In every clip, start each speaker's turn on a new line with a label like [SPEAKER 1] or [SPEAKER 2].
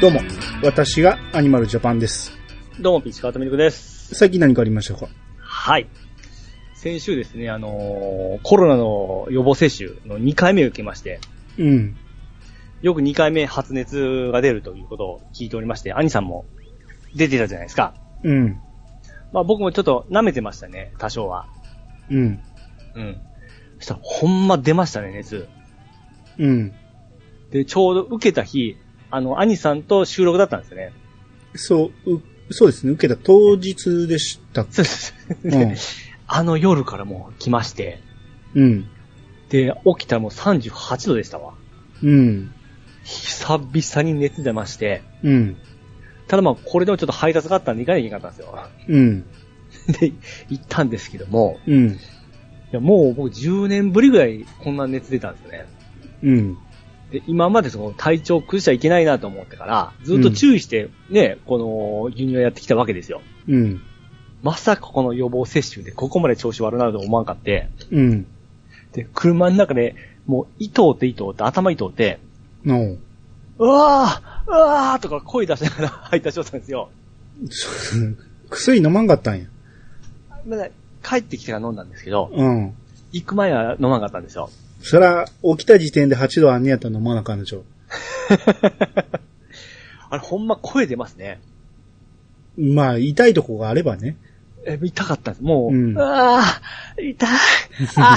[SPEAKER 1] どうも、私がアニマルジャパンです。
[SPEAKER 2] どうも、ピチカートミルクです。
[SPEAKER 1] 最近何かありましたか
[SPEAKER 2] はい。先週ですね、あのーコロナの予防接種の2回目を受けまして、
[SPEAKER 1] うん。
[SPEAKER 2] よく2回目発熱が出るということを聞いておりまして、兄さんも出てたじゃないですか。
[SPEAKER 1] うん。
[SPEAKER 2] まあ僕もちょっと舐めてましたね、多少は。
[SPEAKER 1] うん。
[SPEAKER 2] うん。そしたらほんま出ましたね、熱。
[SPEAKER 1] うん。
[SPEAKER 2] で、ちょうど受けた日、あの、兄さんと収録だったんですよね。
[SPEAKER 1] そう、うそうですね。受けた当日でした。
[SPEAKER 2] そうです。
[SPEAKER 1] うん。
[SPEAKER 2] あの夜からもう来まして、
[SPEAKER 1] うん。
[SPEAKER 2] で、起きたらもう38度でしたわ。
[SPEAKER 1] うん。
[SPEAKER 2] 久々に熱出まして、
[SPEAKER 1] うん。
[SPEAKER 2] ただまあ、これでもちょっと配達があったんで行かなきゃいけなかったん
[SPEAKER 1] うん。
[SPEAKER 2] ですよ。で、行ったんですけども、
[SPEAKER 1] うん。
[SPEAKER 2] いやもう僕10年ぶりぐらいこんな熱出たんですよね。
[SPEAKER 1] うん。
[SPEAKER 2] で、今までその体調崩しちゃいけないなと思ってから、ずっと注意してね、この輸入をやってきたわけですよ。
[SPEAKER 1] うん。
[SPEAKER 2] まさかこの予防接種でここまで調子悪なると思わんかって、
[SPEAKER 1] うん。
[SPEAKER 2] で、車の中でもう糸をって糸をって頭糸をって、
[SPEAKER 1] の、
[SPEAKER 2] うわーうわーとか声出しながら配達をしたんですよ。
[SPEAKER 1] そう 薬飲まんかったんや。
[SPEAKER 2] まだ帰ってきてから飲んだんですけど、
[SPEAKER 1] うん。
[SPEAKER 2] 行く前は飲まなかったんですよ。
[SPEAKER 1] そら、起きた時点で8度あんねやったら飲まなあかんでしょ。
[SPEAKER 2] あれ、ほんま声出ますね。
[SPEAKER 1] まあ、痛いとこがあればね。
[SPEAKER 2] え痛かったんです。もう、
[SPEAKER 1] うん
[SPEAKER 2] ああ、痛い、ああ、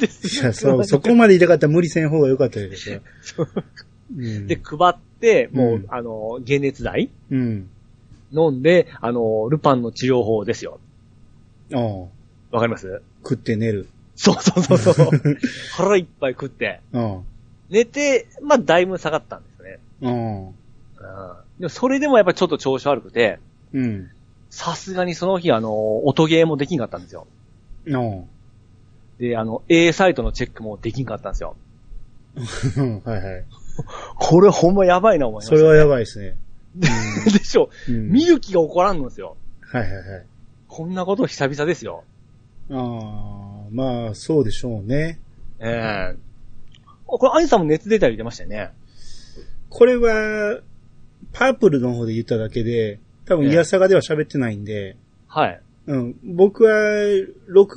[SPEAKER 2] で
[SPEAKER 1] いや、 そう、そこまで痛かったら無理せん方が良かったでしょ。うん。
[SPEAKER 2] で、配って、もう、
[SPEAKER 1] うん
[SPEAKER 2] あの、解熱剤
[SPEAKER 1] うん。
[SPEAKER 2] 飲んで、あの、ルパンの治療法ですよ。
[SPEAKER 1] ああ。
[SPEAKER 2] わかります
[SPEAKER 1] 食って寝る。
[SPEAKER 2] そうそうそ うそう。腹いっぱい食って。
[SPEAKER 1] うん。
[SPEAKER 2] 寝て、まあ、だいぶ下がったんですよね。
[SPEAKER 1] うん。
[SPEAKER 2] うん。でも、それでもやっぱちょっと調子悪くて、
[SPEAKER 1] うん。
[SPEAKER 2] さすがにその日、あの、音ゲーもできんかったんですよ。
[SPEAKER 1] うん。
[SPEAKER 2] で、あの、A サイトのチェックもできんかったんですよ。
[SPEAKER 1] はいはい。
[SPEAKER 2] これほんまやばいな思いまし
[SPEAKER 1] そ
[SPEAKER 2] た、
[SPEAKER 1] れはやばいですね。
[SPEAKER 2] でしょ。
[SPEAKER 1] うん。
[SPEAKER 2] 見る気が起こらんのですよ。
[SPEAKER 1] はいはいはい。
[SPEAKER 2] こんなこと久々ですよ。
[SPEAKER 1] ああ、まあ、そうでしょうね。
[SPEAKER 2] ええこれ、アニさんも熱出たり出ましたよね。
[SPEAKER 1] これは、パープルの方で言っただけで、多分、
[SPEAKER 2] ええ
[SPEAKER 1] イヤサガでは喋ってないんで、
[SPEAKER 2] はい。
[SPEAKER 1] うん。僕は、6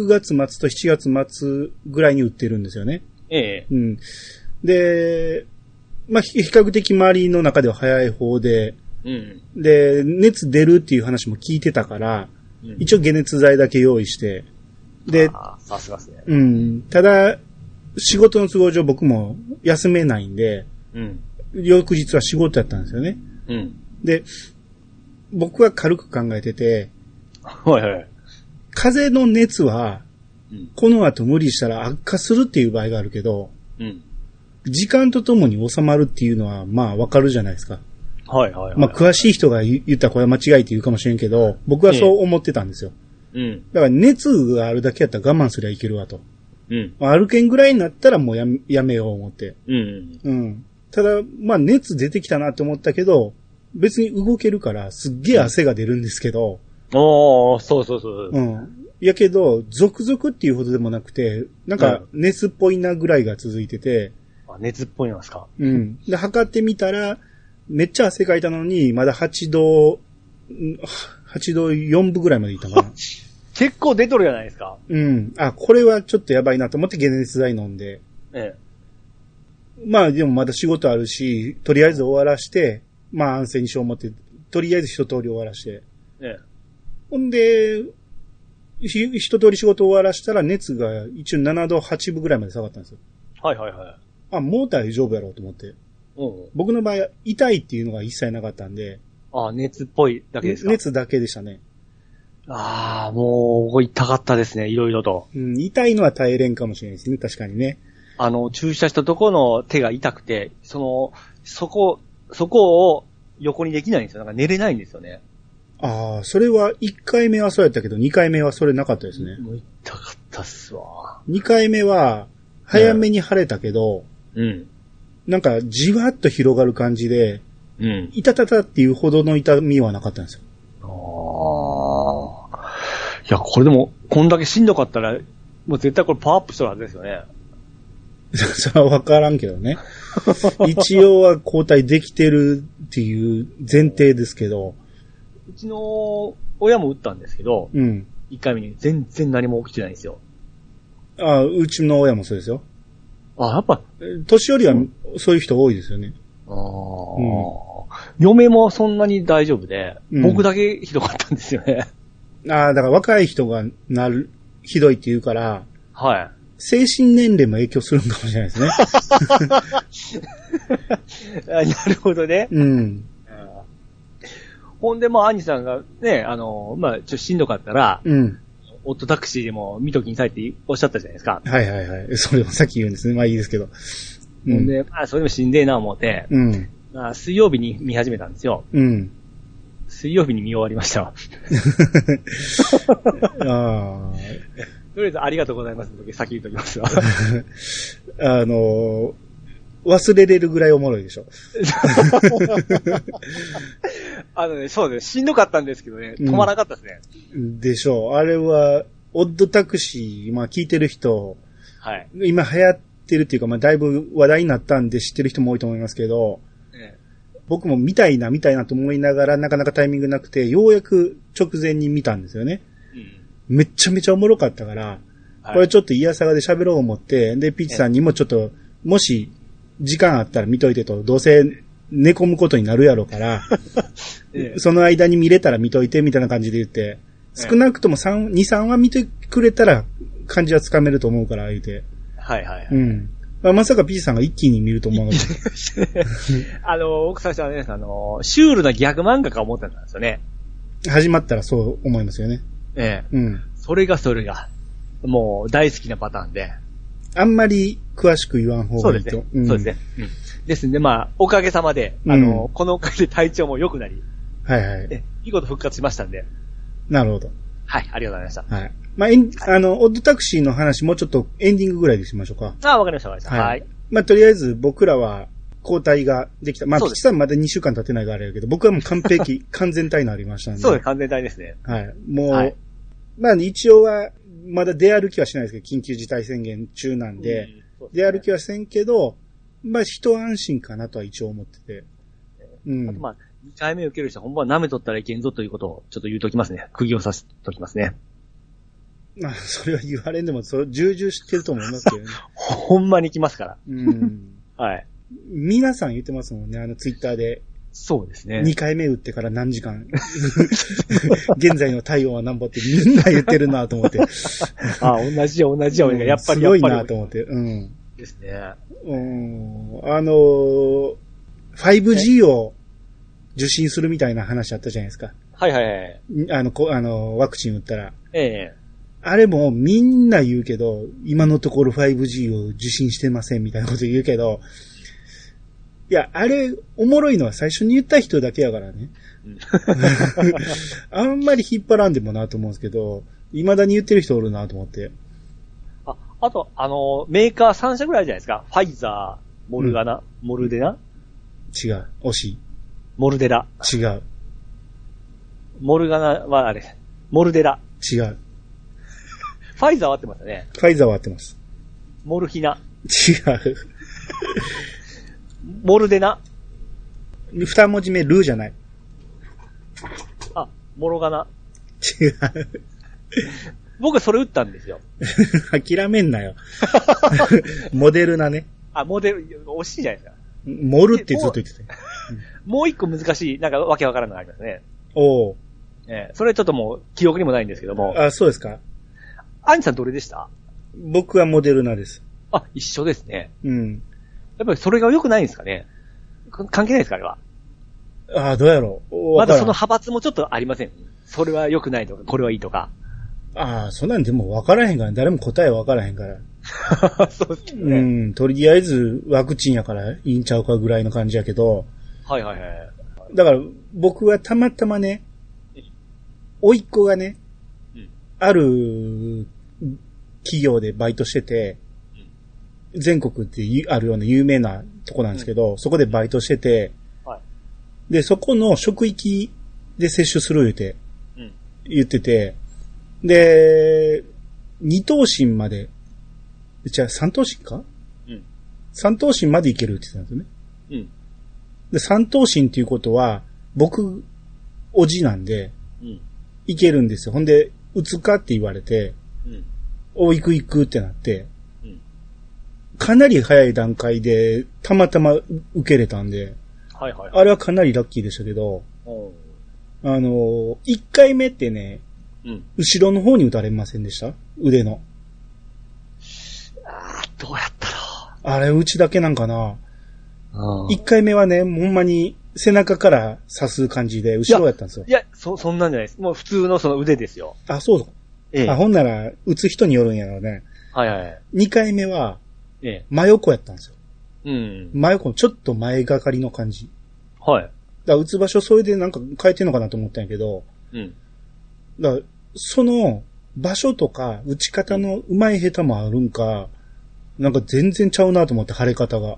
[SPEAKER 1] 月末と7月末ぐらいに売ってるんですよね。
[SPEAKER 2] ええ
[SPEAKER 1] うん。で、まあ、ひ比較的周りの中では早い方で、
[SPEAKER 2] うん。
[SPEAKER 1] で、熱出るっていう話も聞いてたから、
[SPEAKER 2] うん
[SPEAKER 1] 一応解熱剤だけ用意して、で、
[SPEAKER 2] あーさすがですね。
[SPEAKER 1] うん、ただ、仕事の都合上僕も休めないんで、
[SPEAKER 2] うん。
[SPEAKER 1] 翌日は仕事だったんですよね。
[SPEAKER 2] うん。
[SPEAKER 1] で、僕は軽く考えてて、
[SPEAKER 2] はいはい。
[SPEAKER 1] 風邪の熱は
[SPEAKER 2] うん、
[SPEAKER 1] この後無理したら悪化するっていう場合があるけど、
[SPEAKER 2] うん。
[SPEAKER 1] 時間とともに収まるっていうのは、まあわかるじゃないですか。
[SPEAKER 2] はいはいはい。
[SPEAKER 1] まあ詳しい人が言言ったらこれは間違いって言うかもしれんけど、僕はそう思ってたんですよ。
[SPEAKER 2] うん。
[SPEAKER 1] だから熱があるだけやったら我慢すりゃいけるわと。
[SPEAKER 2] うん。
[SPEAKER 1] まあ歩けんぐらいになったらもうやめやめよう思って。
[SPEAKER 2] うん。
[SPEAKER 1] うん。ただ、まあ熱出てきたなって思ったけど、別に動けるからすっげえ汗が出るんですけど、
[SPEAKER 2] おー、そうそうそうそうう。
[SPEAKER 1] ん。やけど、続々っていうほどでもなくて、なんか熱っぽいなぐらいが続いてて、
[SPEAKER 2] あ熱っぽいのですか。
[SPEAKER 1] うん。で、測ってみたら、めっちゃ汗かいたのに、まだ8度、ん8度4分ぐらいまでいった かな。
[SPEAKER 2] 結構出とるじゃないですか。
[SPEAKER 1] うん。あ、これはちょっとやばいなと思って解熱剤飲んで。
[SPEAKER 2] え
[SPEAKER 1] まあでもまだ仕事あるし、とりあえず終わらして、まあ安静にしよう思って、とりあえず一通り終わらして。
[SPEAKER 2] え。え
[SPEAKER 1] ほんで、ひ一通り仕事終わらしたら熱が一応7度8分ぐらいまで下がったんですよ。
[SPEAKER 2] え。はいはいはい。
[SPEAKER 1] あ、もう大丈夫やろうと思って。
[SPEAKER 2] うん。
[SPEAKER 1] 僕の場合は痛いっていうのが一切なかったんで、
[SPEAKER 2] あー熱っぽいだけですか。。
[SPEAKER 1] 熱だけでしたね。
[SPEAKER 2] ああ、もう、ここ痛かったですね、いろいろと。
[SPEAKER 1] うん、痛いのは耐えれんかもしれないですね、確かにね。
[SPEAKER 2] あの、注射したところの手が痛くて、その、そこ、そこを横にできないんですよ。なんか寝れないんですよね。
[SPEAKER 1] ああ、それは1回目はそうやったけど、2回目はそれなかったですね。
[SPEAKER 2] もう痛かったっすわ。
[SPEAKER 1] 2回目は、早めに晴れたけど、
[SPEAKER 2] うん。
[SPEAKER 1] なんかじわっと広がる感じで、
[SPEAKER 2] うん。
[SPEAKER 1] いたたたっていうほどの痛みはなかったんですよ。
[SPEAKER 2] ああ。いや、これでも、こんだけしんどかったら、もう絶対これパワーアップしてるはずですよね。
[SPEAKER 1] それはわからんけどね。一応は交代できてるっていう前提ですけど、
[SPEAKER 2] うちの親も打ったんですけど、
[SPEAKER 1] うん。
[SPEAKER 2] 1回目に全然何も起きてないんですよ。
[SPEAKER 1] あうちの親もそうですよ。
[SPEAKER 2] あ、やっぱ、
[SPEAKER 1] え年寄りはそういう人多いですよね。
[SPEAKER 2] あー嫁もそんなに大丈夫で、
[SPEAKER 1] うん
[SPEAKER 2] 僕だけひどかったんですよ ね。
[SPEAKER 1] ああ、だから若い人がなる、ひどいっていうから、
[SPEAKER 2] はい。
[SPEAKER 1] 精神年齢も影響するのかもしれない ですね。
[SPEAKER 2] あなるほどね。
[SPEAKER 1] うん。
[SPEAKER 2] ほんで、まあ、兄さんがね、あの、まあ、ちょっとしんどかったら、
[SPEAKER 1] うん。
[SPEAKER 2] オットタクシーでも見ときにさいっておっしゃったじゃないですか。
[SPEAKER 1] はいはいはい。それをさっき言うんですね。まあいいですけど。う
[SPEAKER 2] ほん
[SPEAKER 1] ん。
[SPEAKER 2] で、まあ、それでもしんでえな思って、
[SPEAKER 1] うん。
[SPEAKER 2] まあ、水曜日に見始めたんですよ。
[SPEAKER 1] うん。
[SPEAKER 2] 水曜日に見終わりましたわ。
[SPEAKER 1] あ
[SPEAKER 2] とりあえず、ありがとうございますの時、先言っとき ますわ。
[SPEAKER 1] あ。あのー忘れれるぐらいおもろいでしょ。
[SPEAKER 2] あのね、そうです。しんどかったんですけどね、
[SPEAKER 1] うん
[SPEAKER 2] 止まらなかったですね。
[SPEAKER 1] でしょう。あれは、オッドタクシー、まあ聞いてる人、
[SPEAKER 2] はい。
[SPEAKER 1] 今流行ってるっていうか、まあだいぶ話題になったんで知ってる人も多いと思いますけど、
[SPEAKER 2] え
[SPEAKER 1] 僕も見たいな、見たいなと思いながら、なかなかタイミングなくて、ようやく直前に見たんですよね。
[SPEAKER 2] えうん
[SPEAKER 1] めっちゃめちゃおもろかったから、
[SPEAKER 2] はい
[SPEAKER 1] これちょっとイヤサガで喋ろう思って、で、ピッチさんにもちょっと、もし、時間あったら見といてと、どうせ寝込むことになるやろから、
[SPEAKER 2] ええ
[SPEAKER 1] その間に見れたら見といて、みたいな感じで言って、
[SPEAKER 2] え
[SPEAKER 1] 少なくとも3、2、3は見てくれたら、感じはつかめると思うから、言うて。
[SPEAKER 2] はいはいはい。
[SPEAKER 1] うん。まあ、まさかピッチさんが一気に見ると思うので。
[SPEAKER 2] あの、奥さんはね、あの、シュールなギャグ漫画か思ってたんですよね。
[SPEAKER 1] 始まったらそう思いますよね。
[SPEAKER 2] ええ。
[SPEAKER 1] うん。
[SPEAKER 2] それがそれが、もう大好きなパターンで。
[SPEAKER 1] あんまり詳しく言わん方
[SPEAKER 2] そう
[SPEAKER 1] がい
[SPEAKER 2] で
[SPEAKER 1] い
[SPEAKER 2] すね
[SPEAKER 1] と。。ん
[SPEAKER 2] そうですね。うん。ですんで、まあ、おかげさまで、あの、
[SPEAKER 1] うん
[SPEAKER 2] このおかげで体調も良くなり、
[SPEAKER 1] はいはい。
[SPEAKER 2] えいいこと復活しましたんで、
[SPEAKER 1] なるほど。
[SPEAKER 2] はい、ありがとうございまし
[SPEAKER 1] はい。まあ、エンあの、オッドタクシーの話もうちょっとエンディングぐらいでしましょうか。
[SPEAKER 2] た。ああ、わかりました、わかりました。はい。
[SPEAKER 1] まあ、とりあえず僕らは交代ができた。まあ、
[SPEAKER 2] そう
[SPEAKER 1] ピ
[SPEAKER 2] です
[SPEAKER 1] チさんまだ2週間経ってないからあれやけど、僕はもう完 璧、完全体になりましたんで。
[SPEAKER 2] そうです、完全体ですね。
[SPEAKER 1] はい。もう、
[SPEAKER 2] はい
[SPEAKER 1] まあ、一応は、まだ出歩きはしないですけど、緊急事態宣言中なんで、
[SPEAKER 2] うん、そうです
[SPEAKER 1] 出
[SPEAKER 2] ね
[SPEAKER 1] 歩きはせんけど、まあ、一安心かなとは一応思ってて。うん。
[SPEAKER 2] あとまあ、2回目受ける人は本番は舐めとったらいけんぞということをちょっと言うときますね。釘を刺しときますね。
[SPEAKER 1] まあ、それは言われんでも、それ、重々知ってると思いますけ どね。
[SPEAKER 2] ほんまに来ますから。
[SPEAKER 1] うん。
[SPEAKER 2] はい。
[SPEAKER 1] 皆さん言ってますもんね、あの、ツイッターで。
[SPEAKER 2] そうですね。
[SPEAKER 1] 2回目打ってから何時間。現在の体温は何ぼってみんな言ってるなと思って。
[SPEAKER 2] ああ、同じや、同 じや、やっぱり、
[SPEAKER 1] す
[SPEAKER 2] や
[SPEAKER 1] ご
[SPEAKER 2] っ
[SPEAKER 1] い
[SPEAKER 2] ぱり。
[SPEAKER 1] なと思って。うん。
[SPEAKER 2] ですね。
[SPEAKER 1] うんあのー、5G を受信するみたいな話あったじゃないですか。
[SPEAKER 2] はいはいはい。
[SPEAKER 1] あの、こあのワクチン打ったら。
[SPEAKER 2] ええ
[SPEAKER 1] あれもみんな言うけど、今のところ 5G を受信してませんみたいなこと言うけど、いや、あれ、おもろいのは最初に言った人だけやからね
[SPEAKER 2] うん。
[SPEAKER 1] あんまり引っ張らんでもなと思うんですけど、未だに言ってる人おるなと思って。
[SPEAKER 2] あ、あと、あの、メーカー3社ぐらいあるじゃないですか。ファイザー、モルガナ、モルデナ
[SPEAKER 1] 違う。惜し
[SPEAKER 2] モルデラ。
[SPEAKER 1] い。違う。
[SPEAKER 2] モルガナはあれ、モルデラ。
[SPEAKER 1] 違う。
[SPEAKER 2] ファイザーは合ってますよね。
[SPEAKER 1] ファイザーは合ってます。
[SPEAKER 2] モルヒナ、
[SPEAKER 1] 違
[SPEAKER 2] モルデナ、
[SPEAKER 1] う。二文字目、ルーじゃない。
[SPEAKER 2] あ、モロガナ。
[SPEAKER 1] 違う。
[SPEAKER 2] 僕それ打ったんですよ。
[SPEAKER 1] 諦めんな よ。モデルなね。
[SPEAKER 2] あ、モデル、惜しいじゃないですか。
[SPEAKER 1] モルってずっと言ってたよ。
[SPEAKER 2] もう一個難しい、なんかわけわからんのがありますね。
[SPEAKER 1] おう
[SPEAKER 2] ええそれちょっともう記憶にもないんですけども。
[SPEAKER 1] あ、そうですか。
[SPEAKER 2] アニさんどれでした
[SPEAKER 1] 僕はモデルナです。
[SPEAKER 2] あ、一緒ですね。
[SPEAKER 1] うん。
[SPEAKER 2] やっぱりそれが良くないんですかねか関係ないですかあれは。
[SPEAKER 1] ああ、どうやろう。
[SPEAKER 2] ま
[SPEAKER 1] わか
[SPEAKER 2] だ
[SPEAKER 1] らん
[SPEAKER 2] その派閥もちょっとありません。それは良くないとか、これはいいとか。
[SPEAKER 1] ああ、そんなんでも分からへんから、誰も答え分からへんから。
[SPEAKER 2] そうです
[SPEAKER 1] う。ん、とりあえずワクチンやからいいんちゃうかぐらいの感じやけど、
[SPEAKER 2] はいはいはい。
[SPEAKER 1] だから僕はたまたまね
[SPEAKER 2] うん、
[SPEAKER 1] 甥いっ子がね
[SPEAKER 2] うん、
[SPEAKER 1] ある企業でバイトしてて、全国ってゆあるような有名なとこなんですけど、そこでバイトしてて
[SPEAKER 2] は、
[SPEAKER 1] で、そこの職域で接種する言うて、
[SPEAKER 2] うん。
[SPEAKER 1] 言ってて、で、二等身まで、じゃあ三等身か
[SPEAKER 2] うん。
[SPEAKER 1] 三等身までいけるって言ってたんですよね。
[SPEAKER 2] うん。
[SPEAKER 1] で、三等身っていうことは、僕、おじなんで、
[SPEAKER 2] うん。
[SPEAKER 1] いけるんですよ。ほんで、打つかって言われて、
[SPEAKER 2] うん。
[SPEAKER 1] お、行く行くってなって
[SPEAKER 2] うん、
[SPEAKER 1] かなり早い段階で、たまたま受けれたんで、
[SPEAKER 2] はいはいはい。
[SPEAKER 1] あれはかなりラッキーでしたけど、
[SPEAKER 2] おー
[SPEAKER 1] あの、一回目ってね、
[SPEAKER 2] うん。
[SPEAKER 1] 後ろの方に打たれませんでした腕の。
[SPEAKER 2] あーどうやった
[SPEAKER 1] あれ、うちだけなんかな
[SPEAKER 2] ろう。い
[SPEAKER 1] 一回目はね、ほんまに背中から刺す感じで、後ろやったんですよ。
[SPEAKER 2] や、そ、そんなんじゃないです。もう普通のその腕ですよ。
[SPEAKER 1] あ、そうそう。
[SPEAKER 2] ええ。
[SPEAKER 1] あ、ほんなら、打つ人によるんやろうね。
[SPEAKER 2] はいはいはい。
[SPEAKER 1] 二回目は、
[SPEAKER 2] ええ。
[SPEAKER 1] 真横やったんですよ。
[SPEAKER 2] うん。
[SPEAKER 1] 真横、ちょっと前がかりの感じ。
[SPEAKER 2] はい。
[SPEAKER 1] だから打つ場所それでなんか変えてんのかなと思ったんやけど、
[SPEAKER 2] うん。
[SPEAKER 1] だからその場所とか打ち方の上手い下手もあるんか、なんか全然ちゃうなと思って、腫れ方が。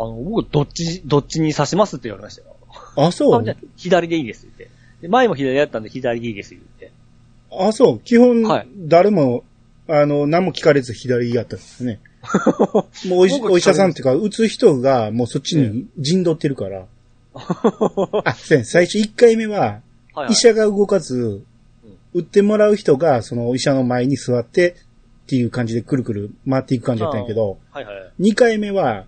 [SPEAKER 2] あの、僕、どっち、どっちに刺しますって言われましたよ。
[SPEAKER 1] あ、そ
[SPEAKER 2] あじゃあ
[SPEAKER 1] う。
[SPEAKER 2] 左でいいですって言って。で前も左やったんで左でいいですって言って。
[SPEAKER 1] あ、そう。基本
[SPEAKER 2] はい、
[SPEAKER 1] 誰も、あの、何も聞かれず左やったんです ね。もうお医
[SPEAKER 2] 僕聞かれ
[SPEAKER 1] お医者さんっていうか、打つ人がもうそっちに陣取ってる から。あ、そうや最初1回目は、
[SPEAKER 2] はいはい
[SPEAKER 1] 医者が動かず、打ってもらう人が、その医者の前に座って、っていう感じでくるくる回っていく感じだったんやけど、
[SPEAKER 2] はいはい。
[SPEAKER 1] 2回目は、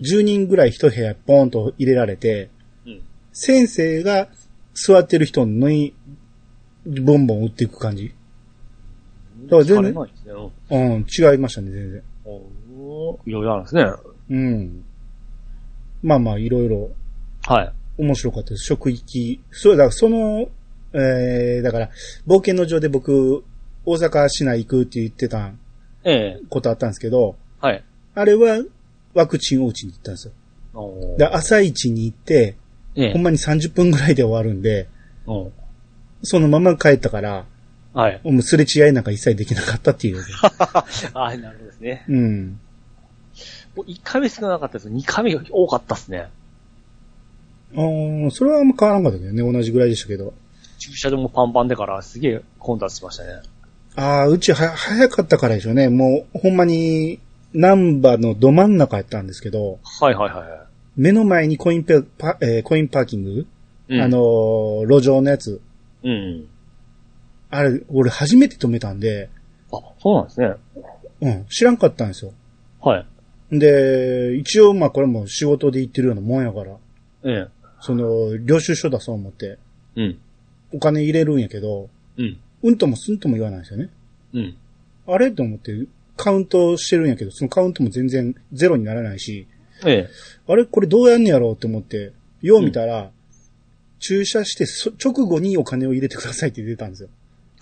[SPEAKER 1] 10人ぐらい1部屋ポンと入れられて、
[SPEAKER 2] うん。
[SPEAKER 1] 先生が座ってる人に、ボンボン打っていく感じ。だから全然
[SPEAKER 2] 疲れないですね。うん
[SPEAKER 1] うん、違いましたね、全然。
[SPEAKER 2] おーいろいろあるんですね。
[SPEAKER 1] うん。まあまあ、いろいろ
[SPEAKER 2] はい。
[SPEAKER 1] 面白かったです。職域。そう、だからその、えー、だから、冒険の上で僕、大阪市内行くって言ってた
[SPEAKER 2] ええ。
[SPEAKER 1] ことあったんですけど、
[SPEAKER 2] はい。
[SPEAKER 1] あれはワクチンおうちに行ったんですよ。
[SPEAKER 2] おー
[SPEAKER 1] で、朝一に行って、
[SPEAKER 2] ええ
[SPEAKER 1] ほんまに30分ぐらいで終わるんで、
[SPEAKER 2] うん
[SPEAKER 1] そのまま帰ったから、
[SPEAKER 2] はい。
[SPEAKER 1] もうすれ違いなんか一切できなかったって いう。
[SPEAKER 2] あなるほどですね。
[SPEAKER 1] うん。
[SPEAKER 2] もう1回目少なかったです。2回目が多かったですね。
[SPEAKER 1] あーそれはあんま変わらんかったけどね、同じぐらいでしたけど。
[SPEAKER 2] 駐車場もパンパンでからすげえ混雑しましたね。
[SPEAKER 1] ああ、うちは早かったからでしょうね。もう、ほんまに、難波のど真ん中やったんですけど、
[SPEAKER 2] はいはいはいは
[SPEAKER 1] 目の前にコインペパ、えーコインパーキング、
[SPEAKER 2] い。うん
[SPEAKER 1] あの、ー路上のやつ。
[SPEAKER 2] うん。
[SPEAKER 1] あれ、俺初めて止めたんで、
[SPEAKER 2] あ、そうなんですね。
[SPEAKER 1] うん、知らんかったんですよ。
[SPEAKER 2] はい。
[SPEAKER 1] で、一応まあこれも仕事で行ってるようなもんやから、
[SPEAKER 2] え
[SPEAKER 1] その、領収書出そう思って、
[SPEAKER 2] え。うん。
[SPEAKER 1] お金入れるんやけど、
[SPEAKER 2] うん。
[SPEAKER 1] うんともすんとも言わないんですよね。
[SPEAKER 2] うん。
[SPEAKER 1] あれと思って、カウントしてるんやけど、そのカウントも全然ゼロにならないし、
[SPEAKER 2] ええ。
[SPEAKER 1] あれこれどうやんねやろうって思って、よう見たら、駐車してそ直後にお金を入れてくださいって出たんですよ。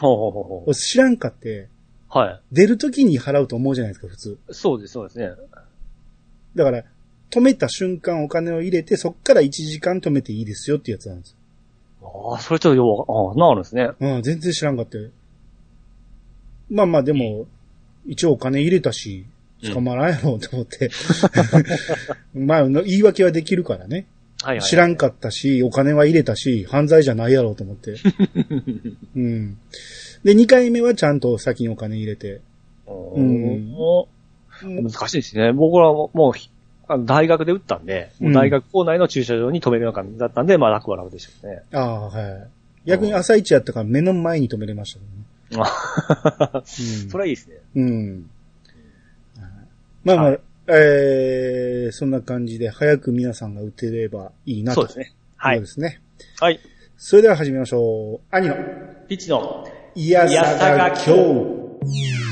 [SPEAKER 2] ほうほうほうほ
[SPEAKER 1] 俺知らんかって、
[SPEAKER 2] う。はい。
[SPEAKER 1] 出る時に払うと思うじゃないですか、普通。
[SPEAKER 2] そうです、そうですね。
[SPEAKER 1] だから、止めた瞬間お金を入れて、そっから1時間止めていいですよってやつなんですよ。
[SPEAKER 2] ああ、それちょっとようわか、ああ、なるんですね。
[SPEAKER 1] うん、全然知らんかったよまあまあでも、一応お金入れたし、捕まらんやろうと思って。 まあ、言い訳はできるからね。
[SPEAKER 2] はいはい、はい。
[SPEAKER 1] 知らん
[SPEAKER 2] か。
[SPEAKER 1] かったし、お金は入れたし、犯罪じゃないやろうと思っ て。うん。で、2回目はちゃんと先にお金入れて。うん
[SPEAKER 2] 難しいですね。僕らももうひ、あの大学で打ったんで、もう大学校内の駐車場に止めるような感じだったんで、まあ楽は楽でしょうね。
[SPEAKER 1] ああ、はい。逆に朝一やったから目の前に止めれましたね。うん
[SPEAKER 2] それはいいですね。
[SPEAKER 1] うん。まあまあ、
[SPEAKER 2] は
[SPEAKER 1] えー、そんな感じで、早く皆さんが打てればいいなと。
[SPEAKER 2] そうですね。は
[SPEAKER 1] そう
[SPEAKER 2] い
[SPEAKER 1] で。すね。
[SPEAKER 2] はい。
[SPEAKER 1] それでは始めましょう。兄の、
[SPEAKER 2] ピッチの。
[SPEAKER 1] いやさが今日。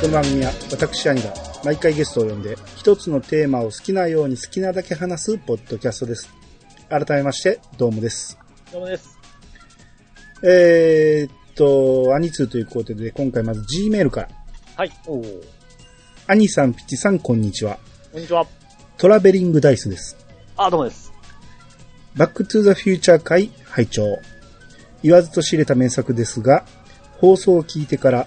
[SPEAKER 1] この番組は私兄が毎回ゲストを呼んで一つのテーマを好きなように好きなだけ話すポッドキャストです。改めまして、どうもです。
[SPEAKER 2] どうもです。
[SPEAKER 1] えーっと、アニツーということで、今回まず G メールから。
[SPEAKER 2] はい。おー
[SPEAKER 1] アニさん、ピッチさん、こんにちは。
[SPEAKER 2] こんにちは。
[SPEAKER 1] トラベリングダイスです。
[SPEAKER 2] あ、どうもです。
[SPEAKER 1] バックトゥザフューチャー会拝聴言わずと知れた名作ですが、放送を聞いてから、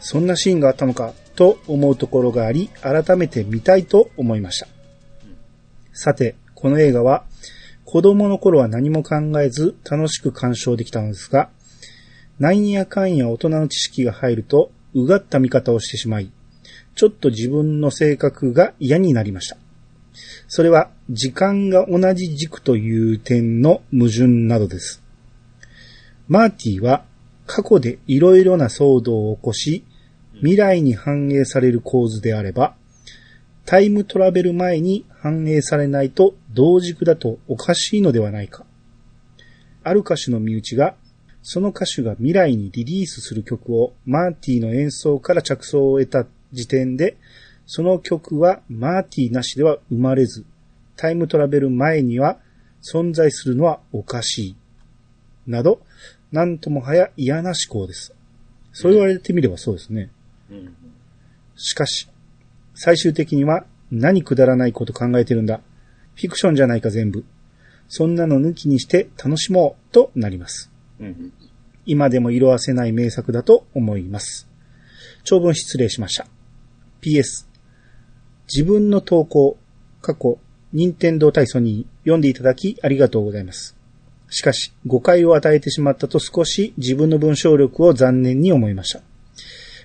[SPEAKER 1] そんなシーンがあったのかと思うところがあり、改めて見たいと思いました。さて、この映画は、子供の頃は何も考えず楽しく鑑賞できたのですが、なんやかんや大人の知識が入ると、うがった見方をしてしまい、ちょっと自分の性格が嫌になりました。それは、時間が同じ軸という点の矛盾などです。マーティは、過去でいろいろな騒動を起こし、未来に反映される構図であれば、タイムトラベル前に反映されないと同軸だとおかしいのではないか。ある歌手の身内が、その歌手が未来にリリースする曲をマーティの演奏から着想を得た時点で、その曲はマーティなしでは生まれず、タイムトラベル前には存在するのはおかしい。など、なんともはや嫌な思考です。そう言われてみればそうですね。
[SPEAKER 2] うん。
[SPEAKER 1] しかし、最終的には何くだらないこと考えてるんだ。フィクションじゃないか全部。そんなの抜きにして楽しもうとなります。
[SPEAKER 2] うん。
[SPEAKER 1] 今でも色褪せない名作だと思います。長文失礼しました。PS。自分の投稿、過去、任天堂対ソニー、読んでいただきありがとうございます。しかし、誤解を与えてしまったと少し自分の文章力を残念に思いました。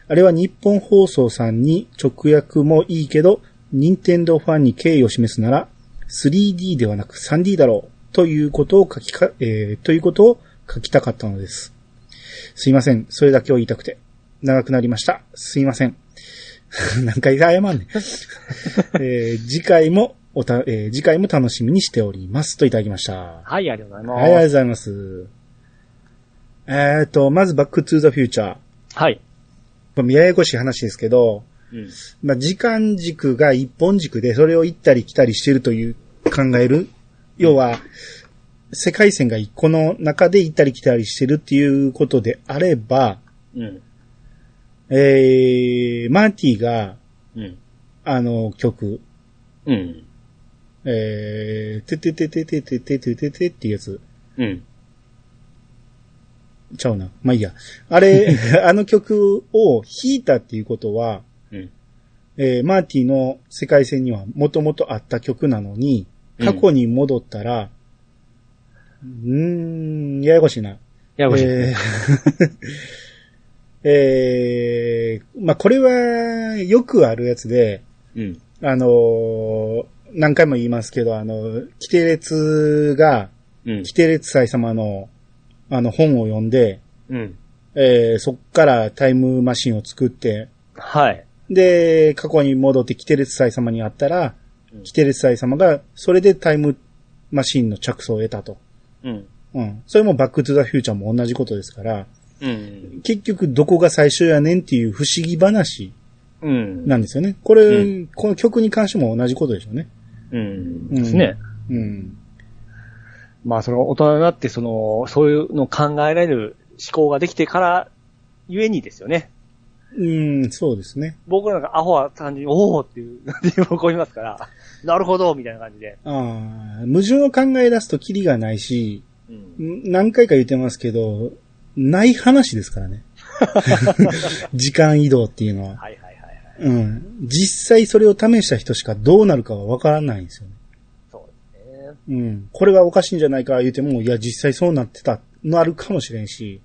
[SPEAKER 1] あれは日本放送さんに直訳もいいけど、任天堂ファンに敬意を示すなら、3D ではなく 3D だろう、ということを書きか、えーということを書きたかったのです。すいません。それだけを言いたくて。長くなりました。すいません。 何回謝んねん。えー次回もおた、えー次回も楽しみにしております。といただきました。
[SPEAKER 2] はい、ありがとうご
[SPEAKER 1] はい、ありが
[SPEAKER 2] ざ
[SPEAKER 1] とう
[SPEAKER 2] い
[SPEAKER 1] ご
[SPEAKER 2] ます。
[SPEAKER 1] ざいます。えーと、まず、バックトゥーザフューチャー。
[SPEAKER 2] はい。
[SPEAKER 1] まあややこしい話ですけど、
[SPEAKER 2] うん。
[SPEAKER 1] まあ、時間軸が一本軸で、それを行ったり来たりしてるという考える。要は、世界線が一個の中で行ったり来たりしてるっていうことであれば、
[SPEAKER 2] うん。
[SPEAKER 1] えー、マーティが、
[SPEAKER 2] うん。
[SPEAKER 1] あの、曲、
[SPEAKER 2] うん。
[SPEAKER 1] えー、ててててててててててっていうやつ、
[SPEAKER 2] うん。
[SPEAKER 1] ちゃうな。まあ、いいや。あれ、あの曲を弾いたっていうことは、
[SPEAKER 2] うん。
[SPEAKER 1] えーマーティの世界線にはもともとあった曲なのに、過去に戻ったら、うーん、ややこしいな。
[SPEAKER 2] ややこしい。
[SPEAKER 1] えー えーまあ、これはよくあるやつで、
[SPEAKER 2] うん。
[SPEAKER 1] あのー何回も言いますけど、あの、規定列が、
[SPEAKER 2] うん
[SPEAKER 1] 規。定列祭様の、あの、本を読んで、
[SPEAKER 2] うん。
[SPEAKER 1] えーそっからタイムマシンを作って、
[SPEAKER 2] はい。
[SPEAKER 1] で、過去に戻って規定列祭様に会ったら、
[SPEAKER 2] うん
[SPEAKER 1] 規定列祭様が、それでタイムマシンの着想を得たと。
[SPEAKER 2] うん。
[SPEAKER 1] うん。それもバックトゥザフューチャーも同じことですから、
[SPEAKER 2] うん。
[SPEAKER 1] 結局どこが最初やねんっていう不思議話
[SPEAKER 2] うん。
[SPEAKER 1] なんですよね。これ、
[SPEAKER 2] う
[SPEAKER 1] この曲に関しても同じことでしょうね。
[SPEAKER 2] うん。
[SPEAKER 1] うん
[SPEAKER 2] ですね。
[SPEAKER 1] うん。
[SPEAKER 2] まあ、その、大人になって、その、そういうのを考えられる思考ができてから、ゆえにですよね。
[SPEAKER 1] うん、そうですね。
[SPEAKER 2] 僕なんかアホは単純に、おおっていう、 なんて喜びますから、なるほどみたいな感じで。
[SPEAKER 1] ああ、矛盾を考え出すとキリがないし、
[SPEAKER 2] うん。
[SPEAKER 1] ん何回か言ってますけど、ない話ですからね。 時間移動っていうのは。
[SPEAKER 2] はいはいはいはい。
[SPEAKER 1] うん。実際それを試した人しかどうなるかはわからないんですよね。
[SPEAKER 2] そうですね。
[SPEAKER 1] うん。これがおかしいんじゃないか言うても、いや、実際そうなってた、なるかもしれんし、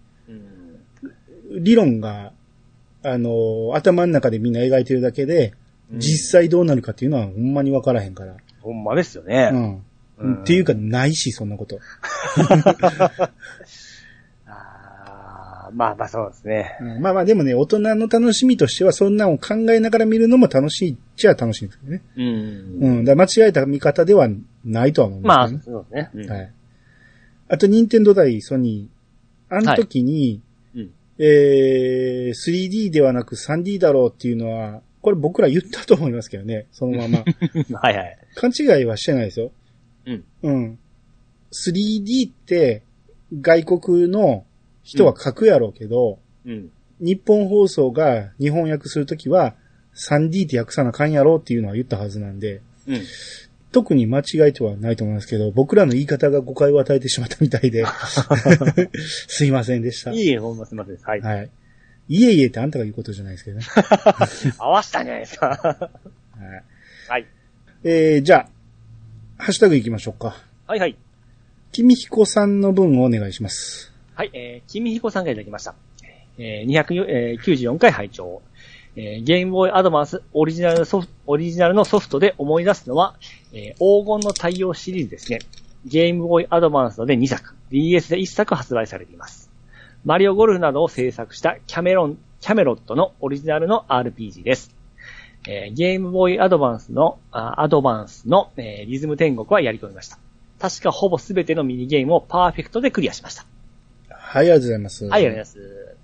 [SPEAKER 2] うん。
[SPEAKER 1] 理論が、あの、頭の中でみんな描いてるだけで、実際どうなるかっていうのはほんまにわからへんから。
[SPEAKER 2] ほんまですよ
[SPEAKER 1] う
[SPEAKER 2] ね。
[SPEAKER 1] ん。っていう
[SPEAKER 2] か。
[SPEAKER 1] か、ないし、そんなこと。
[SPEAKER 2] あーまあまあそうですね。
[SPEAKER 1] うんまあまあ、でもね、大人の楽しみとしては、そんなのを考えながら見るのも楽しいっちゃ楽しいんですけどね。
[SPEAKER 2] う。
[SPEAKER 1] うんん。だから間違えた見方ではないとは思うんです
[SPEAKER 2] ま
[SPEAKER 1] よ
[SPEAKER 2] あ、
[SPEAKER 1] ね。
[SPEAKER 2] そうですね。
[SPEAKER 1] はい。あと、任天堂対ソニー。あの時に、
[SPEAKER 2] はいうん
[SPEAKER 1] えー、3D ではなく 3D だろうっていうのは、これ僕ら言ったと思いますけどね、そのま ま。
[SPEAKER 2] うんはいはい。
[SPEAKER 1] 勘違いはしてないですよ。
[SPEAKER 2] うん。
[SPEAKER 1] うん。3D って、外国の人は書くやろうけど、
[SPEAKER 2] うん。
[SPEAKER 1] 日本放送が日本訳するときは、3D って訳さなあかんやろうっていうのは言ったはずなんで、
[SPEAKER 2] うん。
[SPEAKER 1] 特に間違いとはないと思いますけど、僕らの言い方が誤解を与えてしまったみた いで、すいませんでした。
[SPEAKER 2] いいえ、ほんますいません。はい。
[SPEAKER 1] はい。いえいえってあんたが言うことじゃないですけどね。
[SPEAKER 2] 合わせたんじゃないですか。
[SPEAKER 1] はい
[SPEAKER 2] はい。
[SPEAKER 1] えー、じゃあ、ハッシュタグ行きましょうか。
[SPEAKER 2] はいはい。
[SPEAKER 1] 君彦さんの分をお願いします。
[SPEAKER 2] はい、えー、君彦さんがいただきました。えー、294回拝聴。えー、ゲームボーイアドバンスオリジナルソフト、オリジナルのソフトで思い出すのは、えー黄金の太陽シリーズですね。ゲームボーイアドバンスので2作、DS で1作発売されています。マリオゴルフなどを制作したキャメロン、キャメロットのオリジナルの RPG です。えーゲームボーイアドバンスの、あアドバンスの、えーリズム天国はやり込みました。確かほぼ全てのミニゲームをパーフェクトでクリアしました。
[SPEAKER 1] はい、ありがとうございます。
[SPEAKER 2] はい、ありがとうございます。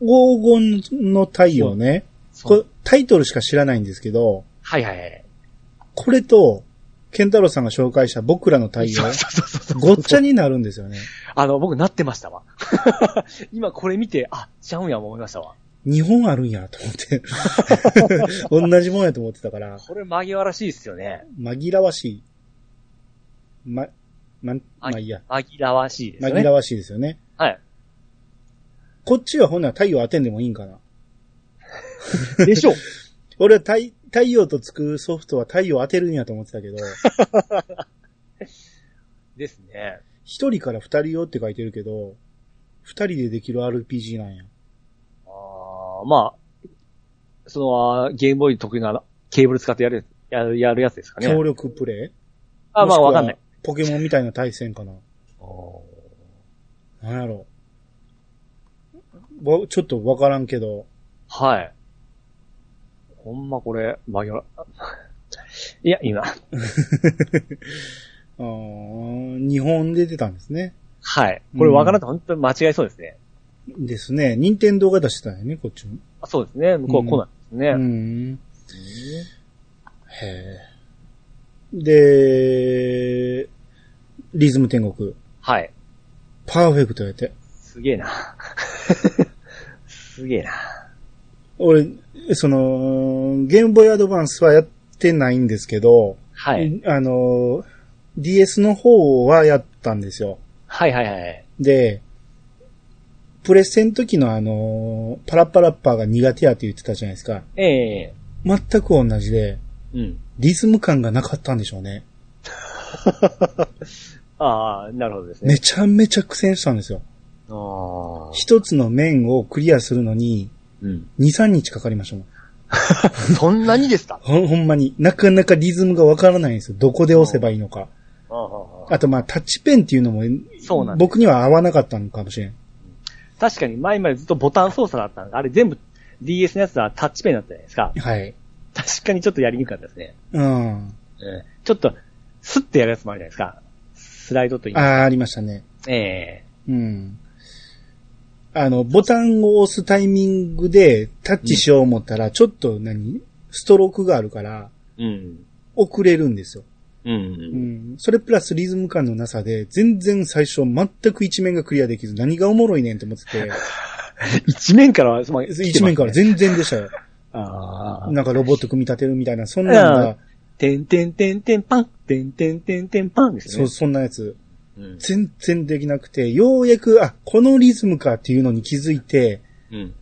[SPEAKER 1] 黄金の太陽ね。
[SPEAKER 2] そ
[SPEAKER 1] これ
[SPEAKER 2] う。
[SPEAKER 1] タイトルしか知らないんですけど、
[SPEAKER 2] はいはいはい。
[SPEAKER 1] これと、ケンタロウさんが紹介した僕らの太陽
[SPEAKER 2] そ、うそうそうそう。
[SPEAKER 1] ごっちゃになるんですよね。
[SPEAKER 2] あの、僕なってましたわ。 今これ見て、あ、ちゃうんや思いましたわ。
[SPEAKER 1] 日本あるんやと思 って。同じもんやと思ってたから、
[SPEAKER 2] これ紛らわしいですよね。
[SPEAKER 1] 紛らわしい。ま、ま、まあいいや。
[SPEAKER 2] 紛らわしいですよ
[SPEAKER 1] 紛
[SPEAKER 2] ね。
[SPEAKER 1] らわしいですよね。
[SPEAKER 2] はい。
[SPEAKER 1] こっちはほんなら太陽当てんでもいいんかな。
[SPEAKER 2] でしょう。
[SPEAKER 1] 俺は太太陽とつくソフトは太陽当てるんやと思ってた けど、
[SPEAKER 2] ですね。
[SPEAKER 1] 一人から二人用って書いてるけど、二人でできる RPG なんや。
[SPEAKER 2] あーまあ、その、あーゲームボーイ得意なケーブル使ってやる、やる、やるやつですかね
[SPEAKER 1] 協。力プレイ
[SPEAKER 2] あ、まあわかん
[SPEAKER 1] も
[SPEAKER 2] な。い
[SPEAKER 1] し。くはポケモンみたいな対戦かな。
[SPEAKER 2] お
[SPEAKER 1] なんやろ。わちょっとわからんけど、
[SPEAKER 2] ーはい。ほんまこれ、紛ら、 いや、いいな。
[SPEAKER 1] うーん日本で出たんですね。
[SPEAKER 2] はい。これわからんと本当に間違いそうですね。
[SPEAKER 1] ですね。任天堂が出してたんやね、こっちも。
[SPEAKER 2] あそうですね。向こうは来
[SPEAKER 1] う
[SPEAKER 2] ないですね。
[SPEAKER 1] ん。へえ。で、リズム天国。
[SPEAKER 2] はい。
[SPEAKER 1] パーフェクトやって。
[SPEAKER 2] すげえな。すげえな。
[SPEAKER 1] 俺、その、ゲームボーイアドバンスはやってないんですけど、
[SPEAKER 2] はい。
[SPEAKER 1] あの、DS の方はやったんですよ。
[SPEAKER 2] はいはいはい。
[SPEAKER 1] で、プレステの時のあの、パラッパラッパーが苦手やって言ってたじゃないですか。
[SPEAKER 2] ええ
[SPEAKER 1] 全く同じで、
[SPEAKER 2] うん。
[SPEAKER 1] リズム感がなかったんでしょうね。
[SPEAKER 2] ああ、なるほどですね。
[SPEAKER 1] めちゃめちゃ苦戦したんですよ。
[SPEAKER 2] ああ。
[SPEAKER 1] 一つの面をクリアするのに、
[SPEAKER 2] うん。
[SPEAKER 1] 2、3日かかりましたもん。
[SPEAKER 2] そんなにですか
[SPEAKER 1] ほん、ほんまに。なかなかリズムがわからないんですよ。どこで押せばいいのか。
[SPEAKER 2] ああ
[SPEAKER 1] あと、まあ、タッチペンっていうのも、
[SPEAKER 2] そうなんです
[SPEAKER 1] 僕には合わなかったのかもしれん。
[SPEAKER 2] 確かに前までずっとボタン操作だったんで、あれ全部 DS のやつはタッチペンだったじゃないですか。
[SPEAKER 1] はい。
[SPEAKER 2] 確かにちょっとやりにくかったですね。
[SPEAKER 1] うん。
[SPEAKER 2] うん。ちょっと、スッてやるやつもあるじゃないですか。スライドといい
[SPEAKER 1] あ
[SPEAKER 2] ます
[SPEAKER 1] あ、ありましたね。
[SPEAKER 2] か。え
[SPEAKER 1] うん。あの、ボタンを押すタイミングでタッチしよう思ったら、ちょっと何ストロークがあるから、
[SPEAKER 2] えうん。
[SPEAKER 1] 遅れるんですよ。
[SPEAKER 2] う。
[SPEAKER 1] うんん。それプラスリズム感のなさで、全然最初全く一面がクリアできず、何がおもろいねんと思って て、
[SPEAKER 2] 一面からは、まあ
[SPEAKER 1] 一面から。全然でしたよ。
[SPEAKER 2] ああ。
[SPEAKER 1] なんかロボット組み立てるみたいな、そんなの
[SPEAKER 2] う
[SPEAKER 1] が
[SPEAKER 2] ん、てんてんてんてんパン、てんてんてんてんパンです
[SPEAKER 1] そ
[SPEAKER 2] ね。
[SPEAKER 1] う、そんなやつ。
[SPEAKER 2] うん。
[SPEAKER 1] 全然できなくて、ようやく、あ、このリズムかっていうのに気づいて、
[SPEAKER 2] うん。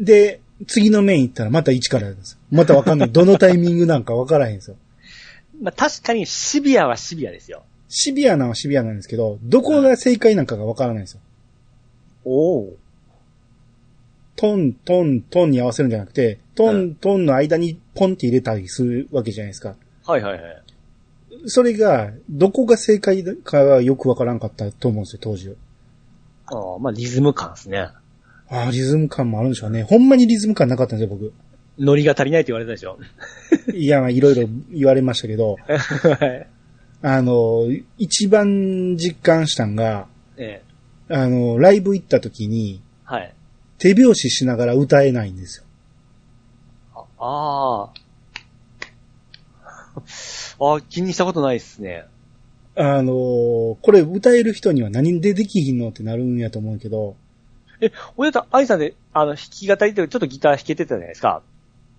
[SPEAKER 1] で、次の面行ったらまた1からなんですよ。またわか んない。どのタイミングなんかわからへんですよ。
[SPEAKER 2] まあ確かにシビアはシビアですよ。
[SPEAKER 1] シビアなのはシビアなんですけど、どこが正解なんかがわからないんですよ。
[SPEAKER 2] おお。
[SPEAKER 1] トン、トン、トンに合わせるんじゃなくて、トン、トンの間にポンって入れたりするわけじゃないですか。
[SPEAKER 2] はいはいはい。
[SPEAKER 1] それが、どこが正解かがよくわからんかったと思うんですよ、当時。
[SPEAKER 2] ああ、まあリズム感ですね。
[SPEAKER 1] ああ、リズム感もあるんでしょうね。ほんまにリズム感なかったんですよ、僕。
[SPEAKER 2] ノリが足りないって言われたでし ょ。
[SPEAKER 1] いや、まあいろいろ言われましたけど、
[SPEAKER 2] はい。
[SPEAKER 1] あの、一番実感したんが、
[SPEAKER 2] ええ。
[SPEAKER 1] あの、ライブ行った時に、
[SPEAKER 2] はい。
[SPEAKER 1] 手拍子しながら歌えないんですよ。
[SPEAKER 2] ああー。ああ、気にしたことないっすね。
[SPEAKER 1] あの、これ歌える人には何でできひんのってなるんやと思うけど、
[SPEAKER 2] え、俺だったら、愛さんで、あの、弾き語りというかちょっとギター弾けてたじゃないですか。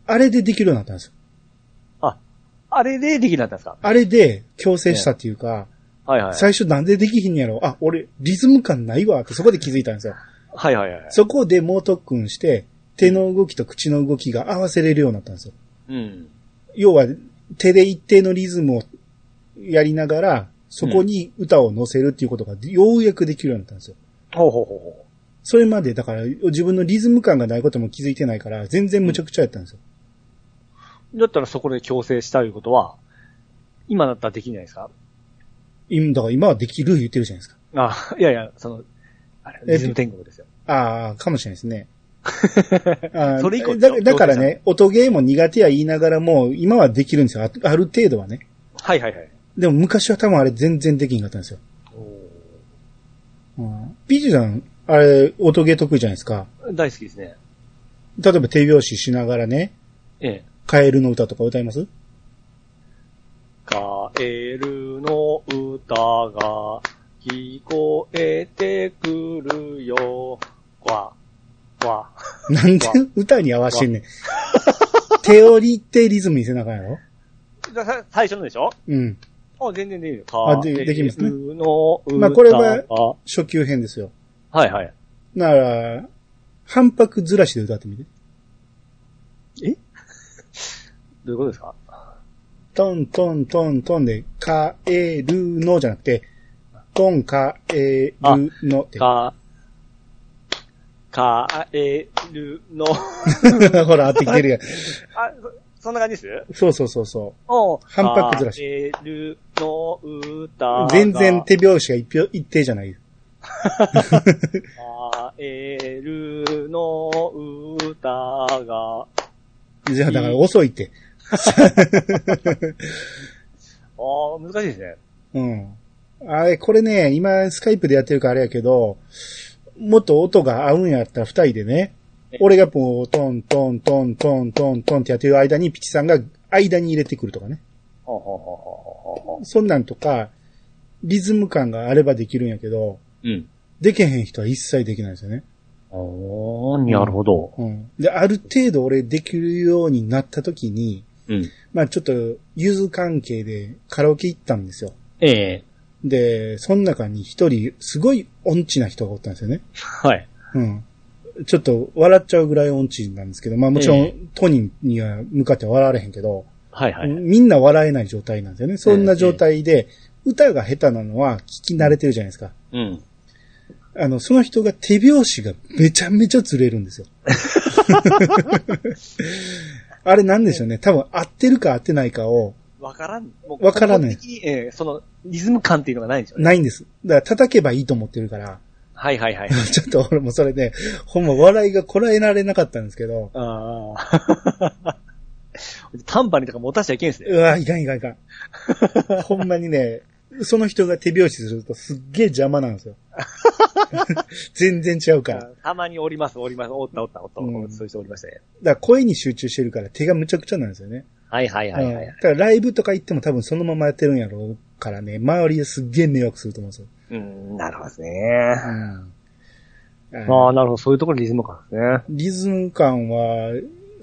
[SPEAKER 1] あれでできるようになったんですよ。
[SPEAKER 2] あれでできるようになったんですか
[SPEAKER 1] あれで強制したっていうか、
[SPEAKER 2] はいはい。
[SPEAKER 1] 最初なんでできひんやろあ、俺、リズム感ないわってそこで気づいたんですよ。
[SPEAKER 2] はいはいはい。
[SPEAKER 1] そこで猛特訓して、手の動きと口の動きが合わせれるようになったんですよ。
[SPEAKER 2] うん。
[SPEAKER 1] 要は、手で一定のリズムをやりながら、そこに歌を載せるっていうことがようやくできるようになったんですよ。
[SPEAKER 2] ほうほうほうほ
[SPEAKER 1] それまで、だから、自分のリズム感がないことも気づいてないから、全然無茶苦茶やったんですよ。
[SPEAKER 2] う。だったらそこで強制したいうことは、今だったらできないですか
[SPEAKER 1] 今、だから今はできる言ってるじゃないですか。
[SPEAKER 2] あ、いやいや、その、あれ、リズム天国 ですよ。
[SPEAKER 1] ああ、かもしれないですね。あー
[SPEAKER 2] それ以降
[SPEAKER 1] だ
[SPEAKER 2] どう
[SPEAKER 1] だからね、音ゲーも苦手や言いながらも、今はできるんですよ。あある程度はね。
[SPEAKER 2] はいはいはい。
[SPEAKER 1] でも昔は多分あれ全然できんかったんですよ。うん、ピジさん、あれ、音ゲー得意じゃないですか。
[SPEAKER 2] 大好きですね。
[SPEAKER 1] 例えば手拍子しながらね、
[SPEAKER 2] ええ。
[SPEAKER 1] カエルの歌とか歌います
[SPEAKER 2] カエルの歌が聞こえてくるよ。わ、わ。
[SPEAKER 1] なんで
[SPEAKER 2] わ
[SPEAKER 1] 歌に合わしてんねん。手をりってリズムにせなあかんやろ
[SPEAKER 2] ださ最初のでしょ
[SPEAKER 1] うん。
[SPEAKER 2] あ、全然できるよ。
[SPEAKER 1] あでできますね
[SPEAKER 2] カエルの歌が。
[SPEAKER 1] まあこれは初級編ですよ。
[SPEAKER 2] はいはい。
[SPEAKER 1] なら、反拍ずらしで歌ってみて。
[SPEAKER 2] どういうことですか
[SPEAKER 1] トントントントンで、カエルのじゃなくて、トンカエルのって。
[SPEAKER 2] か、カエル の、
[SPEAKER 1] ほら、合ってきてるやん。
[SPEAKER 2] あ、そそんな感じです
[SPEAKER 1] そうそうそうそ
[SPEAKER 2] おう
[SPEAKER 1] 反拍ずらし
[SPEAKER 2] カエルの歌が
[SPEAKER 1] う。。全然手拍子が一票一定じゃない。
[SPEAKER 2] カエルの歌が、
[SPEAKER 1] じゃあ、だから遅いって。
[SPEAKER 2] ああ、難しいですね。
[SPEAKER 1] うん。あれ、これね、今、スカイプでやってるからあれやけど、もっと音が合うんやったら二人でね
[SPEAKER 2] え、
[SPEAKER 1] 俺がこう、トントントントントントンってやってる間に、ピチさんが間に入れてくるとかね。
[SPEAKER 2] ほうほうほうほうほうほ
[SPEAKER 1] そんなんとか、リズム感があればできるんやけど、
[SPEAKER 2] う。うん。
[SPEAKER 1] でけへん人は一切できないんですよね。
[SPEAKER 2] おー、なるほど。
[SPEAKER 1] うん。で、ある程度俺できるようになった時に、
[SPEAKER 2] うん。
[SPEAKER 1] まあちょっと、ゆず関係でカラオケ行ったんですよ。
[SPEAKER 2] ええ
[SPEAKER 1] で、その中に一人、すごい音痴な人がおったんですよね。
[SPEAKER 2] はい。
[SPEAKER 1] うん。ちょっと笑っちゃうぐらい音痴なんですけど、まあもちろ
[SPEAKER 2] ええ
[SPEAKER 1] ん当人には向かっては笑われへんけど、
[SPEAKER 2] はいはい。
[SPEAKER 1] みんな笑えない状態なんですよね。そんな状態で、歌が下手なのは聞き慣れてるじゃないですか。
[SPEAKER 2] うん。
[SPEAKER 1] あの、その人が手拍子がめちゃめちゃずれるんですよ。あれなんでしょうね。多分合ってるか合ってないかを、
[SPEAKER 2] わからん。もう
[SPEAKER 1] わからない
[SPEAKER 2] 根本的にええその、リズム感っていうのがないんですよね。
[SPEAKER 1] ないんです。だから叩けばいいと思ってるから、
[SPEAKER 2] はいはいはい。
[SPEAKER 1] ちょっと俺もそれで、ほんま笑いがこらえられなかったんですけど、
[SPEAKER 2] ああ。タンバリンとか持たしちゃいけんすね。
[SPEAKER 1] うわ、いかんいかんいかん。ほんまにね、その人が手拍子するとすっげえ邪魔なんですよ。全然違うから。だか
[SPEAKER 2] たまにおります、おります、おったおったおった、
[SPEAKER 1] うん
[SPEAKER 2] そういう人おりましたね。
[SPEAKER 1] ら声に集中してるから手がむちゃくちゃなんですよね。
[SPEAKER 2] はいはいはいはい
[SPEAKER 1] うん。だからライブとか行っても多分そのままやってるんやろうからね、周りですっげえ迷惑すると思うんですよ。
[SPEAKER 2] うん、なるほどですね。
[SPEAKER 1] うん
[SPEAKER 2] ああ、なるほど。そういうところリズム感ですね。
[SPEAKER 1] リズム感は、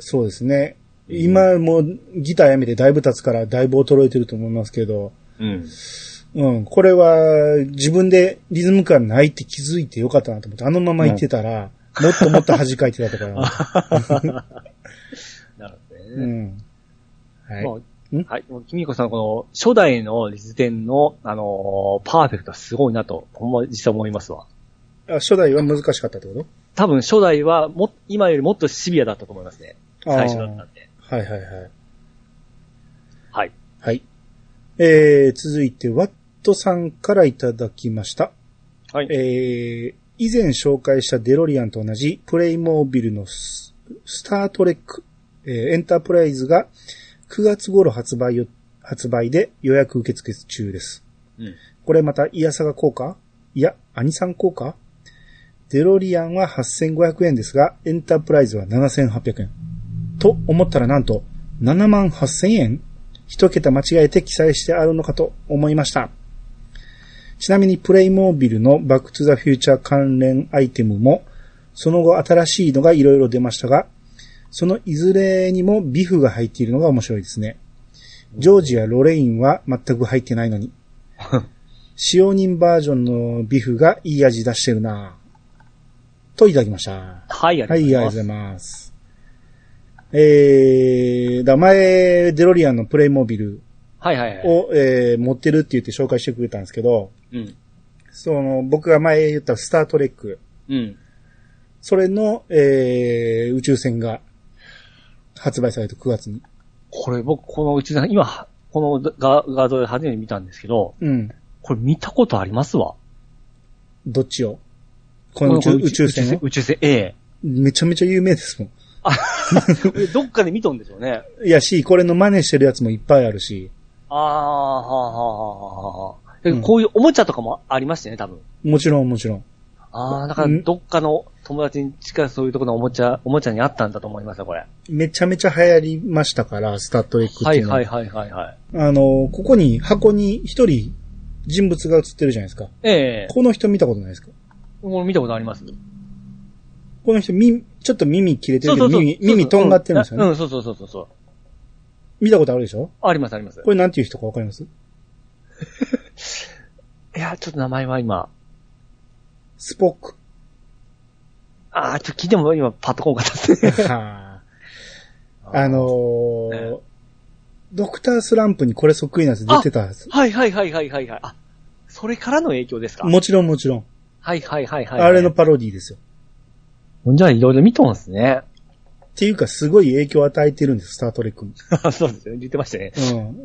[SPEAKER 1] そうですね。
[SPEAKER 2] うん
[SPEAKER 1] 今もうギターやめてだいぶ経つからだいぶ衰えてると思いますけど、
[SPEAKER 2] うん。
[SPEAKER 1] うん、これは自分でリズム感ないって気づいてよかったなと思って、あのまま行ってたら、もっともっと恥かいてたと かな、
[SPEAKER 2] なるほど
[SPEAKER 1] う
[SPEAKER 2] ね。
[SPEAKER 1] ん。はい。
[SPEAKER 2] も
[SPEAKER 1] ん
[SPEAKER 2] うはい。もう、君子さん、この、初代のリズテンの、あのーパーフェクトはすごいなと、ほんま、実際思いますわ。
[SPEAKER 1] あ初代は難しかったってこ
[SPEAKER 2] 多分、初代は、も、今よりもっとシビアだったと思いますね。
[SPEAKER 1] とああ
[SPEAKER 2] 最初だったんで。
[SPEAKER 1] はいはいはい。
[SPEAKER 2] はい。
[SPEAKER 1] はい。えー、続いて、ワットさんからいただきました。
[SPEAKER 2] はい。
[SPEAKER 1] えー、以前紹介したデロリアンと同じプレイモービルのススタートレック、えーエンタープライズが9月頃発売を、発売で予約受付中です。
[SPEAKER 2] うん
[SPEAKER 1] これまたイヤサガ効果いや、アニさん効果デロリアンは8500円ですが、エンタープライズは7800円。と思ったらなんと、7万8000円一桁間違えて記載してあるのかと思いました。ちなみにプレイモービルのバックトゥザフューチャー関連アイテムも、その後新しいのが色々出ましたが、そのいずれにもビフが入っているのが面白いですね。ジョージやロレインは全く入ってないのに。使用人バージョンのビフがいい味出してるなぁといただきました。
[SPEAKER 2] はい、あ
[SPEAKER 1] はい、あり
[SPEAKER 2] り
[SPEAKER 1] が
[SPEAKER 2] が
[SPEAKER 1] と
[SPEAKER 2] と
[SPEAKER 1] う
[SPEAKER 2] う
[SPEAKER 1] ござ
[SPEAKER 2] ござ
[SPEAKER 1] い
[SPEAKER 2] います。
[SPEAKER 1] ます。えー、だ前、デロリアンのプレイモービル、
[SPEAKER 2] はいはいはい。
[SPEAKER 1] を、えー持ってるって言って紹介してくれたんですけど、
[SPEAKER 2] うん。
[SPEAKER 1] その、僕が前言ったスタートレック、
[SPEAKER 2] うん。
[SPEAKER 1] それの、えー宇宙船が発売された9月に。
[SPEAKER 2] これ僕、このうちの、今、この画画像で初めて見たんですけど、
[SPEAKER 1] うん。
[SPEAKER 2] これ見たことありますわ。
[SPEAKER 1] どっちをこの宇宙
[SPEAKER 2] こ
[SPEAKER 1] 宇宙船を
[SPEAKER 2] 宇宙船、え
[SPEAKER 1] めちゃめちゃ有名ですも
[SPEAKER 2] え。 どっかで見とんでしょうね。
[SPEAKER 1] ん。いやし、これの真似してるやつもいっぱいあるし、
[SPEAKER 2] ああ、はあはあはあはあ。で
[SPEAKER 1] うん
[SPEAKER 2] こういうおもちゃとかもありましたよね、多分。
[SPEAKER 1] もちろんもちろん。
[SPEAKER 2] ああ、だか
[SPEAKER 1] う
[SPEAKER 2] ら
[SPEAKER 1] ん
[SPEAKER 2] どっかの友達に近いそういうところのおもちゃ、おもちゃにあったんだと思いますよ、これ。
[SPEAKER 1] めちゃめちゃ流行りましたから、スタートレックっ
[SPEAKER 2] は
[SPEAKER 1] てい
[SPEAKER 2] いう
[SPEAKER 1] の
[SPEAKER 2] は
[SPEAKER 1] は。
[SPEAKER 2] いはいはいはい。
[SPEAKER 1] あの、ここに箱に一人人物が映ってるじゃないですか。
[SPEAKER 2] ええ
[SPEAKER 1] この人見たことないですか
[SPEAKER 2] もう見たことあります。
[SPEAKER 1] この人、み、ちょっと耳切れて
[SPEAKER 2] そ
[SPEAKER 1] るけ
[SPEAKER 2] うそう
[SPEAKER 1] ど、
[SPEAKER 2] そう。
[SPEAKER 1] 耳、耳とんがってるんですよ
[SPEAKER 2] う
[SPEAKER 1] ね。
[SPEAKER 2] ん、そうそうそうそうそう。
[SPEAKER 1] 見たことあるでしょ
[SPEAKER 2] ありますあります。
[SPEAKER 1] これなんていう人かわかります
[SPEAKER 2] いや、ちょっと名前は今、
[SPEAKER 1] スポック。
[SPEAKER 2] ああ、ちょっと聞いても今パッとこんかったですね。
[SPEAKER 1] はああのー、ドクタースランプにこれそっくりなやつ出てたはず。
[SPEAKER 2] はいはいはいはいはいはい。あ、それからの影響ですか
[SPEAKER 1] もちろんもちろん。
[SPEAKER 2] はいはいはいはい。
[SPEAKER 1] あれの。パロディですよ。
[SPEAKER 2] じゃあいろいろ見とんすね。
[SPEAKER 1] っていうか、すごい影響を与えてるんです、スタートレックに。
[SPEAKER 2] そうですよね。言ってましたね。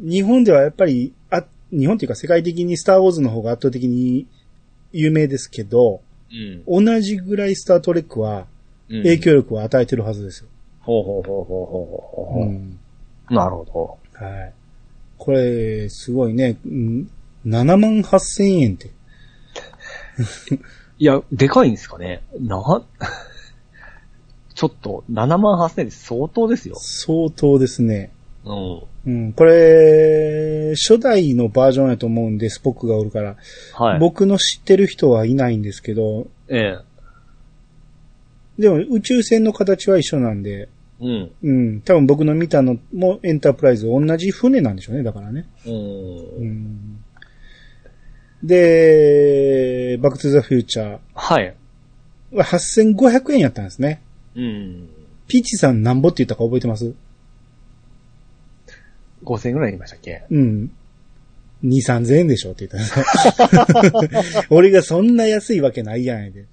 [SPEAKER 1] うん。日本ではやっぱり、あ、日本っていうか世界的にスターウォーズの方が圧倒的に有名ですけど、
[SPEAKER 2] うん。
[SPEAKER 1] 同じぐらいスタートレックは
[SPEAKER 2] 影
[SPEAKER 1] 影。響力を与えてるはずですよ。
[SPEAKER 2] ほうほうほうほうほうほう
[SPEAKER 1] う
[SPEAKER 2] ほ
[SPEAKER 1] ん。
[SPEAKER 2] う。なるほど。
[SPEAKER 1] はい。これ、すごいね、うん7万8千円って。
[SPEAKER 2] いや、でかいんですかね。な、ちょっと、7万8000円って相当ですよ。
[SPEAKER 1] 相当ですね。
[SPEAKER 2] うん。
[SPEAKER 1] うん、これ、初代のバージョンやと思うんで、スポックがおるから、
[SPEAKER 2] はい。
[SPEAKER 1] 僕の知ってる人はいないんですけど、
[SPEAKER 2] ええ。
[SPEAKER 1] でも宇宙船の形は一緒なんで、
[SPEAKER 2] うん。
[SPEAKER 1] うん、多分僕の見たのもエンタープライズ同じ船なんでしょうね、だからね。
[SPEAKER 2] う。
[SPEAKER 1] うんん、で、バックトゥザフューチャ
[SPEAKER 2] はい。
[SPEAKER 1] ーは8500円やったんですね。
[SPEAKER 2] うん。
[SPEAKER 1] ピーチさんなんぼって言ったか覚えてます
[SPEAKER 2] 5000円ぐらいいりましたっけ
[SPEAKER 1] うん。2、3000円でしょって言った ら俺がそんな安いわけないやんやで。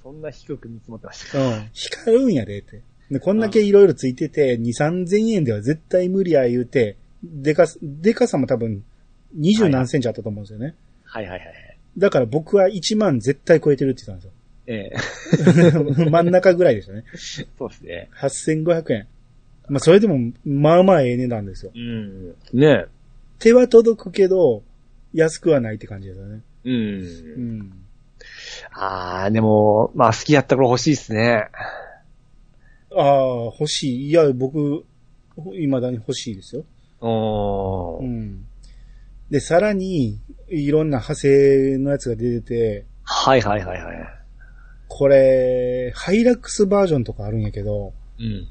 [SPEAKER 2] そんな低く見積もってましたか
[SPEAKER 1] うん。光るんやでって。でこんだけいろいろついてて、2、3000円では絶対無理や言うて、でかす、でかさも多分、20何センチあったと思うんですよね。
[SPEAKER 2] はいはいはいはい。
[SPEAKER 1] だから僕は1万絶対超えてるって言って
[SPEAKER 2] え え。
[SPEAKER 1] たんですよ。真ん中ぐらいでしたね。
[SPEAKER 2] そうですね。
[SPEAKER 1] 8500円。まあそれでも、まあまあええ値段ですよ。
[SPEAKER 2] うん。ね
[SPEAKER 1] 手は届くけど、安くはないって感じですよね。
[SPEAKER 2] え。う。
[SPEAKER 1] うんん。
[SPEAKER 2] ああ、でも、まあ好きやった頃欲しいですね。
[SPEAKER 1] ああ、欲しい。いや、僕、未だに欲しいですよ。
[SPEAKER 2] うー。
[SPEAKER 1] うんん。で、さらに、いろんな派生のやつが出てて、
[SPEAKER 2] はいはいはいはい。
[SPEAKER 1] これ、ハイラックスバージョンとかあるんやけど、
[SPEAKER 2] うん。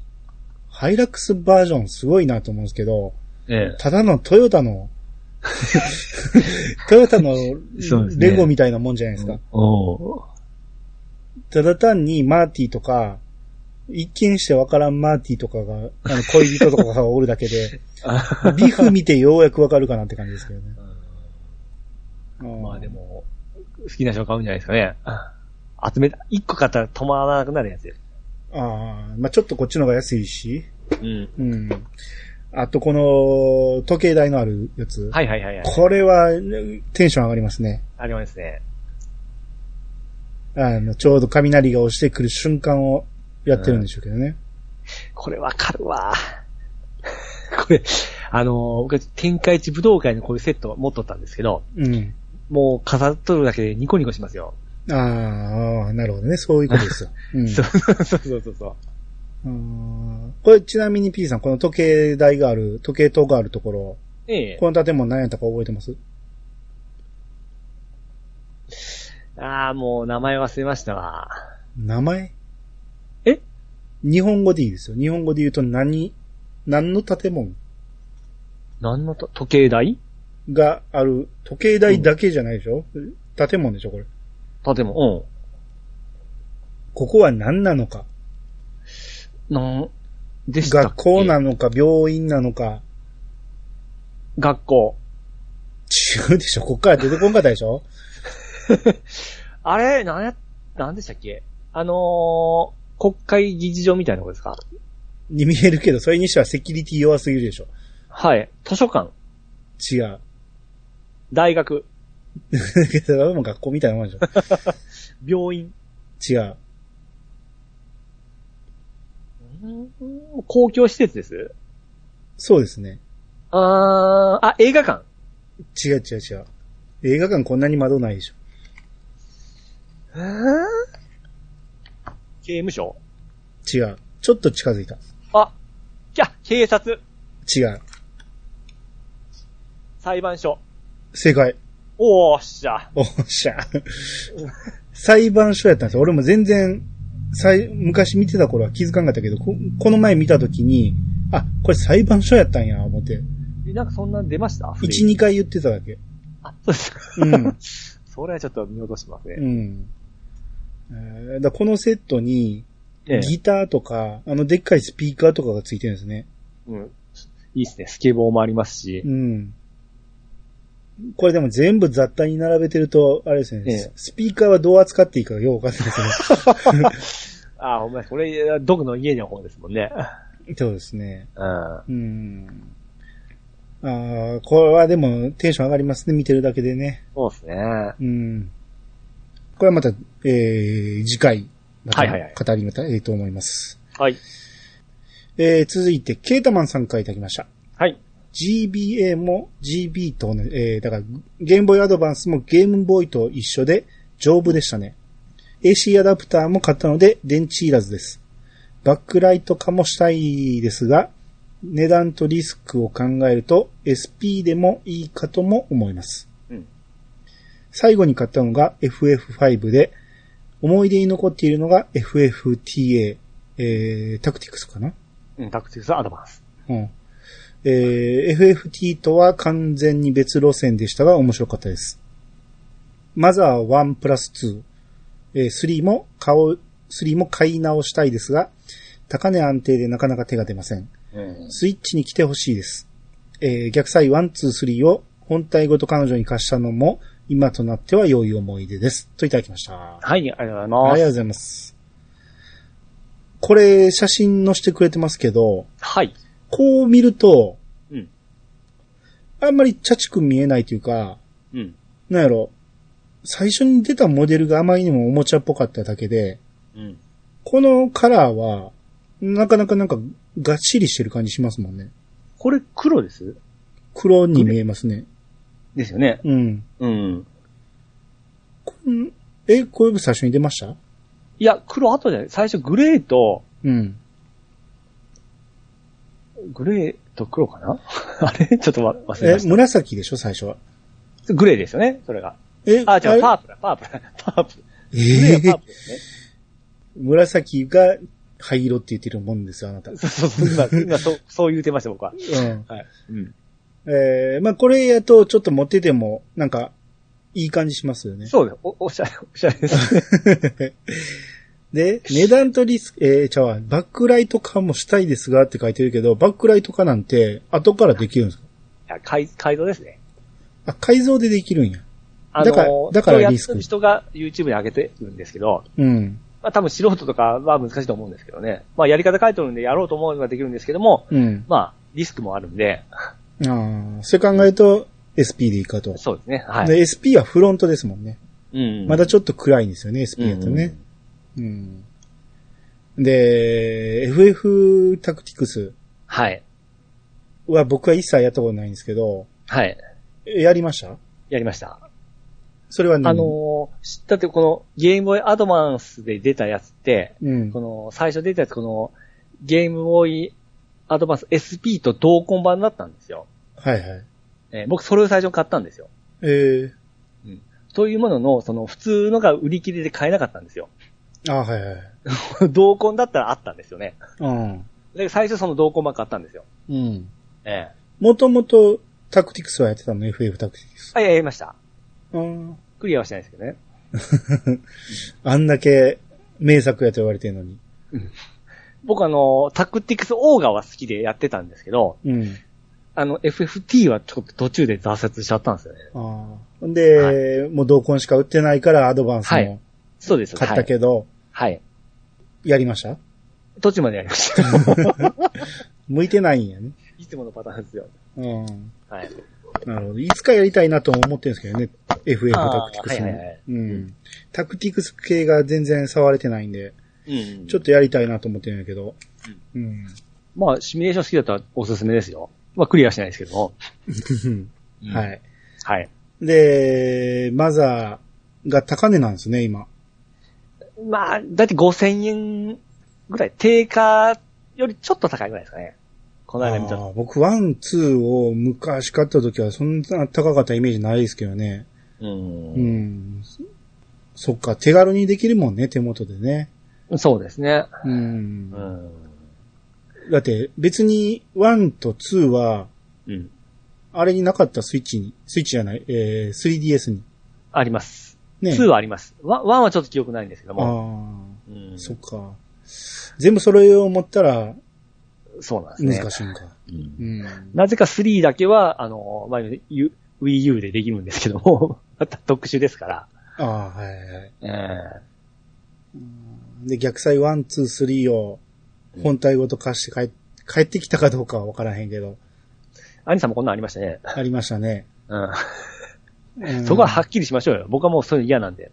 [SPEAKER 1] ハイラックスバージョンすごいなと思うんですけど、
[SPEAKER 2] え
[SPEAKER 1] ただのトヨタの、 トヨタの
[SPEAKER 2] そうですね
[SPEAKER 1] レゴみたいなもんじゃない
[SPEAKER 2] え
[SPEAKER 1] ですか。。
[SPEAKER 2] おー
[SPEAKER 1] ただ単にマーティとか、一見してわからんマーティとかが、あの恋人とかがおるだけ で、ビフ見てようやくわかるかなって感じですけどね。
[SPEAKER 2] まあでも、好きな人が買うんじゃないですかね。集め、一個買ったら止まらなくなるやつよ。
[SPEAKER 1] うん。ああ、まあちょっとこっちの方が安いし、
[SPEAKER 2] うん。
[SPEAKER 1] うん。あとこの、時計台のあるやつ。
[SPEAKER 2] はいはいはいはい。
[SPEAKER 1] これは、テンション上がりますね。
[SPEAKER 2] ありますね。
[SPEAKER 1] あの、ちょうど雷が落ちてくる瞬間をやってるんでしょうけどね。
[SPEAKER 2] これわかるわ。 これ、あのー僕、天下一武道会のこういうセットを持っとったんですけど、
[SPEAKER 1] うん。
[SPEAKER 2] もう飾っとるだけでニコニコしますよ。
[SPEAKER 1] ああ、なるほどね。そういうことですよ。うん
[SPEAKER 2] そうそうそうそうそう。
[SPEAKER 1] うんこれちなみに P さん、この時計台がある、時計塔があるところ、
[SPEAKER 2] ええ。
[SPEAKER 1] この建物何やったか覚えてます
[SPEAKER 2] ああ、もう名前忘れましたわ。
[SPEAKER 1] 名前
[SPEAKER 2] え
[SPEAKER 1] 日本語でいいですよ。日本語で言うと何、何の建物
[SPEAKER 2] 何のと、時計台
[SPEAKER 1] がある、時計台だけじゃないでしょ、建物でしょ、これ。
[SPEAKER 2] 建物。
[SPEAKER 1] ここは何なのか
[SPEAKER 2] うん。なん、でしたっけ
[SPEAKER 1] 学校なのか、病院なのか、
[SPEAKER 2] 学校。
[SPEAKER 1] 違うでしょこっから出てこんかったでしょ
[SPEAKER 2] あれ、なんや、なんでしたっけあのー、国会議事場みたいなことですか
[SPEAKER 1] に見えるけど、それにしてはセキュリティ弱すぎるでしょ
[SPEAKER 2] はい。図書館、
[SPEAKER 1] 違う。
[SPEAKER 2] 大学、
[SPEAKER 1] だけど、でも学校みたいなもんで
[SPEAKER 2] 病院、
[SPEAKER 1] しょ違う。
[SPEAKER 2] うん公共施設です
[SPEAKER 1] そうですね。
[SPEAKER 2] あー、あ、映画館。
[SPEAKER 1] 違う違う違う。映画館こんなに窓ないでしょ。
[SPEAKER 2] 刑務所
[SPEAKER 1] 違う。ちょっと近づいた。
[SPEAKER 2] あ、じゃあ、警察、
[SPEAKER 1] 違う。
[SPEAKER 2] 裁判所。
[SPEAKER 1] 正解。
[SPEAKER 2] おーっしゃ。
[SPEAKER 1] おっしゃ。裁判所やったんですよ。俺も全然、裁昔見てた頃は気づかんかったけど、ここの前見た時に、あ、これ裁判所やったんや、思って。
[SPEAKER 2] えなんかそんなん出ましたフレーズ
[SPEAKER 1] 1、2回言ってただけ。
[SPEAKER 2] あ、そうですか。
[SPEAKER 1] うん。
[SPEAKER 2] それはちょっと見落としますね。
[SPEAKER 1] うん。えーだからこのセットに、
[SPEAKER 2] ええ
[SPEAKER 1] ギターとか、あのでっかいスピーカーとかがついてるんですね。
[SPEAKER 2] うん。いいですね。スケボーもありますし。
[SPEAKER 1] うん。これでも全部雑多に並べてると、あれですね、
[SPEAKER 2] ええ
[SPEAKER 1] ススピーカーはどう扱っていいかよくわかんないです ね。
[SPEAKER 2] ああ、ほんまやこれ、ドクの家の方ですもんね。
[SPEAKER 1] そうですね。
[SPEAKER 2] うん。
[SPEAKER 1] うん。ああ、これはでもテンション上がりますね、見てるだけでね。
[SPEAKER 2] そうですね。
[SPEAKER 1] うん。これはまた、えー、次回、また
[SPEAKER 2] はいはいはい
[SPEAKER 1] 語りまたいと思います。
[SPEAKER 2] はい。
[SPEAKER 1] えー、続いて、ケータマンさんからいただきました。
[SPEAKER 2] はい。
[SPEAKER 1] GBA も GB と同じ、えー、だから、ゲームボーイアドバンスもゲームボーイと一緒で、丈夫でしたね。AC アダプターも買ったので、電池いらずです。バックライト化もしたいですが、値段とリスクを考えると、SP でもいいかとも思います。
[SPEAKER 2] うん
[SPEAKER 1] 最後に買ったのが FF5 で、思い出に残っているのが FFTA、えー、タクティクスかな
[SPEAKER 2] うん、タクティクスアドバンス。
[SPEAKER 1] うん。えー FFT とは完全に別路線でしたが面白かったです。マザー1プラス2、えー3も買おう、3も買い直したいですが、高値安定でなかなか手が出ません。
[SPEAKER 2] うん。
[SPEAKER 1] スイッチに来てほしいです。えー逆サイ1、2、3を本体ごと彼女に貸したのも、今となっては良い思い出です。といただきました。
[SPEAKER 2] はい、ありがとう
[SPEAKER 1] あ
[SPEAKER 2] ご
[SPEAKER 1] り
[SPEAKER 2] ざい
[SPEAKER 1] がとうご
[SPEAKER 2] ます。
[SPEAKER 1] ざいます。これ、写真載せてくれてますけど、
[SPEAKER 2] はい。
[SPEAKER 1] こう見ると、
[SPEAKER 2] うん
[SPEAKER 1] あんまりチャチく見えないというか、
[SPEAKER 2] うん。
[SPEAKER 1] なんやろ、最初に出たモデルがあまりにもおもちゃっぽかっただけで、
[SPEAKER 2] うん。
[SPEAKER 1] このカラーは、なかなかなんか、がっしりしてる感じしますもんね。
[SPEAKER 2] これ黒です
[SPEAKER 1] 黒に見えますね。
[SPEAKER 2] ですよね。
[SPEAKER 1] うん。
[SPEAKER 2] うん。
[SPEAKER 1] こんえ、これ最初に出ました
[SPEAKER 2] いや、黒後じゃない。最初グレーと、
[SPEAKER 1] うん。
[SPEAKER 2] グレーと黒かな あれちょっとわ忘れ
[SPEAKER 1] え
[SPEAKER 2] ま、し
[SPEAKER 1] 紫でしょ最初は。
[SPEAKER 2] た。グレーですよねそれが。
[SPEAKER 1] え、
[SPEAKER 2] あ、違う、パ
[SPEAKER 1] あ
[SPEAKER 2] ープル、パープル、パープル。
[SPEAKER 1] れ
[SPEAKER 2] グレー
[SPEAKER 1] え
[SPEAKER 2] は
[SPEAKER 1] ー
[SPEAKER 2] パープルですね。
[SPEAKER 1] 紫が灰色って言ってるもんですよ、あなた。う
[SPEAKER 2] そうそうそう、今、今そう、そう言うてました、僕は。
[SPEAKER 1] ん。
[SPEAKER 2] はい。うん。
[SPEAKER 1] えー、まあこれやとちょっと持ってても、なんか、いい感じしますよね。
[SPEAKER 2] そうです。お、おしゃれ、おしゃれ です。
[SPEAKER 1] で、値段とリスク、えー、ちゃうわバックライト化もしたいですがって書いてるけど、バックライト化なんて後からできるんですか
[SPEAKER 2] いや、改、改造ですね。
[SPEAKER 1] あ、改造でできるんや。
[SPEAKER 2] あ
[SPEAKER 1] だから
[SPEAKER 2] の、
[SPEAKER 1] だから
[SPEAKER 2] 人をやっ
[SPEAKER 1] リスク
[SPEAKER 2] 人が YouTube に上げてるんですけど、
[SPEAKER 1] うん。
[SPEAKER 2] まあ多分素人とかは難しいと思うんですけどね。まあやり方書いてるんでやろうと思うのができるんですけども、
[SPEAKER 1] うん。
[SPEAKER 2] まあ、リスクもあるんで、
[SPEAKER 1] ああ、それ考えると SP でいいかと。
[SPEAKER 2] そうですね。はい。
[SPEAKER 1] で、SP はフロントですもんね。
[SPEAKER 2] うん
[SPEAKER 1] まだちょっと暗いんですよね、SP だとね。。うん。で、FF タクティクス
[SPEAKER 2] はい。
[SPEAKER 1] は僕は一切やったことないんですけど、
[SPEAKER 2] はい。
[SPEAKER 1] えやりました
[SPEAKER 2] やりました。
[SPEAKER 1] それは何
[SPEAKER 2] あのー、知ったってこのゲームボーイアドバンスで出たやつって、
[SPEAKER 1] うん
[SPEAKER 2] こ。の最初出たやつ、このゲームボーイアドバンス SP と同梱版だったんですよ。
[SPEAKER 1] はいはい。
[SPEAKER 2] えー僕それを最初に買ったんですよ。
[SPEAKER 1] えー、
[SPEAKER 2] というものの、その普通のが売り切れで買えなかったんですよ。
[SPEAKER 1] あーはいはい。
[SPEAKER 2] 同梱だったらあったんですよね。
[SPEAKER 1] うん。
[SPEAKER 2] で、最初その同梱版買ったんですよ。
[SPEAKER 1] うん。
[SPEAKER 2] え
[SPEAKER 1] もともとタクティクスはやってたの ?FF タクティクス。
[SPEAKER 2] えあ、いや、やりました。
[SPEAKER 1] うん。
[SPEAKER 2] クリアはしてないですけどね。
[SPEAKER 1] あんだけ名作やと言われてるのに。
[SPEAKER 2] 僕あの、タクティクスオーガは好きでやってたんですけど、
[SPEAKER 1] うん。
[SPEAKER 2] あの、FFT はちょっと途中で挫折しちゃったんですよね。
[SPEAKER 1] ああ。で、もう同梱しか売ってないからアドバンス
[SPEAKER 2] はい
[SPEAKER 1] も
[SPEAKER 2] そうです。
[SPEAKER 1] 買ったけど、
[SPEAKER 2] はい。はい。
[SPEAKER 1] やりました
[SPEAKER 2] 途中までやりました。
[SPEAKER 1] 向いてないんやね。
[SPEAKER 2] いつものパターンですよ。
[SPEAKER 1] うん。
[SPEAKER 2] はい。
[SPEAKER 1] なるほど。いつかやりたいなとも思ってるんですけどね。FF
[SPEAKER 2] あ
[SPEAKER 1] タク
[SPEAKER 2] ー
[SPEAKER 1] ティクスも、
[SPEAKER 2] はいはいはい
[SPEAKER 1] うん。タクティクス系が全然触れてないんで、
[SPEAKER 2] うん
[SPEAKER 1] ちょっとやりたいなと思ってるんやけど。うん。
[SPEAKER 2] まあ、シミュレーション好きだったらおすすめですよ。まあ、クリアしないですけども。 うん
[SPEAKER 1] は。い。
[SPEAKER 2] はい。
[SPEAKER 1] で、マザーが高値なんですね、今。
[SPEAKER 2] まあ、だって5000円ぐらい、定価よりちょっと高いぐらいですかね。この間見た
[SPEAKER 1] あ
[SPEAKER 2] と。
[SPEAKER 1] ー僕、ワン、ツーを昔買った時はそんな高かったイメージないですけどね。
[SPEAKER 2] う。
[SPEAKER 1] うんん。そっか、手軽にできるもんね、手元でね。
[SPEAKER 2] そうですね。
[SPEAKER 1] うん
[SPEAKER 2] う。ん。
[SPEAKER 1] だって、別に、ワンとツーは、
[SPEAKER 2] うん。
[SPEAKER 1] あれになかったスイッチに、スイッチじゃない、えー、3DS に。
[SPEAKER 2] あります。
[SPEAKER 1] ね。
[SPEAKER 2] 2はあります。1, 1はちょっと記憶ないんですけども。
[SPEAKER 1] あ
[SPEAKER 2] う
[SPEAKER 1] あ、
[SPEAKER 2] ん、
[SPEAKER 1] そっか。全部揃えよう思ったら、
[SPEAKER 2] そうなんですね。
[SPEAKER 1] 難しいんか。
[SPEAKER 2] うん
[SPEAKER 1] うん。
[SPEAKER 2] なぜか3だけは、あの、まあ、U- Wii U でできるんですけども、 また特殊ですから。
[SPEAKER 1] ああ、はいはいはい。
[SPEAKER 2] ええ
[SPEAKER 1] で、逆サイ1、2、3を本体ごと貸して帰っ帰ってきたかどうかは分からへんけ ど、
[SPEAKER 2] 兄さんもこんなんありましたね。
[SPEAKER 1] ありましたね。
[SPEAKER 2] うん。
[SPEAKER 1] うん
[SPEAKER 2] そこははっきりしましょうよ。僕はもうそういうの嫌なんで。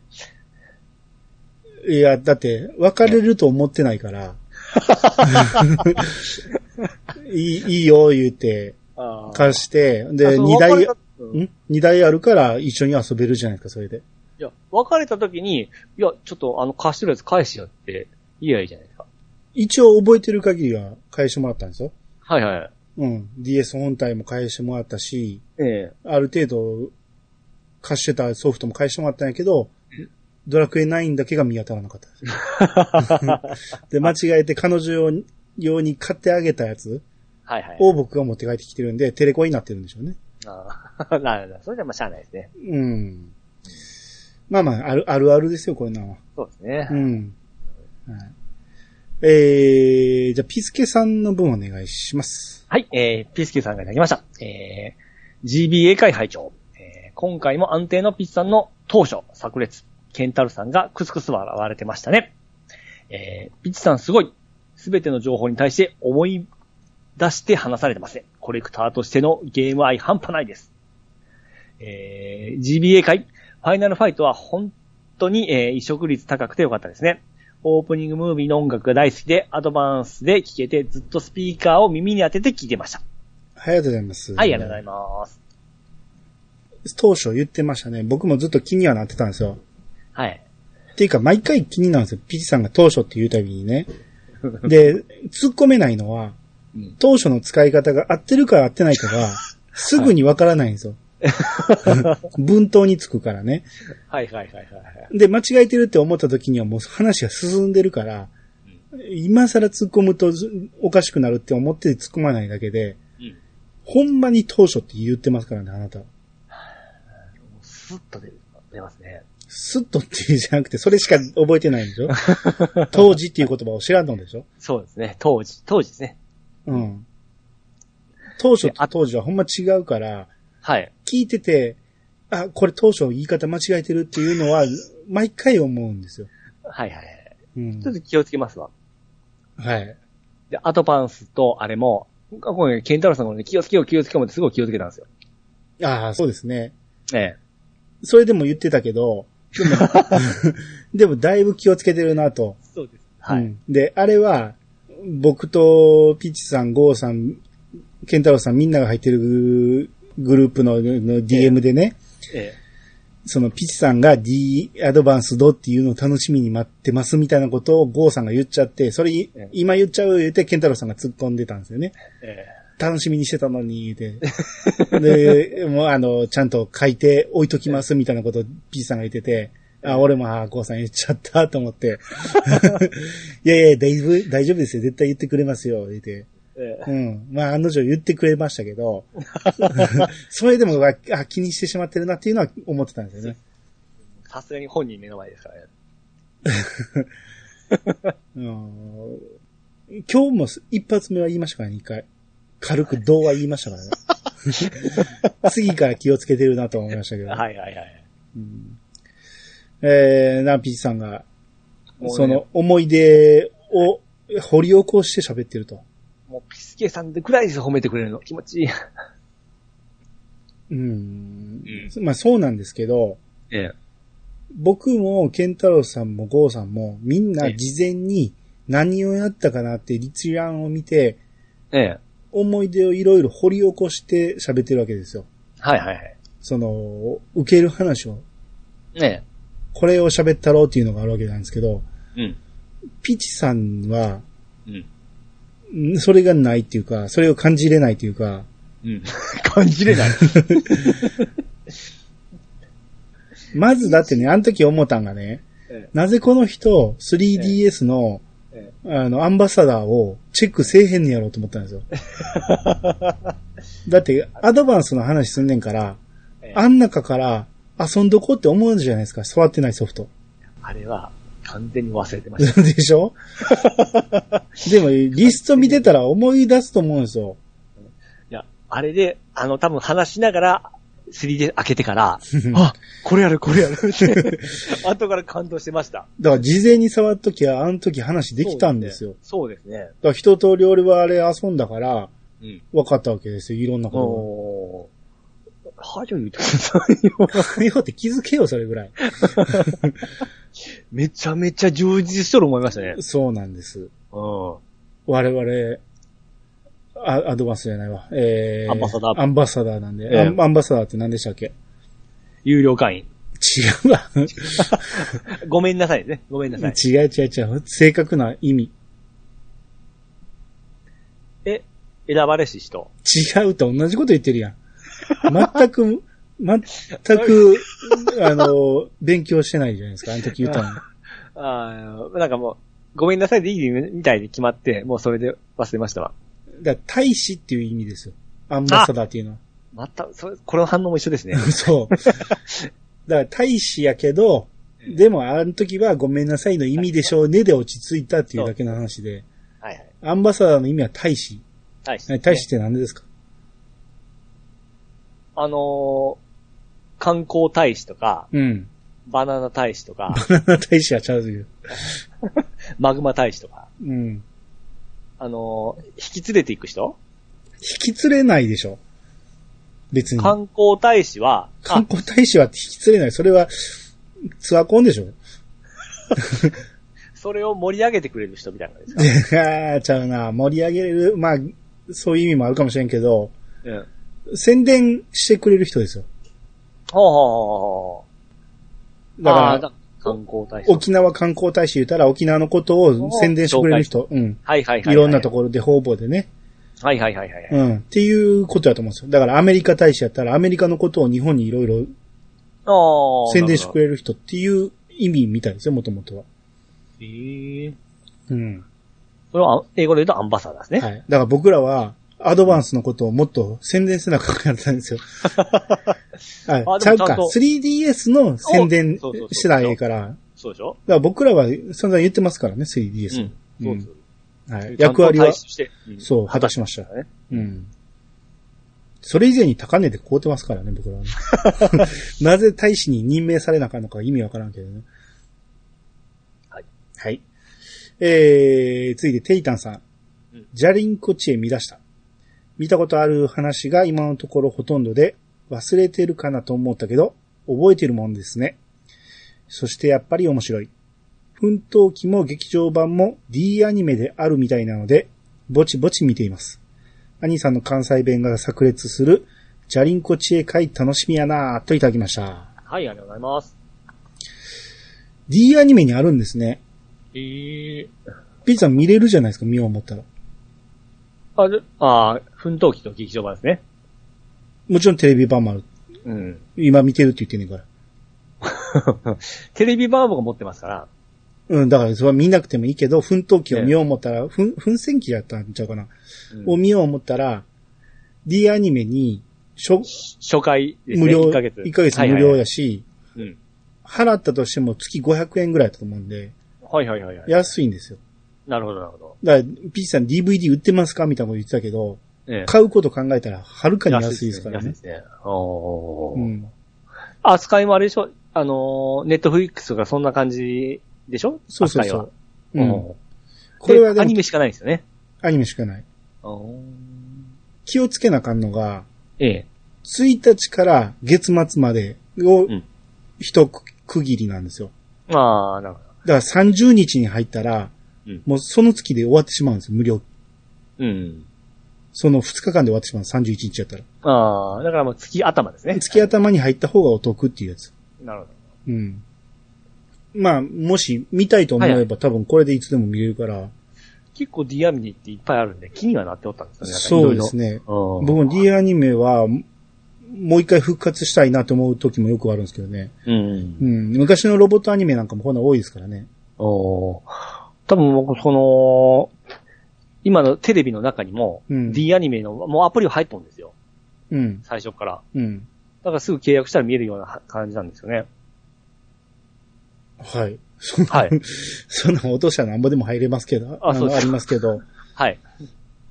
[SPEAKER 1] いや、だって、別れると思ってない から。いい、いいよ、言うて、
[SPEAKER 2] あ
[SPEAKER 1] 貸して、
[SPEAKER 2] あ
[SPEAKER 1] で、
[SPEAKER 2] その
[SPEAKER 1] 二台、
[SPEAKER 2] 別れ
[SPEAKER 1] ん
[SPEAKER 2] たうんい
[SPEAKER 1] 二台あるから一緒に遊べるじゃないですか、それで。
[SPEAKER 2] や、別れた時に、いや、ちょっとあの貸してるやつ返しよって言えばいいじゃないですか。
[SPEAKER 1] 一応覚えてる限りは返してもらったんですよ。
[SPEAKER 2] はいはい。
[SPEAKER 1] うん。DS 本体も返してもらったし、
[SPEAKER 2] ええ
[SPEAKER 1] ある程度、貸してたソフトも返してもらったんやけど、ドラクエ9だけが見当たらなかった です。で、間違えて彼女用に用に買ってあげたやつ
[SPEAKER 2] はいはい。
[SPEAKER 1] を僕が持って帰ってきてるんで、テレコになってるんでしょうね。
[SPEAKER 2] ああ なるほど。それじゃまあしゃあないですね。
[SPEAKER 1] うん。まあまあ、あるあるあるですよ、こういうのは。
[SPEAKER 2] そうですね。
[SPEAKER 1] うん。はい、えー、じゃあ、ピスケさんの分お願いします。
[SPEAKER 2] はい、えー、ピースケさんがいただきました。えー、GBA 会会長。えー、今回も安定のピッツさんの当初、炸裂。ケンタルさんがクスクス笑われてましたね。えー、ピッチさんすごい。すべての情報に対して思い出して話されてますね。コレクターとしてのゲーム愛半端ないです。えー、GBA 会、ファイナルファイトは本当に、えー移植率高くてよかったですね。オープニングムービーの音楽が大好きで、アドバンスで聴けて、ずっとスピーカーを耳に当てて聴いてました。
[SPEAKER 1] はい、ありがとうございます。
[SPEAKER 2] はい、ありがとうございます。
[SPEAKER 1] ます。当初言ってましたね。僕もずっと気にはなってたんですよ。
[SPEAKER 2] はい。
[SPEAKER 1] っていうか、毎回気になるんですよ。ピチさんが当初って言うたびにね。で、突っ込めないのは
[SPEAKER 2] うん、
[SPEAKER 1] 当初の使い方が合ってるか合ってないか が、すぐにわからないんですよ。文頭につくからね。
[SPEAKER 2] はい、はい、はい、はい。
[SPEAKER 1] で、間違えてるって思った時にはもう話が進んでるから、今更突っ込むとずおかしくなるって思って突っ込まないだけで、
[SPEAKER 2] うん。
[SPEAKER 1] ほんまに当初って言ってますからね、あなた。
[SPEAKER 2] スッと出出ますね。
[SPEAKER 1] スッとっていうじゃなくて、それしか覚えてないんで しょ当時っていう言葉を知らんのでしょ
[SPEAKER 2] そうですね。当時、当時ですね。
[SPEAKER 1] うん。当初と当時はほんま違うから、
[SPEAKER 2] はい。
[SPEAKER 1] 聞いてて、あ、これ当初言い方間違えてるっていうのは、毎回思うんですよ。
[SPEAKER 2] はい、はいはい。
[SPEAKER 1] うん
[SPEAKER 2] ちょ。っと気をつけますわ。
[SPEAKER 1] はい。
[SPEAKER 2] で、アドバンスとあれも、これ、ケンタロウさんもね、気をつけよう、気をつけようってすごい気をつけたんですよ。
[SPEAKER 1] ああ、そうですね。
[SPEAKER 2] ええ。
[SPEAKER 1] それでも言ってたけど、でも、でもだいぶ気をつけてるなと。
[SPEAKER 2] そうです。は
[SPEAKER 1] う
[SPEAKER 2] い。
[SPEAKER 1] んで、あれは、僕とピチさん、ゴーさん、ケンタロウさんみんなが入ってるグループのの DM でね、
[SPEAKER 2] ええ。
[SPEAKER 1] そのピチさんが D アドバンスドっていうのを楽しみに待ってますみたいなことをゴーさんが言っちゃって、それい
[SPEAKER 2] ええ
[SPEAKER 1] 今言っちゃう言ってケンタロウさんが突っ込んでたんですよね。
[SPEAKER 2] え
[SPEAKER 1] 楽しみにしてたのに、で。 で、もうあの、ちゃんと書いて置いときますみたいなことを P さんが言ってて、あ、俺も、あ、こうさん言っちゃったと思って。 いやいや、だいぶ、大丈夫ですよ。絶対言ってくれますよ。言って。
[SPEAKER 2] え。ええ。
[SPEAKER 1] うん。まあ、案の定言ってくれましたけ ど、 それでもああ気にしてしまってるなっていうのは思ってたんですよね。
[SPEAKER 2] さすがに本人目の前ですからね。
[SPEAKER 1] うん今日も一発目は言いましたからね、一回。軽く童話言いましたからね。次から気をつけてるなと思いましたけど。
[SPEAKER 2] はいはいはい。
[SPEAKER 1] えー、ナーピーさんが、
[SPEAKER 2] もうね
[SPEAKER 1] その思い出を掘り起こして喋ってると。
[SPEAKER 2] もうピスケさんでくらいです褒めてくれるの。気持ちいい。
[SPEAKER 1] うん
[SPEAKER 2] ん。
[SPEAKER 1] まあそうなんですけど、
[SPEAKER 2] ええ。
[SPEAKER 1] 僕も、ケンタロウさんも、ゴーさんも、みんな事前に何をやったかなって立案を見て、
[SPEAKER 2] ええ。
[SPEAKER 1] 思い出をいろいろ掘り起こして喋ってるわけですよ。
[SPEAKER 2] はいはいはい。
[SPEAKER 1] その、受ける話を、
[SPEAKER 2] ね
[SPEAKER 1] これを喋ったろうっていうのがあるわけなんですけど、
[SPEAKER 2] え。うん。
[SPEAKER 1] ピチさんは、
[SPEAKER 2] うん。
[SPEAKER 1] んそれがないっていうか、それを感じれないっていうか、
[SPEAKER 2] うん。感じれない。
[SPEAKER 1] まずだってね、あの時思ったんがね、
[SPEAKER 2] え
[SPEAKER 1] なぜこの人、3DS の、
[SPEAKER 2] え
[SPEAKER 1] あの、アンバサダーをチェックせえへんねやろうと思ったん ですよ。だって、アドバンスの話すんねんから、
[SPEAKER 2] ええ
[SPEAKER 1] あん中から遊んどこうって思うじゃないですか、触ってないソ フト。
[SPEAKER 2] あれは、完全に忘れてました。
[SPEAKER 1] でしょ でも、リスト見てたら思い出すと思うんですよ。
[SPEAKER 2] いや、あれで、あの、多分話しながら、3D 開けてから、あ、これやる、これやる って、後から感動してました。
[SPEAKER 1] だから、事前に触っときゃ、あの時話できたんですよ。
[SPEAKER 2] そうですね。
[SPEAKER 1] だから、一通り俺はあれ遊んだから、
[SPEAKER 2] うん。
[SPEAKER 1] 分かったわけですよ、いろんなこ
[SPEAKER 2] おー。はよ言うてくださいよ。
[SPEAKER 1] と が。よって気づけよ、それぐらい。
[SPEAKER 2] めちゃめちゃ充実しとる思いましたね。
[SPEAKER 1] そうなんです。
[SPEAKER 2] う
[SPEAKER 1] 我々、あアドバンスじゃないわ。えー、
[SPEAKER 2] アンバサダー
[SPEAKER 1] アンバサダーなんで。
[SPEAKER 2] ええ
[SPEAKER 1] アンアンバサダーって何でしたっけ
[SPEAKER 2] ん。有料会員。
[SPEAKER 1] 違うわ。
[SPEAKER 2] ごめんなさいね。ごめんなさい。
[SPEAKER 1] 違う違う違う。正確な意味。
[SPEAKER 2] え、選ばれし人。
[SPEAKER 1] 違うと同じこと言ってるやん。全く、 全く、 あの、勉強してないじゃないですか。あの時言ったの。
[SPEAKER 2] ああ、なんかもう、ごめんなさいでいいみたいに決まって、もうそれで忘れましたわ。
[SPEAKER 1] だから、大使っていう意味ですよ。アンバサダーっていうのは。
[SPEAKER 2] また、それ、この反応も一緒 ですね。
[SPEAKER 1] そう。だから、大使やけど、でも、あの時はごめんなさいの意味でしょうねで落ち着いたっていうだけの話で、
[SPEAKER 2] はいはい。
[SPEAKER 1] アンバサダーの意味は大使。
[SPEAKER 2] 大使、
[SPEAKER 1] え大使って何でですか
[SPEAKER 2] あのー観光大使とか、
[SPEAKER 1] うん。
[SPEAKER 2] バナナ大使とか、
[SPEAKER 1] 大使はちゃうという。
[SPEAKER 2] マグマ大使とか、
[SPEAKER 1] うん。
[SPEAKER 2] あのー引き連れていく人
[SPEAKER 1] 引き連れないでしょ。別に。
[SPEAKER 2] 観光大使は、
[SPEAKER 1] 観光大使は引き連れない。それは、ツアーコンでしょ
[SPEAKER 2] あそれを盛り上げてくれる人みたいなのですか
[SPEAKER 1] いやちゃうな。盛り上げれる。まあ、そういう意味もあるかもしれんけど、
[SPEAKER 2] うん。ほう
[SPEAKER 1] 宣伝してくれる人ですよ。
[SPEAKER 2] ほうほうほう
[SPEAKER 1] だ
[SPEAKER 2] あ
[SPEAKER 1] か
[SPEAKER 2] ー
[SPEAKER 1] ら、
[SPEAKER 2] 観光大使。
[SPEAKER 1] 沖縄観光大使言ったら沖縄のことを宣伝してくれる人。うん。
[SPEAKER 2] はいはいはいはい。
[SPEAKER 1] いろんなところで方々でね。
[SPEAKER 2] はいはいはいはい。
[SPEAKER 1] うん。っていうことだと思うんですよ。だからアメリカ大使やったらアメリカのことを日本にいろいろ
[SPEAKER 2] あー
[SPEAKER 1] 宣伝してく
[SPEAKER 2] なる
[SPEAKER 1] れる人っていう意味みたいですよ、もともとは。
[SPEAKER 2] ほどへえ。
[SPEAKER 1] うん。
[SPEAKER 2] これは英語で言うとアンバサダーですね。
[SPEAKER 1] はい。だから僕らは、アドバンスのことをもっと宣伝せなあかんかったん ですよ。は
[SPEAKER 2] あ
[SPEAKER 1] い。ち
[SPEAKER 2] で
[SPEAKER 1] ゃ
[SPEAKER 2] も
[SPEAKER 1] う
[SPEAKER 2] ちゃんと
[SPEAKER 1] か。3DS の宣伝
[SPEAKER 2] おそうそうそう
[SPEAKER 1] したらええから。だか
[SPEAKER 2] そうでしょ
[SPEAKER 1] ら僕らは散々言ってますからね、3DS の。
[SPEAKER 2] そううんそう。
[SPEAKER 1] はい。役割
[SPEAKER 2] 観光大
[SPEAKER 1] は
[SPEAKER 2] 使、としてうん
[SPEAKER 1] そう、果たしました。
[SPEAKER 2] ね
[SPEAKER 1] うん。それ以前に高値で凍ってますからね、僕らはね、 なぜ大使に任命されなあかんのか意味わからんけどね。
[SPEAKER 2] はい。
[SPEAKER 1] はい。えー、続いてテイタンさん
[SPEAKER 2] うん。
[SPEAKER 1] ジャリンコチへ見出した。見たことある話が今のところほとんどで、忘れてるかなと思ったけど、覚えてるもんですね。そしてやっぱり面白い。奮闘記も劇場版も D アニメであるみたいなので、ぼちぼち見ています。兄さんの関西弁が炸裂する、ジャリンコ知恵会楽しみやなぁといただきました。
[SPEAKER 2] はい、ありがとうございます。
[SPEAKER 1] D アニメにあるんですね。
[SPEAKER 2] ええ。
[SPEAKER 1] ピッツさん見れるじゃないですか、見よう思ったら。
[SPEAKER 2] あ、であー、奮闘記の劇場版ですね。
[SPEAKER 1] もちろんテレビ版もある。
[SPEAKER 2] うん。
[SPEAKER 1] 今見てるって言ってんねんから。
[SPEAKER 2] テレビ版は僕持ってますから。
[SPEAKER 1] うん、だからそれは見なくてもいいけど、奮闘記を見よう思ったら、ふん奮戦記やったんちゃうかな。
[SPEAKER 2] う
[SPEAKER 1] を
[SPEAKER 2] ん
[SPEAKER 1] 見よう思ったら、D アニメに、しょ、
[SPEAKER 2] 初回ですね。
[SPEAKER 1] 無料、
[SPEAKER 2] 1ヶ月。
[SPEAKER 1] 一ヶ月無料
[SPEAKER 2] はいはいはい
[SPEAKER 1] やし、
[SPEAKER 2] うん
[SPEAKER 1] 払ったとしても月500円ぐらいだと思うんで、
[SPEAKER 2] はいはいはいはい。
[SPEAKER 1] 安いんですよ。
[SPEAKER 2] なるほどなるほど。
[SPEAKER 1] だから、ピッチさん DVD 売ってますかみたいなこと言ってたけど、
[SPEAKER 2] ええ
[SPEAKER 1] 買うこと考えたら、はるかに安いですから
[SPEAKER 2] 安い
[SPEAKER 1] ね
[SPEAKER 2] で。すね。お
[SPEAKER 1] う
[SPEAKER 2] ー
[SPEAKER 1] ん。
[SPEAKER 2] 扱いもあれでしょあのー、ネットフリックスがそんな感じでしょ
[SPEAKER 1] そうそうそ
[SPEAKER 2] 扱
[SPEAKER 1] う。
[SPEAKER 2] いは。
[SPEAKER 1] うん
[SPEAKER 2] おー
[SPEAKER 1] これは
[SPEAKER 2] で
[SPEAKER 1] で
[SPEAKER 2] アニ
[SPEAKER 1] も、
[SPEAKER 2] メしかないんですよね。
[SPEAKER 1] アニメしかない。
[SPEAKER 2] おー
[SPEAKER 1] 気をつけなあかんのが、
[SPEAKER 2] ええ。
[SPEAKER 1] 1日から月末までを
[SPEAKER 2] うん、
[SPEAKER 1] 一区切りなんですよ。
[SPEAKER 2] まあ、なんか、
[SPEAKER 1] だから30日に入ったら
[SPEAKER 2] うん、
[SPEAKER 1] もうその月で終わってしまうんですよ、無料。
[SPEAKER 2] うん。
[SPEAKER 1] その2日間で終わってしまう、31日やったら。
[SPEAKER 2] ああ、だからもう月頭ですね。
[SPEAKER 1] 月頭に入った方がお得っていうやつ。
[SPEAKER 2] なるほど。
[SPEAKER 1] うん。まあ、もし見たいと思えば、
[SPEAKER 2] はい
[SPEAKER 1] 多分これでいつでも見れるから、
[SPEAKER 2] 結構 D アミニっていっぱいあるんで、気にはなっておったんですよね。
[SPEAKER 1] そうですね。僕
[SPEAKER 2] 僕
[SPEAKER 1] も D アニメは、もう一回復活したいなと思う時もよくあるんですけどね。
[SPEAKER 2] うん
[SPEAKER 1] う。ん。昔のロボットアニメなんかもこんな多いですからね。
[SPEAKER 2] おー多分僕、その、今のテレビの中にも、
[SPEAKER 1] うん。
[SPEAKER 2] D アニメの、もうアプリは入っとるんですよ。
[SPEAKER 1] うん。
[SPEAKER 2] 最初から。
[SPEAKER 1] うん。
[SPEAKER 2] だからすぐ契約したら見えるような感じなんですよね。
[SPEAKER 1] はい。そんな
[SPEAKER 2] はい。
[SPEAKER 1] そんな落としたらなんぼでも入れますけど、
[SPEAKER 2] あそう
[SPEAKER 1] の
[SPEAKER 2] です
[SPEAKER 1] ありますけど、
[SPEAKER 2] はい。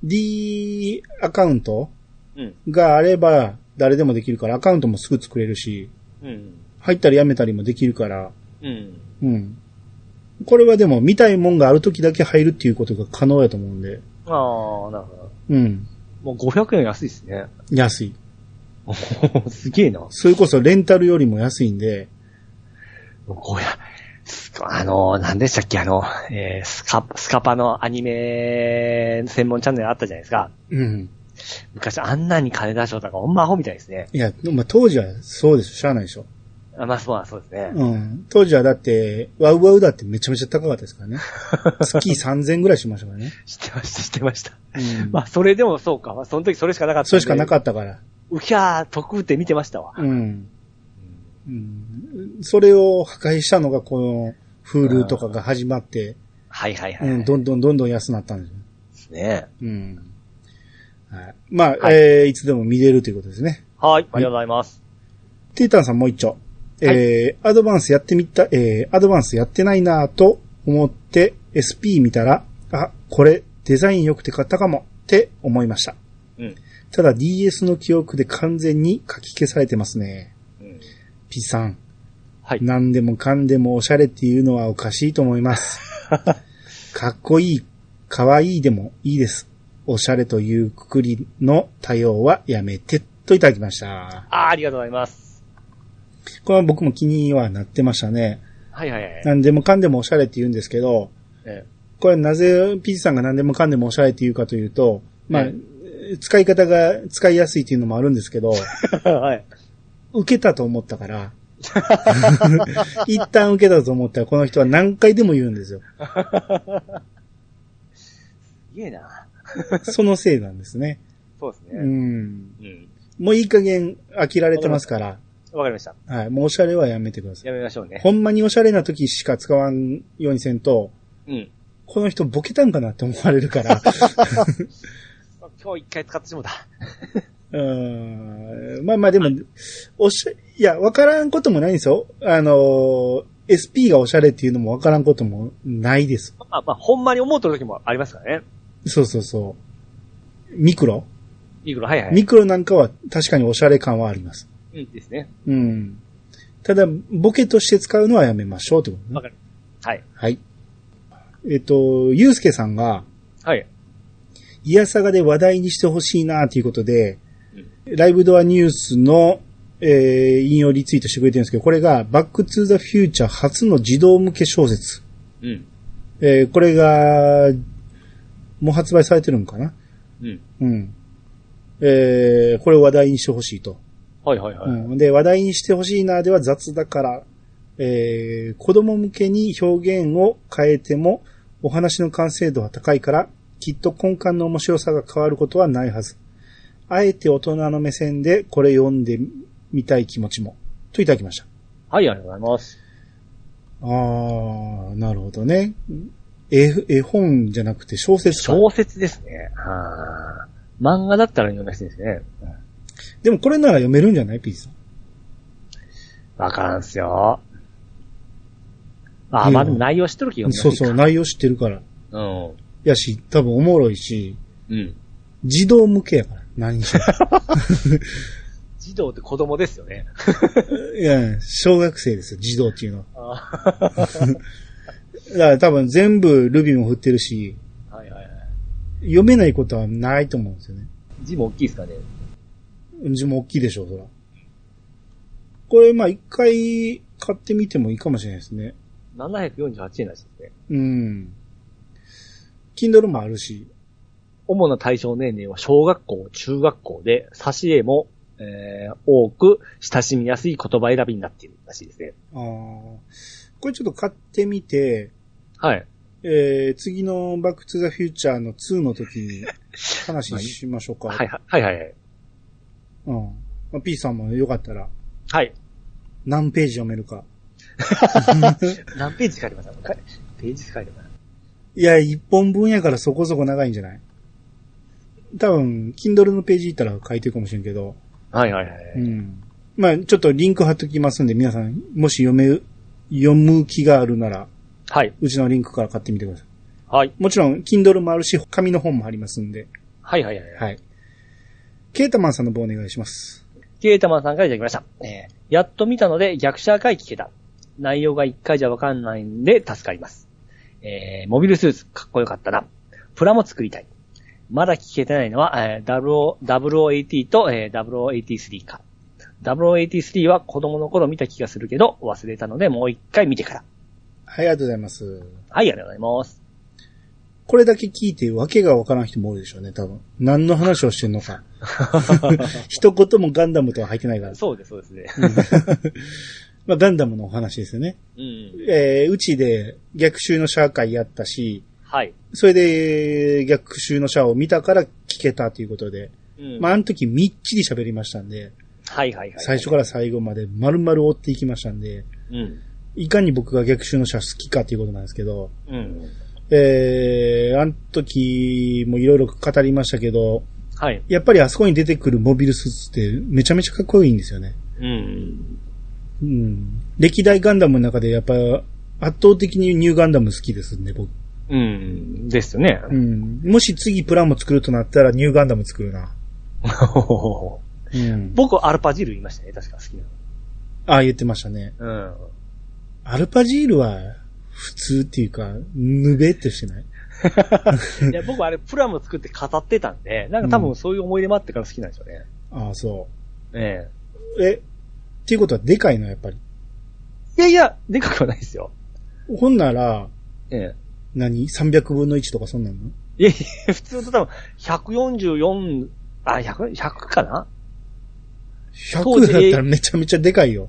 [SPEAKER 1] D アカウント
[SPEAKER 2] うん。
[SPEAKER 1] があれば誰でもできるから、アカウントもすぐ作れるし、
[SPEAKER 2] うん。
[SPEAKER 1] 入ったりやめたりもできるから、
[SPEAKER 2] うん。
[SPEAKER 1] うん。これはでも見たいもんがある時だけ入るっていうことが可能やと思うんで、
[SPEAKER 2] ああ、なるほど。
[SPEAKER 1] うん。
[SPEAKER 2] もう500円安いですね。
[SPEAKER 1] 安い。
[SPEAKER 2] すげえな。
[SPEAKER 1] それこそレンタルよりも安いんで、
[SPEAKER 2] 500、すあの、何でしたっけ、あの、えースカ、スカパのアニメ専門チャンネルあったじゃないですか。
[SPEAKER 1] うん。
[SPEAKER 2] 昔あんなに金出しとったから、ほんまアホみたいですね。
[SPEAKER 1] いや、まあ、当時はそうでしょ、しゃあないでしょ。
[SPEAKER 2] あまあ、そうそうですね。
[SPEAKER 1] うん。当時はだって、ワウワウだってめちゃめちゃ高かったです からね。月3000ぐらいしましたからね。
[SPEAKER 2] 知ってました、知ってました。
[SPEAKER 1] うん。
[SPEAKER 2] まあ、それでもそうか。まあ、その時それしかなかったんで。
[SPEAKER 1] それしかなか
[SPEAKER 2] っ
[SPEAKER 1] ったから。
[SPEAKER 2] た。うきゃー、得打って見てましたわ。
[SPEAKER 1] うん。うん。それを破壊したのがこの、フールとかが始まって、
[SPEAKER 2] はいはいはい。
[SPEAKER 1] うん、
[SPEAKER 2] で
[SPEAKER 1] どんどんどんどん安なったんですよ。
[SPEAKER 2] すね。
[SPEAKER 1] うん。はい。まあ、
[SPEAKER 2] はい
[SPEAKER 1] えー、いつでも見れるということですね。
[SPEAKER 2] はい、ありがとうございます。
[SPEAKER 1] テータンさんもう一丁。えー、アドバンスやってみた、えー、アドバンスやってないなぁと思って、SP 見たら、あ、これ、デザイン良くて買ったかも、って思いました。
[SPEAKER 2] うん。
[SPEAKER 1] ただ DS の記憶で完全に書き消されてますね。
[SPEAKER 2] うん。
[SPEAKER 1] P さん。
[SPEAKER 2] はい。
[SPEAKER 1] 何でもかんでもおしゃれっていうのはおかしいと思います。かっこいい、かわいいでもいいです。おしゃれというくくりの対応はやめて、といただきました。
[SPEAKER 2] あーありがとうございます。
[SPEAKER 1] これは僕も気にはなってましたね。
[SPEAKER 2] はいはいはい。
[SPEAKER 1] 何でもかんでもおしゃれって言うんですけど、
[SPEAKER 2] え
[SPEAKER 1] これなぜ P さんが何でもかんでもおしゃれって言うかというと、まあ
[SPEAKER 2] え、
[SPEAKER 1] 使い方が使いやすいっていうのもあるんですけど、
[SPEAKER 2] え はい。
[SPEAKER 1] 受けたと思った から、一旦受けたと思ったらこの人は何回でも言うんですよ。
[SPEAKER 2] すげえな。
[SPEAKER 1] そのせいなんですね。
[SPEAKER 2] そうです
[SPEAKER 1] う
[SPEAKER 2] ね。
[SPEAKER 1] ん。
[SPEAKER 2] うん。
[SPEAKER 1] もういい加減飽きられてますから、
[SPEAKER 2] わかりました。
[SPEAKER 1] はい。もうおしゃれはやめてください。
[SPEAKER 2] やめましょうね。
[SPEAKER 1] ほんまにおしゃれな時しか使わんようにせんと、
[SPEAKER 2] うん。
[SPEAKER 1] この人ボケたんかなって思われるから、
[SPEAKER 2] 今日一回使ってしもうた。
[SPEAKER 1] うーんまあまあでも、おしゃ、いや、わからんこともないんですよ。あのー SP がおしゃれっていうのもわからんこともないです。
[SPEAKER 2] まあまあ、ほんまに思うとる時もありますからね。
[SPEAKER 1] そうそうそう。ミクロ、
[SPEAKER 2] いいぐらい、はいはい。
[SPEAKER 1] ミクロなんかは確かにおしゃれ感はあります。
[SPEAKER 2] うんですね。
[SPEAKER 1] うん。ただ、ボケとして使うのはやめましょうってことね
[SPEAKER 2] わ。かる。はい。
[SPEAKER 1] はい。えっと、ゆうすけさんが、
[SPEAKER 2] はい。
[SPEAKER 1] イヤサガで話題にしてほしいなということで、
[SPEAKER 2] うん
[SPEAKER 1] ライブドアニュースの、えー引用リツイートしてくれてるんですけど、これがバックトゥーザフューチャー初の児童向け小説。
[SPEAKER 2] うん。
[SPEAKER 1] えーこれが、もう発売されてるんかな
[SPEAKER 2] うん。
[SPEAKER 1] うん。えーこれを話題にしてほしいと。
[SPEAKER 2] はいはいはい。
[SPEAKER 1] うん、で、話題にしてほしいなでは雑だから、えー子供向けに表現を変えても、お話の完成度は高いから、きっと根幹の面白さが変わることはないはず。あえて大人の目線でこれ読んでみたい気持ちも、といただきました。
[SPEAKER 2] はい、ありがとうございます。
[SPEAKER 1] あー、なるほどね。絵、絵本じゃなくて小説か。
[SPEAKER 2] 小説ですね。あー漫画だったら読んだ人ですね。
[SPEAKER 1] でもこれなら読めるんじゃないピースさん。
[SPEAKER 2] わからんっすよ。あー、
[SPEAKER 1] うん
[SPEAKER 2] まあでも内容知っとる気が
[SPEAKER 1] そうそう、
[SPEAKER 2] な。
[SPEAKER 1] 内容知ってるから。
[SPEAKER 2] うん。
[SPEAKER 1] やし、多分おもろいし、
[SPEAKER 2] うん。
[SPEAKER 1] 児童向けやから、何にしろ。
[SPEAKER 2] 児童って子供ですよね。
[SPEAKER 1] いや、小学生ですよ、児童っていうのは。
[SPEAKER 2] あ
[SPEAKER 1] だから多分全部ルビーも振ってるし、
[SPEAKER 2] ーはいはいはい。
[SPEAKER 1] 読めないことはないと思うんですよね。
[SPEAKER 2] 字も大きいですかね。
[SPEAKER 1] 字も大きいでしょう、そら。これ、まあ、一回買ってみてもいいかもしれないですね。
[SPEAKER 2] 748円らしいですね。
[SPEAKER 1] うん。Kindle もあるし。
[SPEAKER 2] 主な対象年齢は小学校、中学校で、挿絵も、えー、多く親しみやすい言葉選びになっているらしいですね。
[SPEAKER 1] ああ。これちょっと買ってみて、
[SPEAKER 2] はい。
[SPEAKER 1] えー、次のバックトゥザフューチャーの2の時に話しましょうか。
[SPEAKER 2] はいはいはいはい。
[SPEAKER 1] うん。まあ、P さんもよかったら
[SPEAKER 2] はい。
[SPEAKER 1] 何ページ読めるか。
[SPEAKER 2] 何ページ書いてますかページ書いてます
[SPEAKER 1] いや、一本分やからそこそこ長いんじゃない多分、Kindle のページ行ったら書いてるかもしれんけど。
[SPEAKER 2] はいはいは
[SPEAKER 1] う
[SPEAKER 2] い。
[SPEAKER 1] ん。まあ、ちょっとリンク貼っときますんで、皆さん、もし読め、読む気があるなら、
[SPEAKER 2] はい。
[SPEAKER 1] うちのリンクから買ってみてくださ
[SPEAKER 2] はい。
[SPEAKER 1] い。もちろん、Kindle もあるし、紙の本もありますんで。
[SPEAKER 2] はいはいはい。
[SPEAKER 1] はい。ケータマンさんの方お願いします。
[SPEAKER 2] ケータマンさんからいただきました。えーやっと見たので逆者赤い聞けた。内容が一回じゃわかんないんで助かります。えーモビルスーツかっこよかったな。プラも作りたい。まだ聞けてないのは、えー、00 0080と、えー、0083か。0083は子供の頃見た気がするけど忘れたのでもう一回見てから。
[SPEAKER 1] はい、ありがとうございます。
[SPEAKER 2] はい、ありがとうございます。
[SPEAKER 1] これだけ聞いて、わけがわからん人も多いでしょうね、多分。何の話をしてんのか。 一言もガンダムとは入ってないから。
[SPEAKER 2] そうです、そうですね。
[SPEAKER 1] まあ、ガンダムのお話ですよね。
[SPEAKER 2] うん。
[SPEAKER 1] えーうちで逆襲のシャー会やったし、
[SPEAKER 2] はい。
[SPEAKER 1] それで逆襲のシャアを見たから聞けたということで、
[SPEAKER 2] うん
[SPEAKER 1] まあ、あの時みっちり喋りましたんで、
[SPEAKER 2] はいはいはい。
[SPEAKER 1] 最初から最後まで丸々追っていきましたんで、
[SPEAKER 2] うん。
[SPEAKER 1] いかに僕が逆襲のシャア好きかということなんですけど、
[SPEAKER 2] うん。
[SPEAKER 1] えー、あの時もいろいろ語りましたけど、
[SPEAKER 2] はい。
[SPEAKER 1] やっぱりあそこに出てくるモビルスーツってめちゃめちゃかっこいいんですよね。
[SPEAKER 2] うん。
[SPEAKER 1] うん。歴代ガンダムの中でやっぱ圧倒的にニューガンダム好きですね、僕。
[SPEAKER 2] うん。ですよね。
[SPEAKER 1] うん。もし次プラモ作るとなったらニューガンダム作るな。うん。
[SPEAKER 2] 僕、アルパジール言いましたね。確か好きな
[SPEAKER 1] ああ、言ってましたね。
[SPEAKER 2] の。
[SPEAKER 1] アルパジールは普通っていうか、ぬべってしてない。
[SPEAKER 2] うん。いや、僕、あれ、プラム作って語ってたんで、なんか多分そういう思い出もあってから好きなんでしょうね。
[SPEAKER 1] ああ、そ
[SPEAKER 2] ええ。
[SPEAKER 1] う。え、っていうことはでかいの、やっぱり。
[SPEAKER 2] いやいや、でかくはないですよ。
[SPEAKER 1] ほんなら、
[SPEAKER 2] え
[SPEAKER 1] 何 ?300 分の1とかそんなの
[SPEAKER 2] え。いやいや、普通と多分、144、あ、100、100かな
[SPEAKER 1] ?100 だったらめちゃめちゃでかいよ。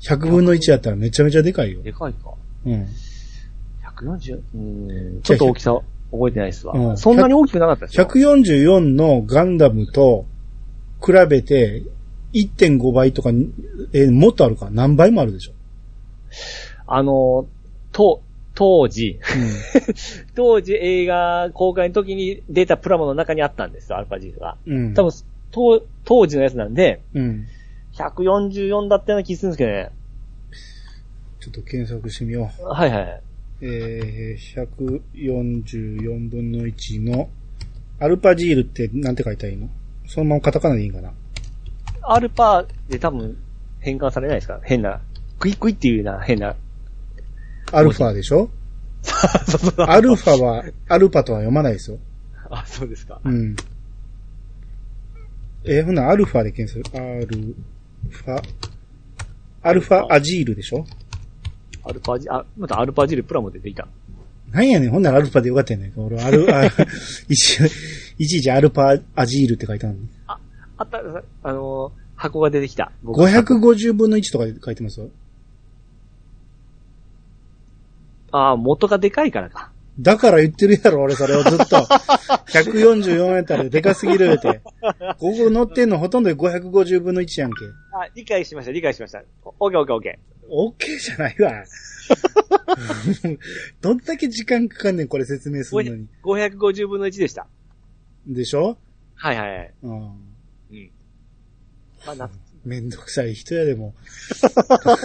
[SPEAKER 1] 100分の1だったらめちゃめちゃでかいよ。
[SPEAKER 2] でかいか。
[SPEAKER 1] うん。
[SPEAKER 2] 140? うん。ちょっと大きさ覚えてないですわ。
[SPEAKER 1] うん
[SPEAKER 2] そんなに大きくなかったですよ。
[SPEAKER 1] 144のガンダムと比べて1.5倍とか、えーもっとあるか何倍もあるでしょ。
[SPEAKER 2] あの、と、当時、 当時映画公開の時に出たプラモの中にあったんですよ、アルパジールが。
[SPEAKER 1] うん。うん。
[SPEAKER 2] 多分、当当時のやつなんで、
[SPEAKER 1] うん。
[SPEAKER 2] 144だったような気するんですけどね。
[SPEAKER 1] ちょっと検索してみよ
[SPEAKER 2] はいはい。
[SPEAKER 1] う。えー、144分の1の、アルパジールってなんて書いたらいいのそのままカタカナでいいんかな
[SPEAKER 2] アルパで多分変換されないですか変な。クイックイっていうような変な。
[SPEAKER 1] アルファでしょ
[SPEAKER 2] そうそうそう
[SPEAKER 1] アルファは、アルパとは読まないですよ。
[SPEAKER 2] あ、そうですか。
[SPEAKER 1] うん。えーほな、アルファで検索。アルファ。アルファアジールでしょ
[SPEAKER 2] アルパジ、あ、またアルパジールプラモ出ていた。
[SPEAKER 1] なんやねん、ほんならアルファでよかったやねん。俺、アル、あ いちいちいちアルファアジールって書いてあるの。
[SPEAKER 2] あった、あのー箱が出てきた。僕
[SPEAKER 1] 550分の1とか書いてますよ。
[SPEAKER 2] ああ、元がでかいからか。
[SPEAKER 1] だから言ってるやろ、俺それをずっと。144やったらでかすぎるって。ここ乗ってんのほとんど550分の1やんけ。
[SPEAKER 2] あ、理解しました、理解しました。オッケーオッケーオッケー。
[SPEAKER 1] オッケーじゃないわ。どんだけ時間かかんねん、これ説明するのに。
[SPEAKER 2] 550分の1でした。
[SPEAKER 1] でしょ
[SPEAKER 2] はいはいはい。
[SPEAKER 1] うん。
[SPEAKER 2] うん。まあ、な、
[SPEAKER 1] めんどくさい人やでも。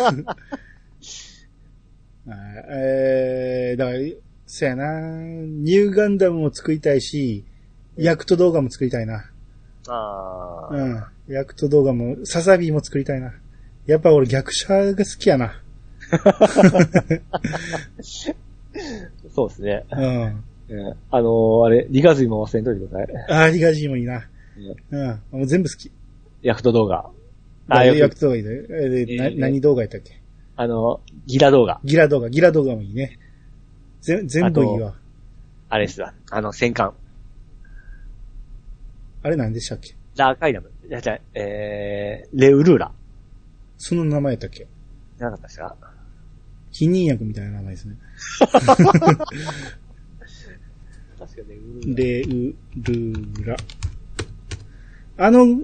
[SPEAKER 1] はいえー、だから、そやなニューガンダムも作りたいし、ヤクト動画も作りたいな。
[SPEAKER 2] あー。
[SPEAKER 1] うん。ヤクト動画も、ササビーも作りたいな。やっぱ俺逆車が好きや な。
[SPEAKER 2] そうですね。
[SPEAKER 1] うん。
[SPEAKER 2] うんあのー、あれ、リガズイも忘れんといてください。
[SPEAKER 1] あー、リガジーもいいな。うん。もう全部好き。
[SPEAKER 2] ヤクト動画。あ、
[SPEAKER 1] あヤ
[SPEAKER 2] よ
[SPEAKER 1] ク
[SPEAKER 2] く、
[SPEAKER 1] ト動画いいねえでな
[SPEAKER 2] えー
[SPEAKER 1] 何動画やったっけ
[SPEAKER 2] あの、ギラ動画。
[SPEAKER 1] ギラ動画、ギラ動画もいいね。ぜ全部いいわ。
[SPEAKER 2] あれですわ。あの、戦艦。
[SPEAKER 1] あれ何でしたっけ
[SPEAKER 2] ラーカイダム。いや、じゃあえー、レウルーラ。
[SPEAKER 1] その名前やったっけ
[SPEAKER 2] なかったですか
[SPEAKER 1] 避妊薬みたいな名前ですね。
[SPEAKER 2] 確かレウルーラ。
[SPEAKER 1] レウルラ。あの、組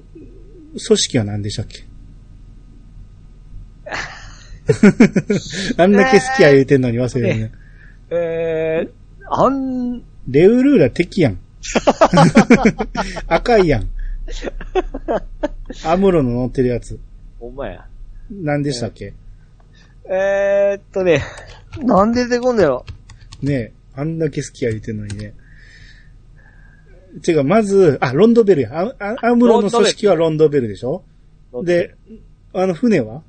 [SPEAKER 1] 織は何でしたっけあんだけ好きや言うてんのに忘れるね。
[SPEAKER 2] えー、あん、
[SPEAKER 1] レウルーラ敵やん。赤いやん。アムロの乗ってるやつ。
[SPEAKER 2] ほんまや。
[SPEAKER 1] 何でしたっけ、
[SPEAKER 2] えーっとね、なんで出てこんだよ。
[SPEAKER 1] ねえ、あんだけ好きや言うてんのにね。てか、まず、あ、ロンドベルや。ああアムロの組織はロンドベルでしょで、、あの船は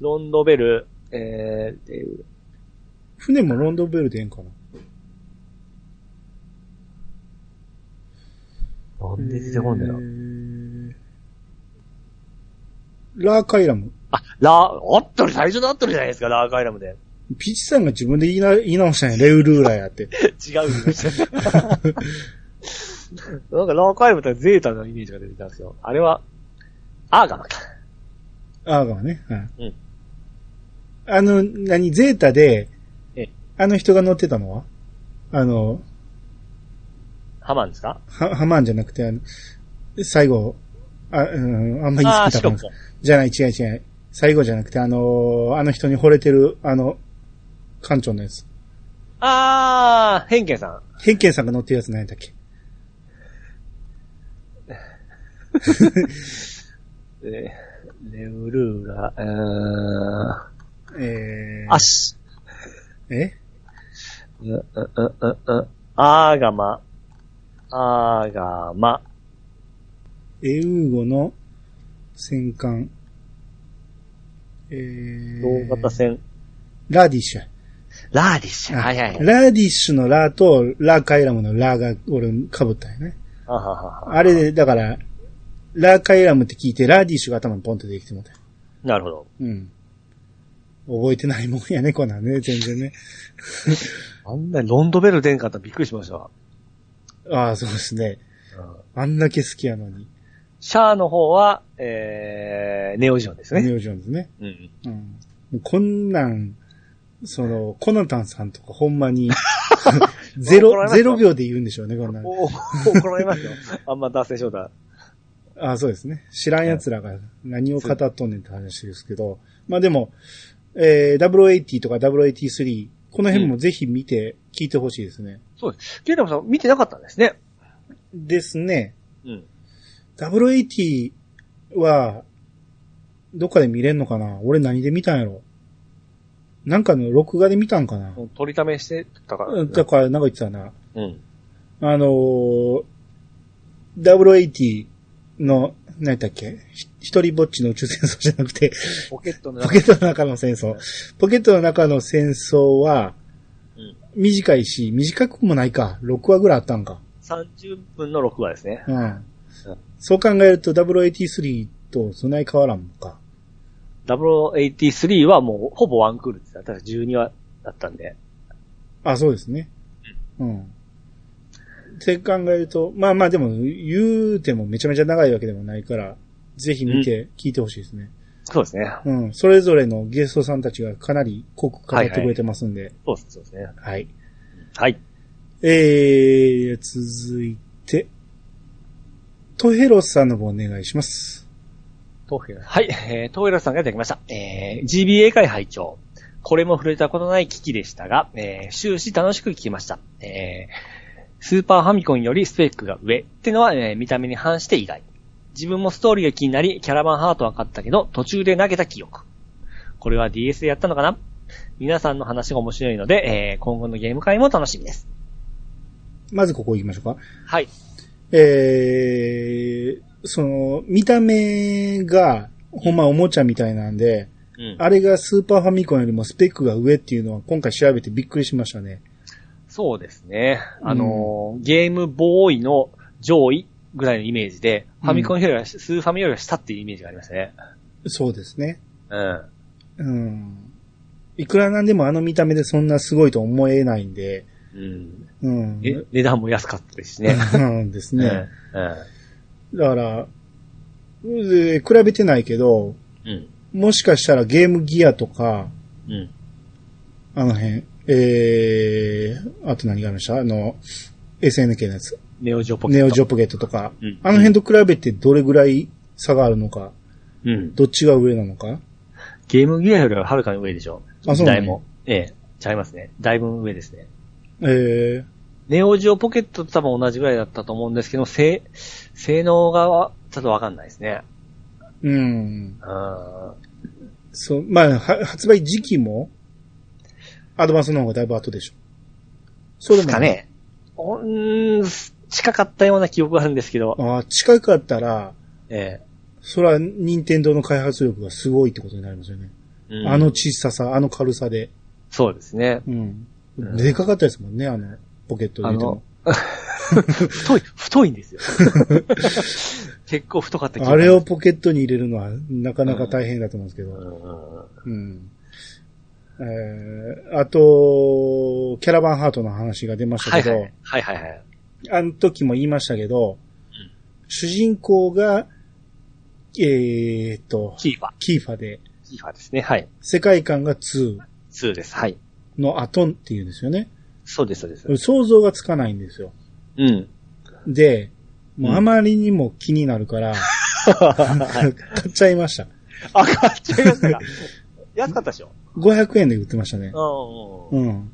[SPEAKER 2] ロンドベル、えー、レウ
[SPEAKER 1] 船もロンドベルでええんかな
[SPEAKER 2] なんで出てこんだよ。
[SPEAKER 1] ラーカイラム。
[SPEAKER 2] あ、ラー、あったり、最初のあったりじゃないですか、ラーカイダムで。
[SPEAKER 1] ピチさんが自分で言いな言い直したんや。レウルーラやって。
[SPEAKER 2] 違う。 なんかラーカイブってゼータのイメージが出てきたんですよ。あれは、アーガマか。
[SPEAKER 1] アーガはね。は
[SPEAKER 2] うん
[SPEAKER 1] い。あの、何、ゼータで
[SPEAKER 2] ええ、
[SPEAKER 1] あの人が乗ってたのはあの、
[SPEAKER 2] ハマンですか
[SPEAKER 1] は、ハマンじゃなくて、あの、最後、あ、うん、あんまり言い
[SPEAKER 2] あ
[SPEAKER 1] 過
[SPEAKER 2] あ、
[SPEAKER 1] ぎた
[SPEAKER 2] シ
[SPEAKER 1] か
[SPEAKER 2] ロ
[SPEAKER 1] も
[SPEAKER 2] コ。
[SPEAKER 1] じゃない、違う違う。最後じゃなくて、あのーあの人に惚れてる、あの、艦長のやつ。
[SPEAKER 2] ああ、ヘンケンさん。
[SPEAKER 1] ヘンケンさんが乗ってるやつ何やったっけ
[SPEAKER 2] えーレウルーラ、えー
[SPEAKER 1] えー、
[SPEAKER 2] アッシ
[SPEAKER 1] え
[SPEAKER 2] ュ、うんうんうんうんアーガマ、アーガマ、
[SPEAKER 1] エウーゴの戦艦。えー、
[SPEAKER 2] 大型船、
[SPEAKER 1] ラディッシュ。
[SPEAKER 2] ラーディッシュ。はいはいはい。
[SPEAKER 1] ラディッシュのラとラカイラムのラが俺被ったよね。
[SPEAKER 2] あははは
[SPEAKER 1] あれで、だから、ラカイラムって聞いてラディッシュが頭にポンってできてもうたよ。
[SPEAKER 2] なるほど。
[SPEAKER 1] うん。覚えてないもんやね、こんなん ね、全然ね。
[SPEAKER 2] あんなにロンドベル出んかったらびっくりしましたわ。
[SPEAKER 1] ああ、そうですね。
[SPEAKER 2] うん
[SPEAKER 1] あんだけ好きやのに。
[SPEAKER 2] シャアの方は、えー、ネオジオンですね。
[SPEAKER 1] ネオジョーンズね。
[SPEAKER 2] うん。
[SPEAKER 1] うん。もうこんなん、その、コナタンさんとかほんま に、ゼ
[SPEAKER 2] 怒ら
[SPEAKER 1] ロ、
[SPEAKER 2] れます
[SPEAKER 1] ゼ
[SPEAKER 2] よ
[SPEAKER 1] ロ秒で言うんでしょうね、こんなん。
[SPEAKER 2] お怒られますよ。 あんま脱線しようだ。
[SPEAKER 1] ああ、そうですね。知らん奴らが何を語っとんねんって話ですけど。まあでも、えー、080とか083、この辺もぜひ見て、聞いてほしいですね。
[SPEAKER 2] ケイタムさん見てなかったんですね。
[SPEAKER 1] ですね。
[SPEAKER 2] うん。
[SPEAKER 1] 080は、どっかで見れんのかな俺何で見たんやろなんかの録画で見たんかな
[SPEAKER 2] もう取りためしてたから。
[SPEAKER 1] うんだから、なんか言ってたな。
[SPEAKER 2] うん。
[SPEAKER 1] あのー、080の、何やったっけひ一人ぼっちの宇宙戦争じゃなくて、
[SPEAKER 2] ポケットの
[SPEAKER 1] ポ
[SPEAKER 2] 中
[SPEAKER 1] ケットの中の戦争。ポケットの中の戦争は
[SPEAKER 2] うん、
[SPEAKER 1] 短いし、短くもないか。6話ぐらいあったんか。
[SPEAKER 2] 30分の6話ですね。
[SPEAKER 1] うん。そう考えると083とそんなに変わらんのか。
[SPEAKER 2] 083はもうほぼワンクールです。確か12話だったんで。
[SPEAKER 1] あ、そうですね。うん。って考えると、まあまあでも、言うてもめちゃめちゃ長いわけでもないから、ぜひ見て、聞いてほしいですね。
[SPEAKER 2] そうですね。
[SPEAKER 1] うん。それぞれのゲストさんたちがかなり濃く語ってくれてますんで。
[SPEAKER 2] そうですそうですね。
[SPEAKER 1] はい。
[SPEAKER 2] はい。
[SPEAKER 1] えー、続いて、トヘロスさんの方お願いします。
[SPEAKER 2] トーフェラはい、えー、トーフェラさんがいただきました。えー、GBA 会拝聴これも触れたことない機器でしたが、えー、終始楽しく聞きました。えー、スーパーファミコンよりスペックが上ってのは、えー見た目に反して意外。自分もストーリーが気になり、キャラバンハートは買ったけど、途中で投げた記憶。これは DS でやったのかな皆さんの話が面白いので、えー今後のゲーム会も楽しみです。
[SPEAKER 1] まずここ行きましょうか。
[SPEAKER 2] はい。
[SPEAKER 1] えー、その、見た目が、ほんまおもちゃみたいなんで、
[SPEAKER 2] うん。
[SPEAKER 1] あれがスーパーファミコンよりもスペックが上っていうのは今回調べてびっくりしましたね。
[SPEAKER 2] そうですね。あのーゲームボーイの上位ぐらいのイメージで、ファミコンよりは、スーファミよりは下っていうイメージがありますね。
[SPEAKER 1] そうですね。
[SPEAKER 2] うん。
[SPEAKER 1] うん。いくらなんでもあの見た目でそんなすごいと思えないんで、
[SPEAKER 2] うん。
[SPEAKER 1] うん。
[SPEAKER 2] え値段も安かったですしね。
[SPEAKER 1] うんですね。
[SPEAKER 2] う
[SPEAKER 1] だから、で比べてないけど、
[SPEAKER 2] ん。うん。
[SPEAKER 1] もしかしたらゲームギアとか、
[SPEAKER 2] うん。
[SPEAKER 1] あの辺、えー、あと何がありましたあの、SNK のやつ。
[SPEAKER 2] ネオジオポケット。
[SPEAKER 1] ネオジョポケットとか、
[SPEAKER 2] うん
[SPEAKER 1] あの辺と比べてどれぐらい差があるのか、
[SPEAKER 2] うん。
[SPEAKER 1] どっちが上なのか。
[SPEAKER 2] ゲームギアよりははるかに上でしょ。
[SPEAKER 1] あそう
[SPEAKER 2] 時
[SPEAKER 1] なの
[SPEAKER 2] 代も。ええ。ちゃいますね。だいぶ上ですね。
[SPEAKER 1] えー、
[SPEAKER 2] ネオジオポケットと多分同じぐらいだったと思うんですけど、性、性能がはちょっとわかんないですね。
[SPEAKER 1] うん。
[SPEAKER 2] うん。
[SPEAKER 1] そう、まあ、は発売時期も、アドバンスの方がだいぶ後でしょ。そうで
[SPEAKER 2] です
[SPEAKER 1] も
[SPEAKER 2] か
[SPEAKER 1] ない。
[SPEAKER 2] ね。おうーん、近かったような記憶があるんですけど、
[SPEAKER 1] ああ、近かったら、
[SPEAKER 2] え
[SPEAKER 1] それは任天堂の開発力がすごいってことになりますよね。
[SPEAKER 2] えうん
[SPEAKER 1] あの小ささ、あの軽さで。
[SPEAKER 2] そうですね。
[SPEAKER 1] うん。
[SPEAKER 2] うん
[SPEAKER 1] でかかったですもんね、あの、ポケット
[SPEAKER 2] あ
[SPEAKER 1] 入れて
[SPEAKER 2] の
[SPEAKER 1] も。、
[SPEAKER 2] 太い、太い んですよ。結構太かった気が
[SPEAKER 1] あれをポケットに入れるのはなかなか大変だと思うんですけ
[SPEAKER 2] う
[SPEAKER 1] ど。
[SPEAKER 2] んうんうん
[SPEAKER 1] うん。えー、あと、キャラバンハートの話が出まし
[SPEAKER 2] は
[SPEAKER 1] た
[SPEAKER 2] い
[SPEAKER 1] け
[SPEAKER 2] は
[SPEAKER 1] ど、
[SPEAKER 2] い。はいはいはい。
[SPEAKER 1] あの時も言いましたけど、主人公が、えー、っと、
[SPEAKER 2] キーファー。
[SPEAKER 1] キーファで、
[SPEAKER 2] キーファーですね。はい。
[SPEAKER 1] 世界観が2
[SPEAKER 2] 2です。はい。
[SPEAKER 1] の後っていうんですよね。
[SPEAKER 2] そうです、そうです。
[SPEAKER 1] 想像がつかないんですよ。
[SPEAKER 2] うん。
[SPEAKER 1] で、もううんあまりにも気になるから、買っちゃいました。
[SPEAKER 2] あ、買っちゃいますか。 安かったでしょ。
[SPEAKER 1] 500円で売ってましたね。
[SPEAKER 2] うんうんうん。
[SPEAKER 1] うん。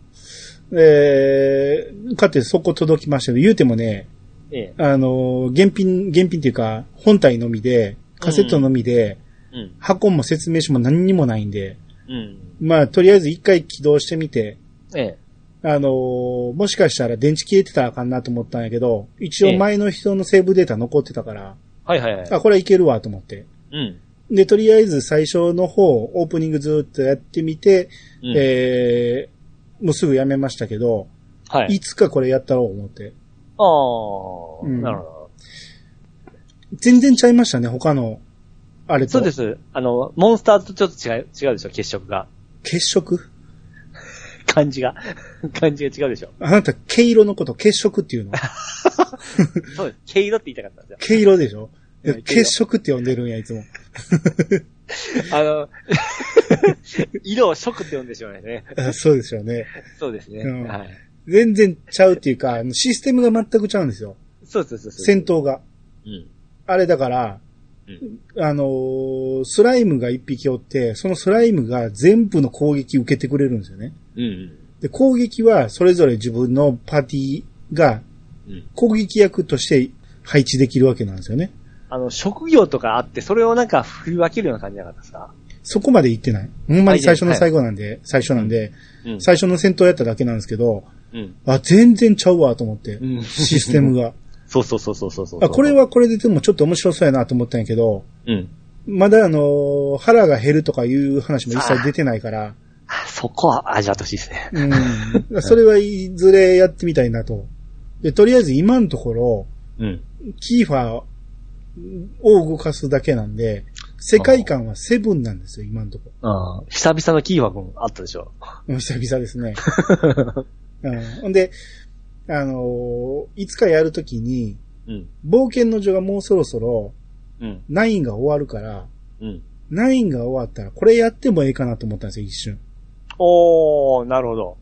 [SPEAKER 1] えー、買ってそこ届きましたけど、言うてもね、
[SPEAKER 2] ええ。
[SPEAKER 1] あのー、現品、現品っていうか、本体のみで、カセットのみで、
[SPEAKER 2] うん。
[SPEAKER 1] 箱も説明書も何にもないんで、
[SPEAKER 2] うん。
[SPEAKER 1] まあ、とりあえず一回起動してみて、
[SPEAKER 2] ええ。
[SPEAKER 1] あのーもしかしたら電池切れてたらあかんなと思ったんやけど、一
[SPEAKER 2] え
[SPEAKER 1] 応
[SPEAKER 2] え
[SPEAKER 1] 前の人のセーブデータ残ってたから、
[SPEAKER 2] はいはいはい。
[SPEAKER 1] あ、これはいけるわと思って。
[SPEAKER 2] うん。
[SPEAKER 1] で、とりあえず最初の方、オープニングずっとやってみて、
[SPEAKER 2] うん
[SPEAKER 1] えー、もうすぐやめましたけど、、
[SPEAKER 2] はいい。
[SPEAKER 1] つかこれやったろう思って。
[SPEAKER 2] ああ、
[SPEAKER 1] うん
[SPEAKER 2] なるほど。
[SPEAKER 1] 全然ちゃいましたね、他の、あれと。
[SPEAKER 2] そうで。す。あの、モンスターとちょっと違う、違うでしょ、血色が。
[SPEAKER 1] 血色
[SPEAKER 2] 感じが。 感じが違うでしょ。
[SPEAKER 1] あなた、毛色のこと、血色っていう の
[SPEAKER 2] そうです。毛色って言いたかったんですよ。
[SPEAKER 1] 毛色でしょ
[SPEAKER 2] いや
[SPEAKER 1] 血色って呼んでるんや、いつも。
[SPEAKER 2] あの、 色を色って呼んでしまうよね。
[SPEAKER 1] あそうですよね。
[SPEAKER 2] そうですね。
[SPEAKER 1] うん
[SPEAKER 2] はい。
[SPEAKER 1] 全然ちゃうっていうか、あのシステムが全くちゃうんですよ。
[SPEAKER 2] そうそうそうそう。
[SPEAKER 1] 戦。闘が。
[SPEAKER 2] うん。
[SPEAKER 1] あれだから、
[SPEAKER 2] うん
[SPEAKER 1] あのースライムが一匹おって、そのスライムが全部の攻撃受けてくれるんですよね。
[SPEAKER 2] うん。
[SPEAKER 1] で、攻撃はそれぞれ自分のパーティーが
[SPEAKER 2] うん。
[SPEAKER 1] 攻撃役として配置できるわけなんですよね。
[SPEAKER 2] あの、職業とかあって、それをなんか振り分けるような感じなかったですか
[SPEAKER 1] そこまで行ってない。ほんまに最初の最後なんで、最初なんで、
[SPEAKER 2] うん。
[SPEAKER 1] 最初の戦闘やっただけなんですけど、
[SPEAKER 2] うん。
[SPEAKER 1] あ、全然ちゃうわと思って、
[SPEAKER 2] うん
[SPEAKER 1] システムが。
[SPEAKER 2] そうそうそうそうそうそう。
[SPEAKER 1] あ、これはこれででもちょっと面白そうやなと思ったんやけど、
[SPEAKER 2] うん。
[SPEAKER 1] まだあのー腹が減るとかいう話も一切出てないから、
[SPEAKER 2] あそこは味わってほしいですね。
[SPEAKER 1] うん。それはいずれやってみたいなと。で、とりあえず今のところ、
[SPEAKER 2] うん。
[SPEAKER 1] キーファーを動かすだけなんで、世界観はセブンなんですよ、今のとこ
[SPEAKER 2] ああ、久々のキーワー君あったでしょ。
[SPEAKER 1] ろ。久々ですね。うん。ほんで、あのーいつかやるときに、
[SPEAKER 2] うん。
[SPEAKER 1] 冒険の女がもうそろそろ、
[SPEAKER 2] うん。
[SPEAKER 1] 9が終わるから、
[SPEAKER 2] うん。
[SPEAKER 1] 9が終わったらこれやってもええかなと思ったんですよ、一瞬。
[SPEAKER 2] おー、なるほど。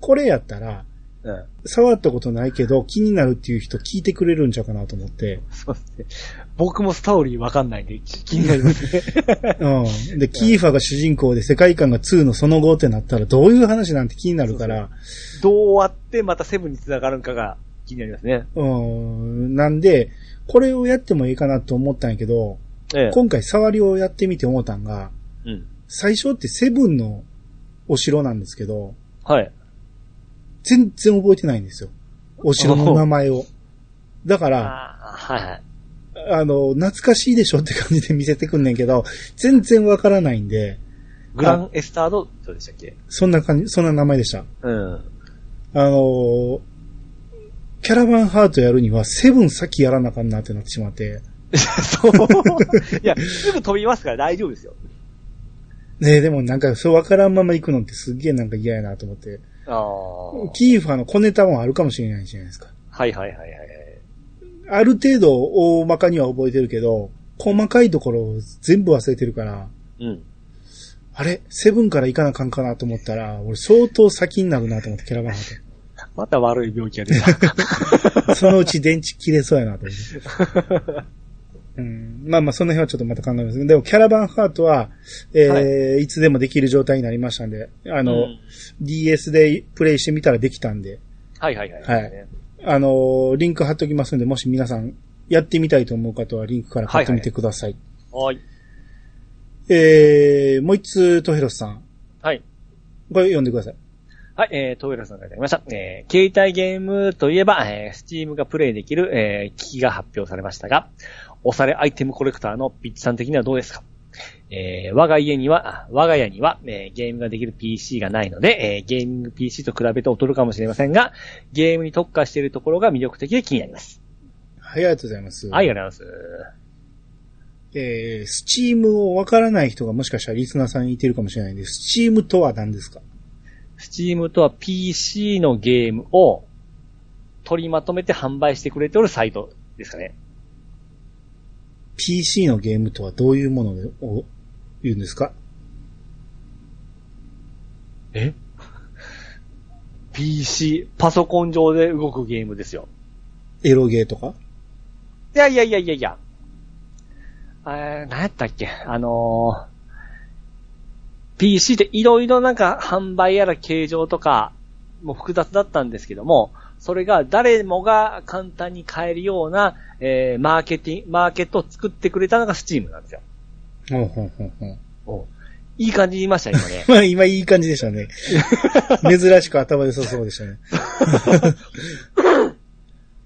[SPEAKER 1] これやったら、
[SPEAKER 2] うん。
[SPEAKER 1] 触ったことないけど気になるっていう人聞いてくれるんちゃうかなと思って。
[SPEAKER 2] そうですね。僕もストーリーわかんないんで、気気になり ますね。
[SPEAKER 1] うん。で、キーファが主人公で世界観が2のその後ってなったらどういう話なんて気になるから、
[SPEAKER 2] どうやってまたセブンに繋がるんかが気になりますね。
[SPEAKER 1] うん。なんで、これをやってもいいかなと思ったんやけど、
[SPEAKER 2] ええ。
[SPEAKER 1] 今回触りをやってみて思ったんが、
[SPEAKER 2] うん。
[SPEAKER 1] 最初ってセブンのお城なんですけど、
[SPEAKER 2] はい。
[SPEAKER 1] 全然覚えてないんですよ。お城の名前を。だから、
[SPEAKER 2] あーはいはい。
[SPEAKER 1] あの、懐かしいでしょって感じで見せてくんねんけど、全然わからないんで、
[SPEAKER 2] グランエスタード、どうでしたっけ
[SPEAKER 1] そんな感じ、そんな名前でした。
[SPEAKER 2] うん。
[SPEAKER 1] あの、キャラバンハートやるには、セブン先やらなあかんなってなってしまって、
[SPEAKER 2] そう。いや、すぐ飛びますから大丈夫ですよ。
[SPEAKER 1] ねえ、でもなんか、そうわからんまま行くのってすっげえなんか嫌やなと思って。
[SPEAKER 2] ああ。
[SPEAKER 1] キーファーの小ネタもあるかもしれないじゃないですか。
[SPEAKER 2] はいはいはいはい。
[SPEAKER 1] ある程度大まかには覚えてるけど、細かいところを全部忘れてるから、
[SPEAKER 2] うん。
[SPEAKER 1] あれセブンから行かなあかんかなと思ったら、俺相当先になるなと思ってキャラバンハー
[SPEAKER 2] また悪い病気が出た。
[SPEAKER 1] ト。 そのうち電池切れそうやなと思 って。うん、まあまあ、その辺はちょっとまた考えますけどでもキャラバンハートは、えー、
[SPEAKER 2] はい
[SPEAKER 1] つでもできる状態になりましたんで、あ
[SPEAKER 2] あ
[SPEAKER 1] の、DS でプレイしてみたらできたんで、
[SPEAKER 2] はいはいはい。
[SPEAKER 1] はいあのーリンク貼っときますんで、もし皆さんやってみたいと思う方はリンクから買ってみてください。
[SPEAKER 2] はい。
[SPEAKER 1] えー、もう一通、トヘロスさん。
[SPEAKER 2] はい。
[SPEAKER 1] これ読んでください。
[SPEAKER 2] はい、えー、トイラさんからいただきました。えー、携帯ゲームといえば、えー、Steam がプレイできる、えー、機器が発表されましたが、押されアイテムコレクターのピッチさん的にはどうですかえー、我が家には、あ我が家には、えー、ゲームができる PC がないので、えー、ゲーミング PC と比べて劣るかもしれませんが、ゲームに特化しているところが魅力的で気になります。
[SPEAKER 1] はい、ありがとうございます。
[SPEAKER 2] はい、ありがとうござい
[SPEAKER 1] えー、スチームをわからない人がもしかしたらリスナーさんにいてるかもしれないんで、スチームとは何ですか
[SPEAKER 2] ます。Steam とは PC のゲームを取りまとめて販売してくれておるサイトですかね。
[SPEAKER 1] ?PC のゲームとはどういうものを言うんですか
[SPEAKER 2] PC、パソコン上で動くゲームですよ。
[SPEAKER 1] エロゲーとか
[SPEAKER 2] いやいやいやいやいや。えー、何やったっけあのー、PC っていろいろなんか販売やら形状とかも複雑だったんですけども、それが誰もが簡単に買えるような、えー、マーケティング、マーケットを作ってくれたのが Steam なんですよ。
[SPEAKER 1] ほうほうほうほう。。
[SPEAKER 2] いい感じに言いましたね、
[SPEAKER 1] ま
[SPEAKER 2] 今ね
[SPEAKER 1] あ、今いい感じでした ね。珍しく頭良さそうでしたね。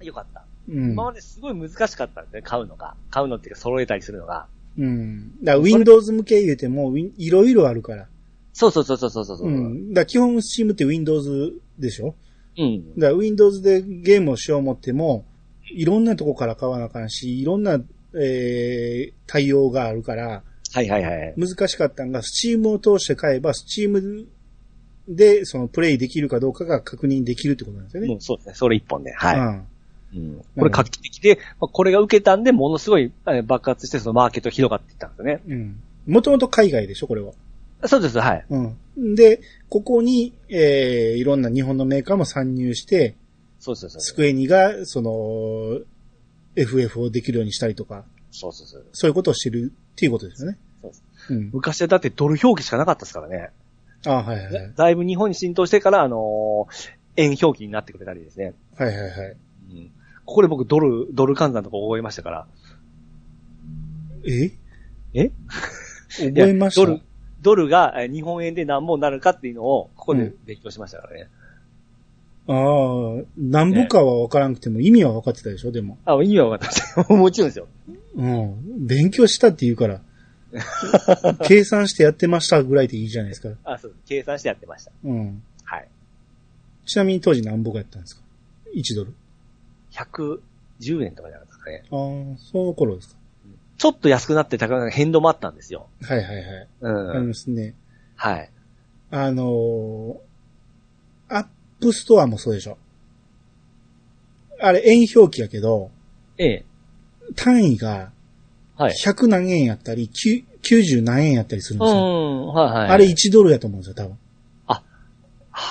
[SPEAKER 2] よかった。
[SPEAKER 1] うん
[SPEAKER 2] 今。まですごい難しかったんですね、買うのが。買うのっていうか揃えたりするのが。
[SPEAKER 1] うん。だから Windows 向け言うても、ウィンいろいろあるから。
[SPEAKER 2] そうそうそうそうそうそうそう。
[SPEAKER 1] うん。だから基本スチームって Windows でしょ
[SPEAKER 2] うん。
[SPEAKER 1] だから Windows でゲームをしよう思っても、いろんなとこから買わなあかんし、いろんな、えー、対応があるから、
[SPEAKER 2] はいはいはい。
[SPEAKER 1] 難しかったんが、Steam を通して買えば、Steam で、その、プレイできるかどうかが確認できるってことなんですよ
[SPEAKER 2] も
[SPEAKER 1] ね。
[SPEAKER 2] うそうですね。それ一本で。はい。
[SPEAKER 1] うん。
[SPEAKER 2] うん、これ画期的で、まあこれが受けたんで、ものすごいえー爆発して、そのマーケット広がっていったんですよね。
[SPEAKER 1] うん。もともと海外でしょ、これは。
[SPEAKER 2] そうです、はい。
[SPEAKER 1] うん。で、ここに、えー、いろんな日本のメーカーも参入して、
[SPEAKER 2] そうそうそう。
[SPEAKER 1] スクエニが、その、FF をできるようにしたりとか、
[SPEAKER 2] そうそうそう。
[SPEAKER 1] そういうことをしてるっていうことですよね。
[SPEAKER 2] そうです
[SPEAKER 1] うん。
[SPEAKER 2] 昔はだってドル表記しかなかったですからね。
[SPEAKER 1] あはいはいはい
[SPEAKER 2] だ。だいぶ日本に浸透してから、あのー円表記になってくれたりですね。
[SPEAKER 1] はいはいはい。
[SPEAKER 2] うん、ここで僕ドル、ドル換算とか覚えましたから。
[SPEAKER 1] え
[SPEAKER 2] え
[SPEAKER 1] 覚えまし
[SPEAKER 2] いや
[SPEAKER 1] た
[SPEAKER 2] ドル、ドルがえー日本円で何本になるかっていうのを、ここ
[SPEAKER 1] う
[SPEAKER 2] で
[SPEAKER 1] ん
[SPEAKER 2] 勉強しましたからね。
[SPEAKER 1] ああ、なんぼかは分からなくても意味は分かってたでしょ、でも。
[SPEAKER 2] あ、意味は分かってました。もちろんですよ。
[SPEAKER 1] うん。勉強したって言うから。計算してやってましたぐらいでいいじゃないですか。
[SPEAKER 2] あ、そうです。計算してやってました。
[SPEAKER 1] うん。
[SPEAKER 2] はい。
[SPEAKER 1] ちなみに当時何ぼかやったんですか ?1 ドル。
[SPEAKER 2] 110円とかじゃなかったですかね。
[SPEAKER 1] ああ、その頃です
[SPEAKER 2] ちょっと安くなって高くなって変動もあったんですよ。
[SPEAKER 1] か。はいはいはい。
[SPEAKER 2] う
[SPEAKER 1] あり
[SPEAKER 2] ん。
[SPEAKER 1] ますね。
[SPEAKER 2] はい。
[SPEAKER 1] あのーアップストアもそうでしょ。あれ、円表記やけど、
[SPEAKER 2] ええ。
[SPEAKER 1] 単位が
[SPEAKER 2] はい。
[SPEAKER 1] 100何円やったり、きゅ90何円やったりするん
[SPEAKER 2] う
[SPEAKER 1] ですよ。
[SPEAKER 2] ん。はいはい。
[SPEAKER 1] あれ1ドルやと思うんですよ、多分。
[SPEAKER 2] はあ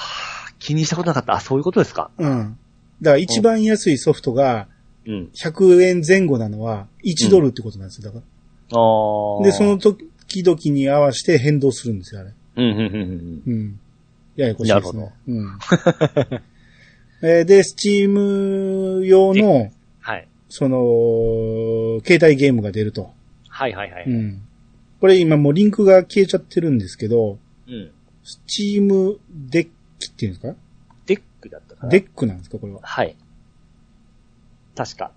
[SPEAKER 2] 気にしたことなかった。あ、そういうことですか。
[SPEAKER 1] うん。だから一番安いソフトが
[SPEAKER 2] うん。
[SPEAKER 1] 100円前後なのは1ドルってことなんですよ、だか
[SPEAKER 2] ああ。
[SPEAKER 1] ら。で、その、時々に合わせて変動するんですよ、あれ。
[SPEAKER 2] うん、うん、うん
[SPEAKER 1] うん。ややこしいです
[SPEAKER 2] な
[SPEAKER 1] ね。うん。 えーで、スチーム用の、
[SPEAKER 2] うん。はい。
[SPEAKER 1] その、携帯ゲームが出ると。
[SPEAKER 2] はいはいは
[SPEAKER 1] う
[SPEAKER 2] い。
[SPEAKER 1] ん。これ今もうリンクが消えちゃってるんですけど、
[SPEAKER 2] うん。
[SPEAKER 1] スチームデッキっていうんですか
[SPEAKER 2] デックだったかな
[SPEAKER 1] デックなんですかこれは。
[SPEAKER 2] はい。確か。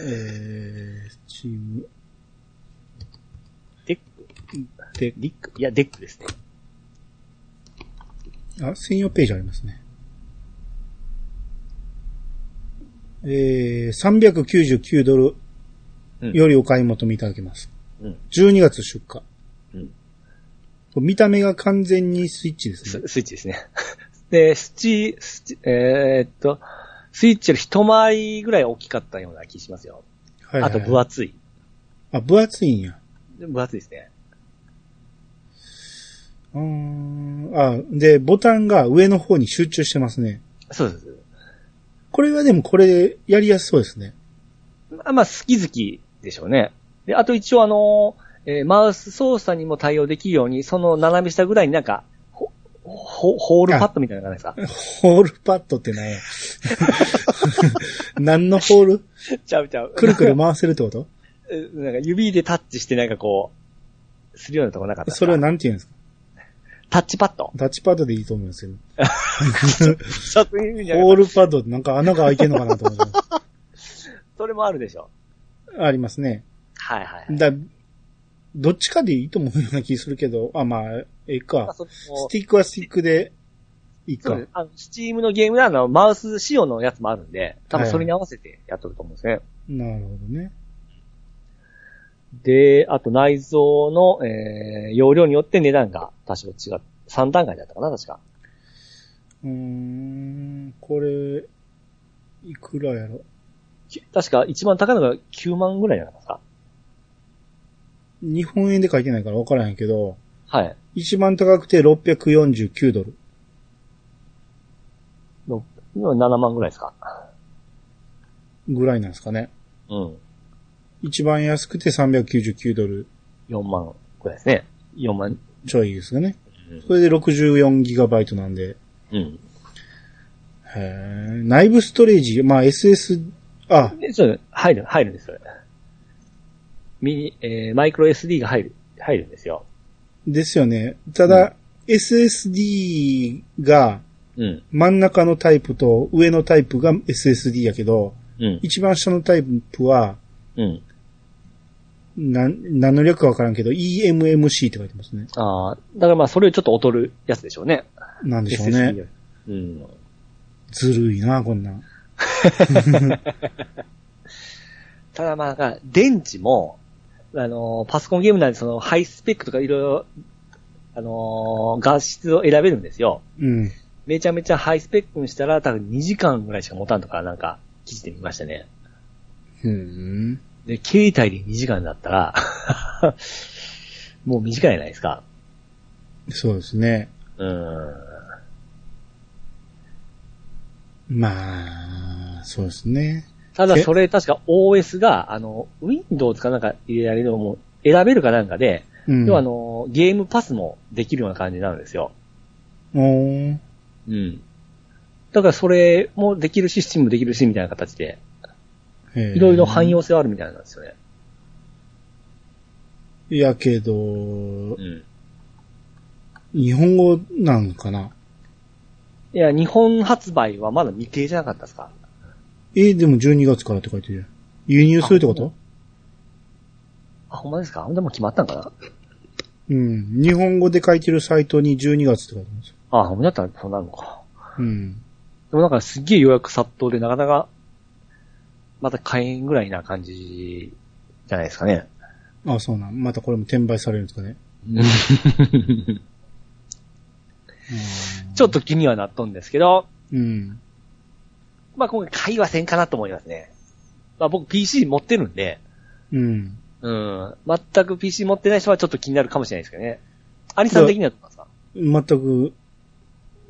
[SPEAKER 1] えー、スチーム
[SPEAKER 2] デック
[SPEAKER 1] デッ
[SPEAKER 2] ディックいや、デックですね。
[SPEAKER 1] ク。あ、専用ページありますね。えー、399ドル
[SPEAKER 2] うん
[SPEAKER 1] よりお買い求めいただけます。
[SPEAKER 2] うん
[SPEAKER 1] 12月出荷。
[SPEAKER 2] うん
[SPEAKER 1] 見た目が完全にスイッチです
[SPEAKER 2] ス
[SPEAKER 1] ね。
[SPEAKER 2] スイッチですね。 で、スチ、スチ、えーっと、スイッチより一回りぐらい大きかったような気しますよ。
[SPEAKER 1] はいはいはい
[SPEAKER 2] あと分厚い。
[SPEAKER 1] あ、分厚いんや。
[SPEAKER 2] 分厚いですね。
[SPEAKER 1] うーん。あ、で、ボタンが上の方に集中してますね。
[SPEAKER 2] そうです。
[SPEAKER 1] これはでもこれでやりやすそうですね。
[SPEAKER 2] まあ、まあ、好き好きでしょうね。で、あと一応あの、えーマウス操作にも対応できるように、その斜め下ぐらいになんか、ほほホールパッドみたいなのがないです
[SPEAKER 1] ホールパッドって 何や何のホール
[SPEAKER 2] かちゃうちゃう。
[SPEAKER 1] くるくる回せるってこと
[SPEAKER 2] え なんか指でタッチしてなんかこう、するようなとこなかったですか
[SPEAKER 1] それは何て言うんですか
[SPEAKER 2] タッチパッド。
[SPEAKER 1] タッチパッドでいいと思うんですけ
[SPEAKER 2] そういう意味じゃ
[SPEAKER 1] ど。
[SPEAKER 2] な
[SPEAKER 1] ホ
[SPEAKER 2] く
[SPEAKER 1] ールパッドってなんか穴が開いてんのかなと思 っ
[SPEAKER 2] それもあるでしょ。
[SPEAKER 1] た。ありますね。
[SPEAKER 2] はいはい。
[SPEAKER 1] だ、どっちかでいいと思うような気するけど、あ、まあ、ええ
[SPEAKER 2] まあ
[SPEAKER 1] か。
[SPEAKER 2] その
[SPEAKER 1] スティックはスティックでいい
[SPEAKER 2] そう
[SPEAKER 1] か
[SPEAKER 2] で。す。あの、スチームのゲームであの、マウス仕様のやつもあるんで、多分それに合わせてやっとると思うんですね。
[SPEAKER 1] なるほどね。
[SPEAKER 2] で、あと内蔵の、えー、容量によって値段が多少違う。3段階だったかな、確か。
[SPEAKER 1] うーん、これ、いくらやろ。
[SPEAKER 2] き確か一番高いのが9万ぐらいじゃなかった
[SPEAKER 1] 日本円で書いてないから分からへんけど、
[SPEAKER 2] ですかはい。
[SPEAKER 1] 一番高くて649ドル。
[SPEAKER 2] の今7万ぐらいですか。
[SPEAKER 1] ぐらいなんですかね。
[SPEAKER 2] うん。
[SPEAKER 1] 一番安くて399ドル
[SPEAKER 2] 4万ぐらいですね。4万。
[SPEAKER 1] ちょいですかね。それで 64GB なんで。
[SPEAKER 2] うん。
[SPEAKER 1] へー内部ストレージ、まあ SS、あ、
[SPEAKER 2] で、そうです、入る、入るんです、それ。ミニ、えー、マイクロ SD が入る、入るんですよ。
[SPEAKER 1] ですよね。ただ、SSD が
[SPEAKER 2] うん。
[SPEAKER 1] 真ん中のタイプと上のタイプが SSD やけど、
[SPEAKER 2] うん。
[SPEAKER 1] 一番下のタイプは、
[SPEAKER 2] うん。
[SPEAKER 1] なん、何の略かわからんけど、EMMC って書いてますね。
[SPEAKER 2] ああ、だからまあそれをちょっと劣るやつでしょうね。
[SPEAKER 1] なんでしょうね。。
[SPEAKER 2] うん。
[SPEAKER 1] ずるいな、こんなん。
[SPEAKER 2] ただまあ、電池も、あのーパソコンゲームなんでそのハイスペックとかいろいろ、あのー画質を選べるんですよ。
[SPEAKER 1] うん。
[SPEAKER 2] めちゃめちゃハイスペックにしたら多分2時間ぐらいしか持たんとかなんか記事で見ましたね。
[SPEAKER 1] うん。
[SPEAKER 2] で、携帯で2時間だったら、 もう短いじゃないですか。
[SPEAKER 1] そうですね。
[SPEAKER 2] うん。
[SPEAKER 1] まあ、そうですね。
[SPEAKER 2] ただそれ確か OS が、あの、Windows かなんか入れられるのも選べるかなんかで、
[SPEAKER 1] うん。
[SPEAKER 2] 要はあの、ゲームパスもできるような感じなんですよ。
[SPEAKER 1] おー
[SPEAKER 2] うん。だからそれもできるし、スチームもできるし、みたいな形で、
[SPEAKER 1] へー
[SPEAKER 2] いろいろ汎用性はあるみたいなんですよね。
[SPEAKER 1] いやけど、
[SPEAKER 2] ん。
[SPEAKER 1] 日本語なんかない
[SPEAKER 2] や、日本発売はまだ未定じゃなかったですか
[SPEAKER 1] え、でも12月からって書いてるよ輸入するってこと
[SPEAKER 2] あ、ほんまですかほんでもう決まったんかな
[SPEAKER 1] うん。日本語で書いてるサイトに12月って書いてますよ。
[SPEAKER 2] あ、ほんまだったらそうなるのか。
[SPEAKER 1] うん。
[SPEAKER 2] でもなんかすっげえ予約殺到でなかなか、また買えんぐらいな感じじゃないですか ね。
[SPEAKER 1] あ、そうなん。またこれも転売されるんですかね。うん
[SPEAKER 2] ちょっと気にはなっとんですけど、
[SPEAKER 1] うん。
[SPEAKER 2] まあ今回買いはせんかなと思いますね。まあ僕 PC 持ってるんで、
[SPEAKER 1] うん。
[SPEAKER 2] うん。全く PC 持ってない人はちょっと気になるかもしれないですけどね。アニさん的にはどうなんですか
[SPEAKER 1] 全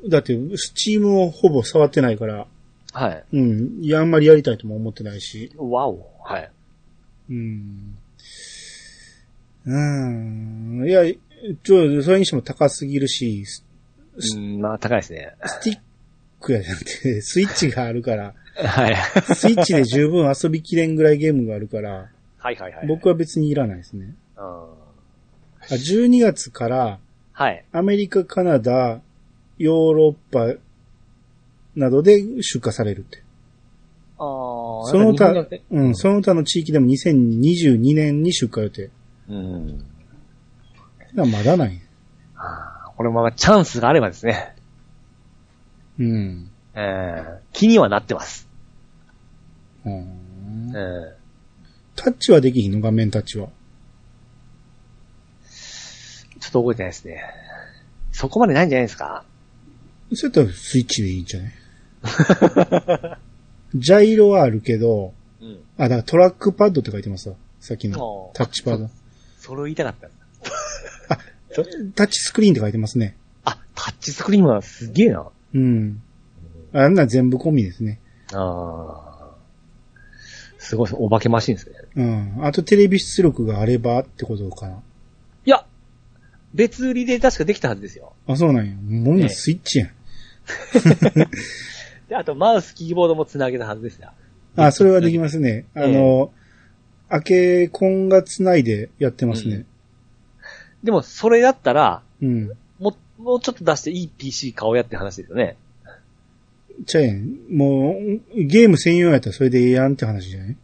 [SPEAKER 1] く、だって、スチームをほぼ触ってないから、
[SPEAKER 2] はい。
[SPEAKER 1] うん。いや、あんまりやりたいとも思ってないし。
[SPEAKER 2] わお。はい。
[SPEAKER 1] うん。うん。いや、ちょ、それにしても高すぎるし、ス
[SPEAKER 2] うん、まあ高いですね。
[SPEAKER 1] スティックやじゃなくて、スイッチがあるから、
[SPEAKER 2] はい。
[SPEAKER 1] スイッチで十分遊びきれんぐらいゲームがあるから、
[SPEAKER 2] はいはいはい。
[SPEAKER 1] 僕は別にいらないですね。
[SPEAKER 2] うん。
[SPEAKER 1] あ12月から、
[SPEAKER 2] はい。
[SPEAKER 1] アメリカ、カナダ、ヨーロッパなどで出荷されるって。
[SPEAKER 2] あー
[SPEAKER 1] その他
[SPEAKER 2] なんか日本だけ、
[SPEAKER 1] うん、その他の地域でも2022年に出荷予定。
[SPEAKER 2] うん。
[SPEAKER 1] まあまだない。
[SPEAKER 2] あーこれもまあチャンスがあればですね、
[SPEAKER 1] うん。
[SPEAKER 2] えー気にはなってます。
[SPEAKER 1] うん
[SPEAKER 2] えー
[SPEAKER 1] タッチはできひんの画面タッチは。
[SPEAKER 2] ちょっと覚えてないですね。そこまでないんじゃないですか
[SPEAKER 1] それとスイッチでいいんじ ゃないジャイロはあるけど、
[SPEAKER 2] うん。
[SPEAKER 1] あ、だからトラックパッドって書いてますわ。さっきの
[SPEAKER 2] おー
[SPEAKER 1] タッチパッド。
[SPEAKER 2] それを言いたかった。
[SPEAKER 1] タッチスクリーンって書いてますね。
[SPEAKER 2] あ、タッチスクリーンはすげえな。
[SPEAKER 1] うん。あんな全部込みですね。
[SPEAKER 2] ああ。すごい、お化けマシンですね。
[SPEAKER 1] うん。あとテレビ出力があればってことかな。
[SPEAKER 2] いや、別売りで確かできたはずですよ。
[SPEAKER 1] あ、そうなんや。もう
[SPEAKER 2] ええ
[SPEAKER 1] 今スイッチやん。
[SPEAKER 2] で、あとマウス、キーボードも繋げたはずですよ。
[SPEAKER 1] あ、それはできますね。
[SPEAKER 2] ええ
[SPEAKER 1] あの、明け、今がつないでやってますね。
[SPEAKER 2] でも、それだったら、
[SPEAKER 1] うん。
[SPEAKER 2] もう、もうちょっと出していい PC 買おうやって話ですよね。
[SPEAKER 1] ちゃうやん。もう、ゲーム専用やったらそれでええやんって話じ ゃない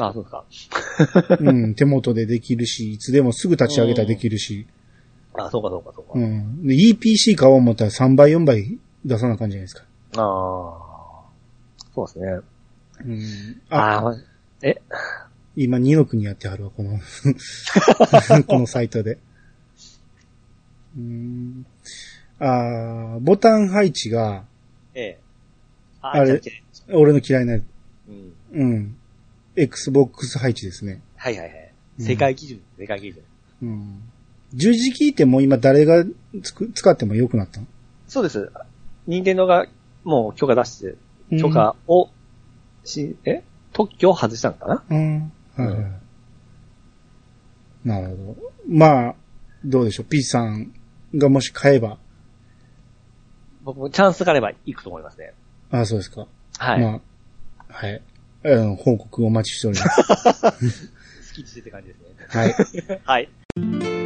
[SPEAKER 2] あ、そうですか。
[SPEAKER 1] うん。手元でできるし、いつでもすぐ立ち上げたらできるし。
[SPEAKER 2] あ、そうかそうかそうか。
[SPEAKER 1] うん。で、EPC 買おう思ったら3倍、4倍出さなあかんじゃないですか。
[SPEAKER 2] ああ。そうですね。
[SPEAKER 1] うん。あ、
[SPEAKER 2] ああー、え、
[SPEAKER 1] 今、二の国やってはるわ、この、このサイトで。うん。あーボタン配置が、
[SPEAKER 2] ええ。あ
[SPEAKER 1] あれ
[SPEAKER 2] じゃあじゃあ
[SPEAKER 1] 俺の嫌いな、
[SPEAKER 2] うん。
[SPEAKER 1] うん。Xbox 配置ですね。
[SPEAKER 2] はいはいはい。
[SPEAKER 1] うん
[SPEAKER 2] 世界基準、世界基準。
[SPEAKER 1] うん。十字キーってもう今誰がつく使っても良くなったの
[SPEAKER 2] そうです。任天堂がもう許可出して、許。可をし、え特許を外したのかな
[SPEAKER 1] うん。うんはいはいなるほど。まあ、どうでしょう。P さんがもし買えば、
[SPEAKER 2] 僕もチャンスがあれば行くと思いますね。
[SPEAKER 1] ああ、そうですか。
[SPEAKER 2] はい。
[SPEAKER 1] まあ、はい。あの、報告をお待ちしております。
[SPEAKER 2] 好きにしてって感じですね。
[SPEAKER 1] はい。
[SPEAKER 2] はい。